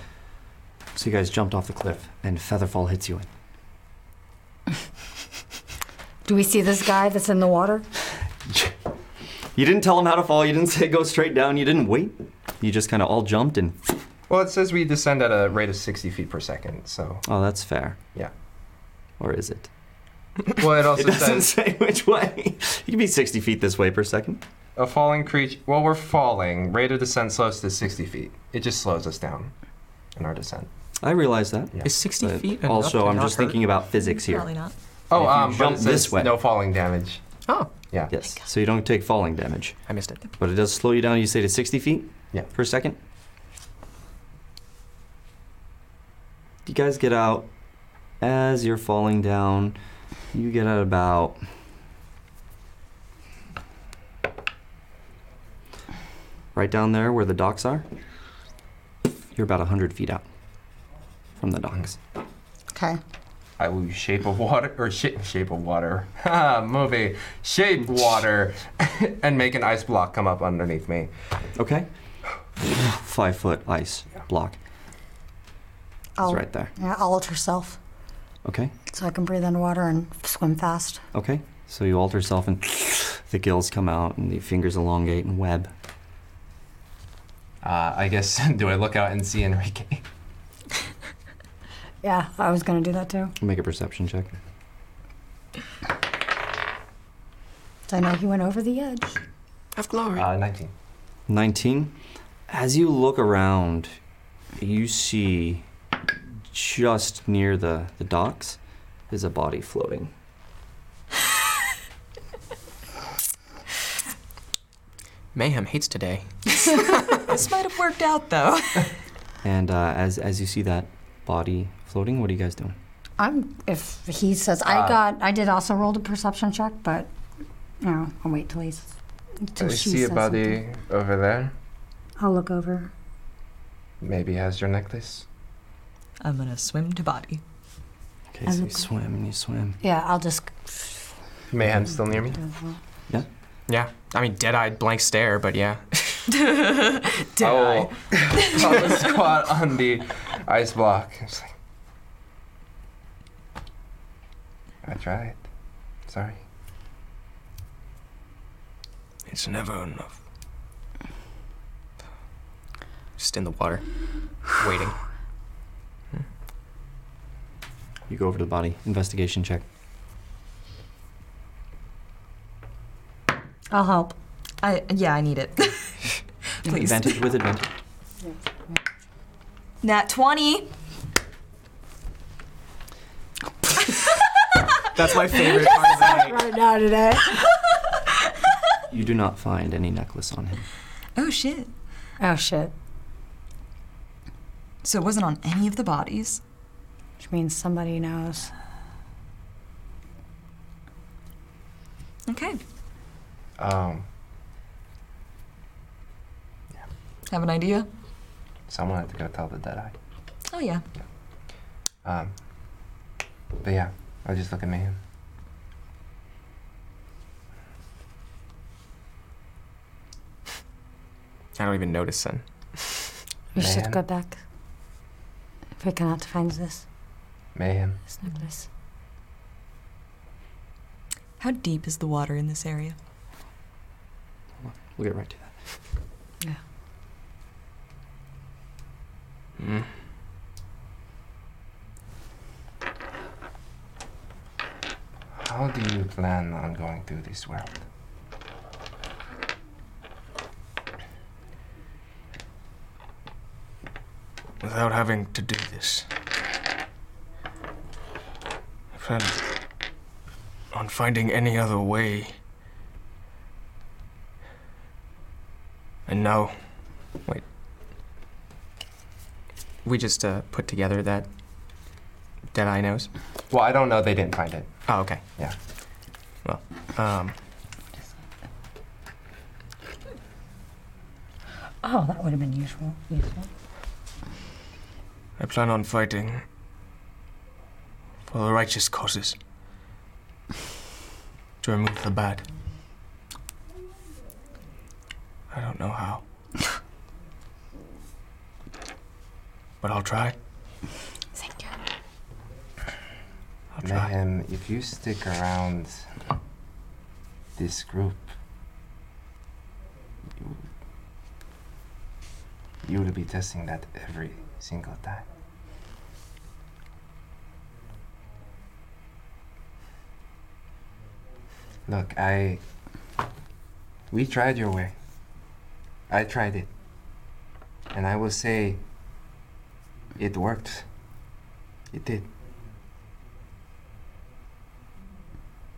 So you guys jumped off the cliff, and Featherfall hits you in. Do we see this guy that's in the water? You didn't tell him how to fall. You didn't say go straight down. You didn't wait. You just kind of all jumped and. Well, it says we descend at a rate of 60 feet per second, so. Oh, that's fair. Yeah. Or is it? Well, it also it doesn't says say which way. You can be 60 feet this way per second. a falling creature. Well, we're falling. Rate of descent slows to 60 feet. It just slows us down in our descent. I realize that. Is 60 But feet enough Also, to I'm not just hurt? thinking about physics here. Probably not. Oh, If you um, but jump it says this way. No falling damage. Oh. Yeah. Yes. So you don't take falling damage. I missed it. But it does slow you down. You say to 60 feet. Yeah. Per second. You guys get out. As you're falling down, you get at about. Right down there where the docks are. You're about 100 feet out from the docks. Okay. I will use shape of water or shape shape of water. Ha, Movie shape water, and make an ice block come up underneath me. Okay. Five foot ice block. I'll, right there. Yeah, I'll alter self Mm-hmm. Okay. so I can breathe underwater and swim fast. Okay, so you alter yourself, and the gills come out, and the fingers elongate and web. Uh, I guess, do I look out and see Enrique? Yeah, I was gonna do that too. Make a perception check. So I know he went over the edge. Of glory. Uh, 19. 19. As you look around, you see just near the, the docks is a body floating. Mayhem hates today. this might have worked out though. And uh, as, as you see that body floating, what are you guys doing? I'm if he says I Uh, got I did also roll a perception check, but you know, I'll wait till he's I until she see a says body something. over there. I'll look over. Maybe has your necklace. I'm gonna swim to body. Okay, I so you look- swim and you swim. Yeah, I'll just Mayhem still near me? Yeah. Yeah. I mean, dead-eyed, blank stare, but yeah. Did oh. I was squat on the ice block. It's like, I tried. Sorry. It's never enough. Just in the water, waiting. You go over to the body. Investigation check. I'll help. I yeah, I need it. Please. Advantage with advantage. Nat twenty. That's my favorite part of the night. Right now today. You do not find any necklace on him. Oh shit. Oh shit. So it wasn't on any of the bodies. Which means somebody knows. Okay. Um, Have an idea? someone had to go tell the dead eye. Oh yeah. Um, but yeah, I'll just look at Mayhem. I don't even notice then. We should Man. go back. If we cannot find this Mayhem. this necklace. How deep is the water in this area? We'll get right to that. Yeah. Mm. How do you plan on going through this world? Without having to do this. I plan on finding any other way. And no. Wait. We just uh, put together that Deadeye knows. Well, I don't know. They didn't find it. Oh, okay. Yeah. Well, um, Oh, that would have been useful. Useful. I plan on fighting for the righteous causes to remove the bad. I don't know how, but I'll try. Mayhem, if you stick around this group, you, you will be testing that every single time. Look, I. We tried your way. I tried it. And I will say it worked. It did.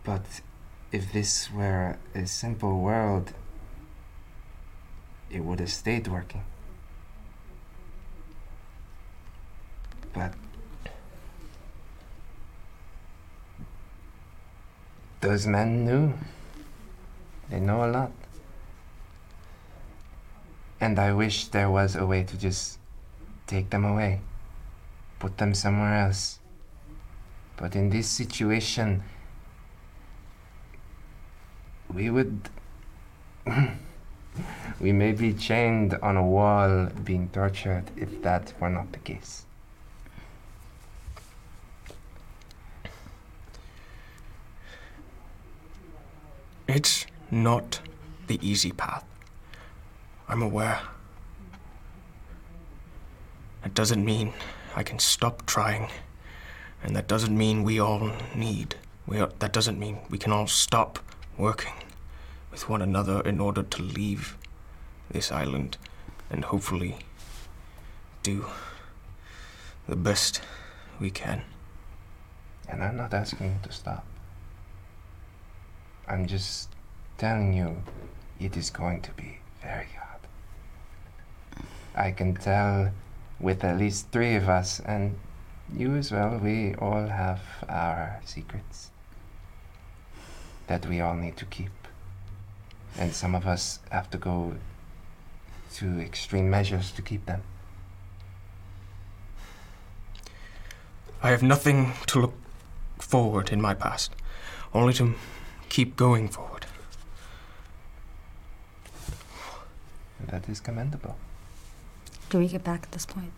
But if this were a simple world, it would have stayed working. But those men knew. They know a lot. And I wish there was a way to just take them away, put them somewhere else. But in this situation, we would. we may be chained on a wall being tortured if that were not the case. It's not the easy path. I'm aware. That doesn't mean I can stop trying. And that doesn't mean we all need. We are, that doesn't mean we can all stop working with one another in order to leave this island and hopefully do the best we can. And I'm not asking you to stop. I'm just telling you, it is going to be very hard. I can tell with at least three of us, and you as well, we all have our secrets that we all need to keep. And some of us have to go to extreme measures to keep them. I have nothing to look forward in my past, only to keep going forward. And that is commendable. Do we get back at this point?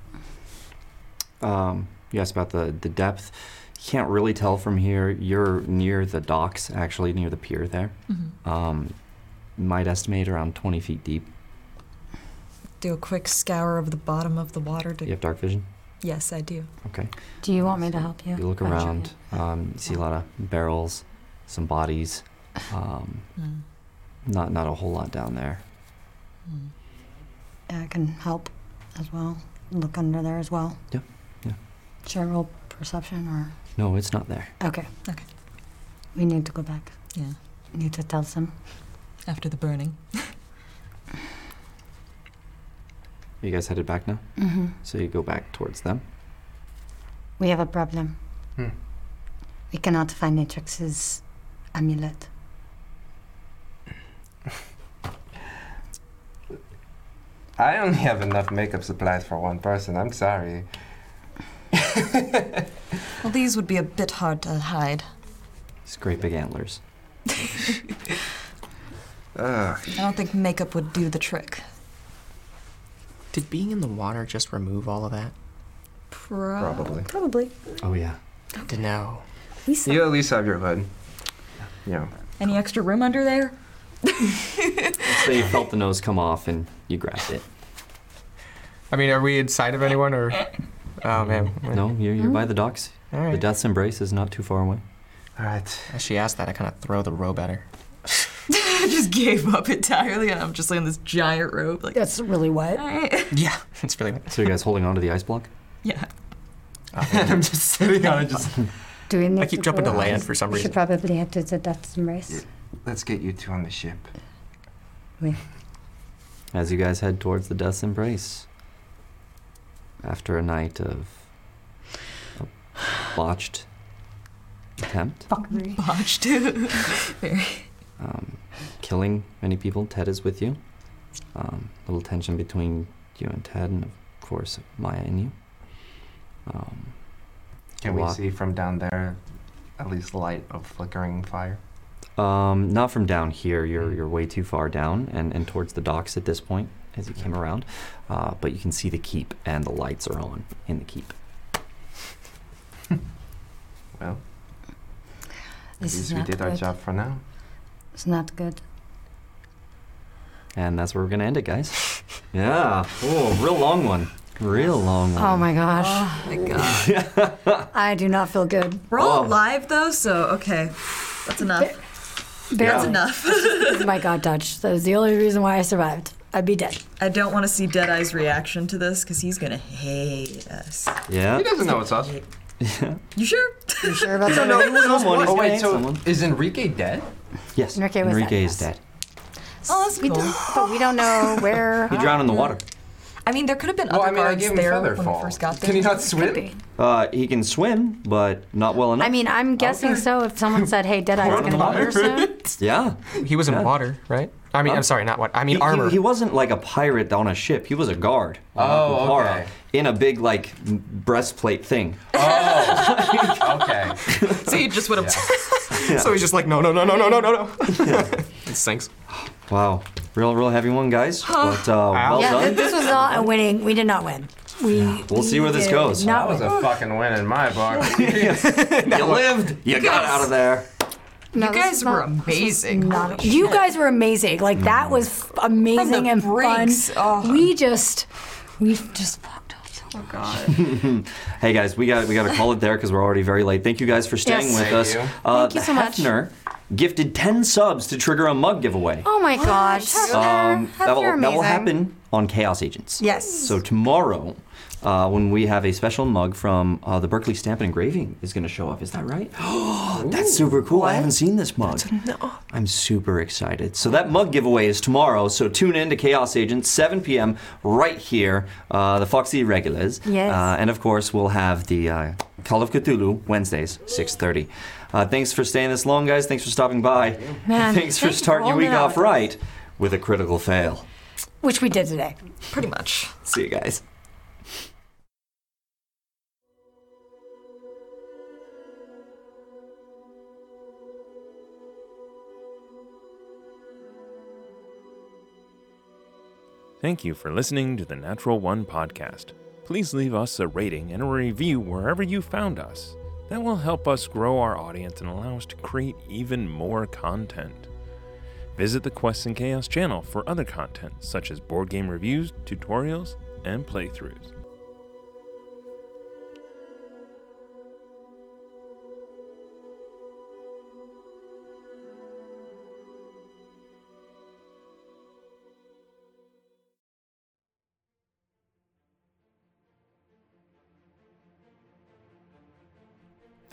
Um, you asked about the, the depth. Can't really tell from here. You're near the docks, actually, near the pier there. Mhm. Um, might estimate around 20 feet deep. Do a quick scour of the bottom of the water to. You have dark vision? Yes, I do. Okay. Do you want me to help you? You look around, um, you see a lot of barrels, some bodies. Um, Mm. Not not a whole lot down there. I can help as well. Look under there as well. Yeah, yeah. Should I roll perception or? No, it's not there. Okay. Okay. We need to go back. Yeah. Need to tell some. After the burning. You guys headed back now? Mhm. So you go back towards them. We have a problem. Hmm. We cannot find Natrix's amulet. I only have enough makeup supplies for one person. I'm sorry. Well, these would be a bit hard to hide. Scrape big antlers. Ah, I don't think makeup would do the trick. Did being in the water just remove all of that? Probably. Probably. Oh yeah. To know. You at least have your hood. Yeah. Any extra room under there? So you felt the nose come off and you grabbed it. I mean, are we inside of anyone or? Oh man. No, you're, you're by the docks. All right. The Death's Embrace is not too far away. All right. As she asked that, I kind of throw the robe at her. I just gave up entirely, and I'm just like on this giant rope. Like that's really wet. Yeah, it's really. So you guys holding on to the ice block? Yeah. Oh, and I'm just sitting on it. Just. Do we need keep to jumping go to out? land for some We reason. should probably head to the Death's Embrace. Let's get you two on the ship. As you guys head towards the Death's Embrace, after a night of a botched attempt, Fuckery. Botched. Very. um, killing many people, Ted is with you. Um, little tension between you and Ted, and of course Maya and you. Um, Can we Lock- see from down there at least light of flickering fire? Um, not from down here. You're Hmm. you're way too far down and, and towards the docks at this point as you came around. Uh, but you can see the keep and the lights are on in the keep. Well, This at is least we not did our good. job for now. It's not good. And that's where we're gonna end it, guys. Yeah. Oh, real long one. Real long one. Oh my gosh. Oh my god. I do not feel good. We're all alive though, so okay. That's enough. That's barely. enough. my god, touch. That was the only reason why I survived. I'd be dead. I don't want to see Deadeye's reaction to this because he's gonna hate us. Yeah. He doesn't know it's us. You sure? You sure He about doesn't know who knows what. Oh wait, so Someone. is Enrique dead? Yes. Enrique was Enrique dead, is dead. Oh, that's We cool. don't, but we don't know where. He drowned in the water. I mean, there could have been Well, other I mean, I guards gave him there feather when fall. we first got there. Can he not swim? Uh, he can swim, but not well enough. I mean, I'm guessing so. If someone said, "Hey, Deadeye's gonna be here soon," yeah. He was in Yeah. water, right? I mean, Huh? I'm sorry, not what. I He- mean, he, armor. He, wasn't like a pirate on a ship. He was a guard. on Oh, Kupara okay. In a big like m- breastplate thing. okay. See, he just would have. so he's just like, no, no, no, no, no, no, no, no. it sinks. Wow. Real, real heavy one, guys. But uh, well yeah, done. th- this was not a winning. We did not win. We. We'll see where this did goes. Not That was win. a fucking win in my book. you lived. You got Yes. out of there. No, you this guys is were not- this is amazing. not- Holy you guys were amazing. Like Mm. that was f- amazing and brinks. fun. We just, we just fucked up so Oh God. hey guys, we got we got to call it there because we're already very late. Thank you guys for staying Yes. with Thank us. you. Uh, Thank you the so much. Hefner gifted ten subs to trigger a mug giveaway. Oh my gosh. Um, that will You're that will amazing. happen on Chaos Agents. Yes. So tomorrow, uh, when we have a special mug from uh, the Berkeley Stamp and Engraving is going to show up. Is that right? Oh, that's super cool. I haven't seen this mug. I'm super excited. So that mug giveaway is tomorrow. So tune in to Chaos Agents, 7 p.m. right here, uh, the Foxy Regulars. Yes. Uh, and of course, we'll have the uh, Call of Cthulhu Wednesdays, 6:30. Uh, thanks for staying this long, guys. Thanks for stopping by. Man, thanks for thank you starting your all week now. off right with a critical fail. Which we did today. Pretty much. See you guys. Thank you for listening to the Natural One podcast. Please leave us a rating and a review wherever you found us. That will help us grow our audience and allow us to create even more content. Visit the Quests and Chaos channel for other content such as board game reviews, tutorials, and playthroughs.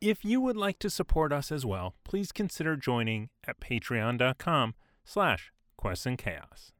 If you would like to support us as well, please consider joining at patreon.com slash quests and chaos.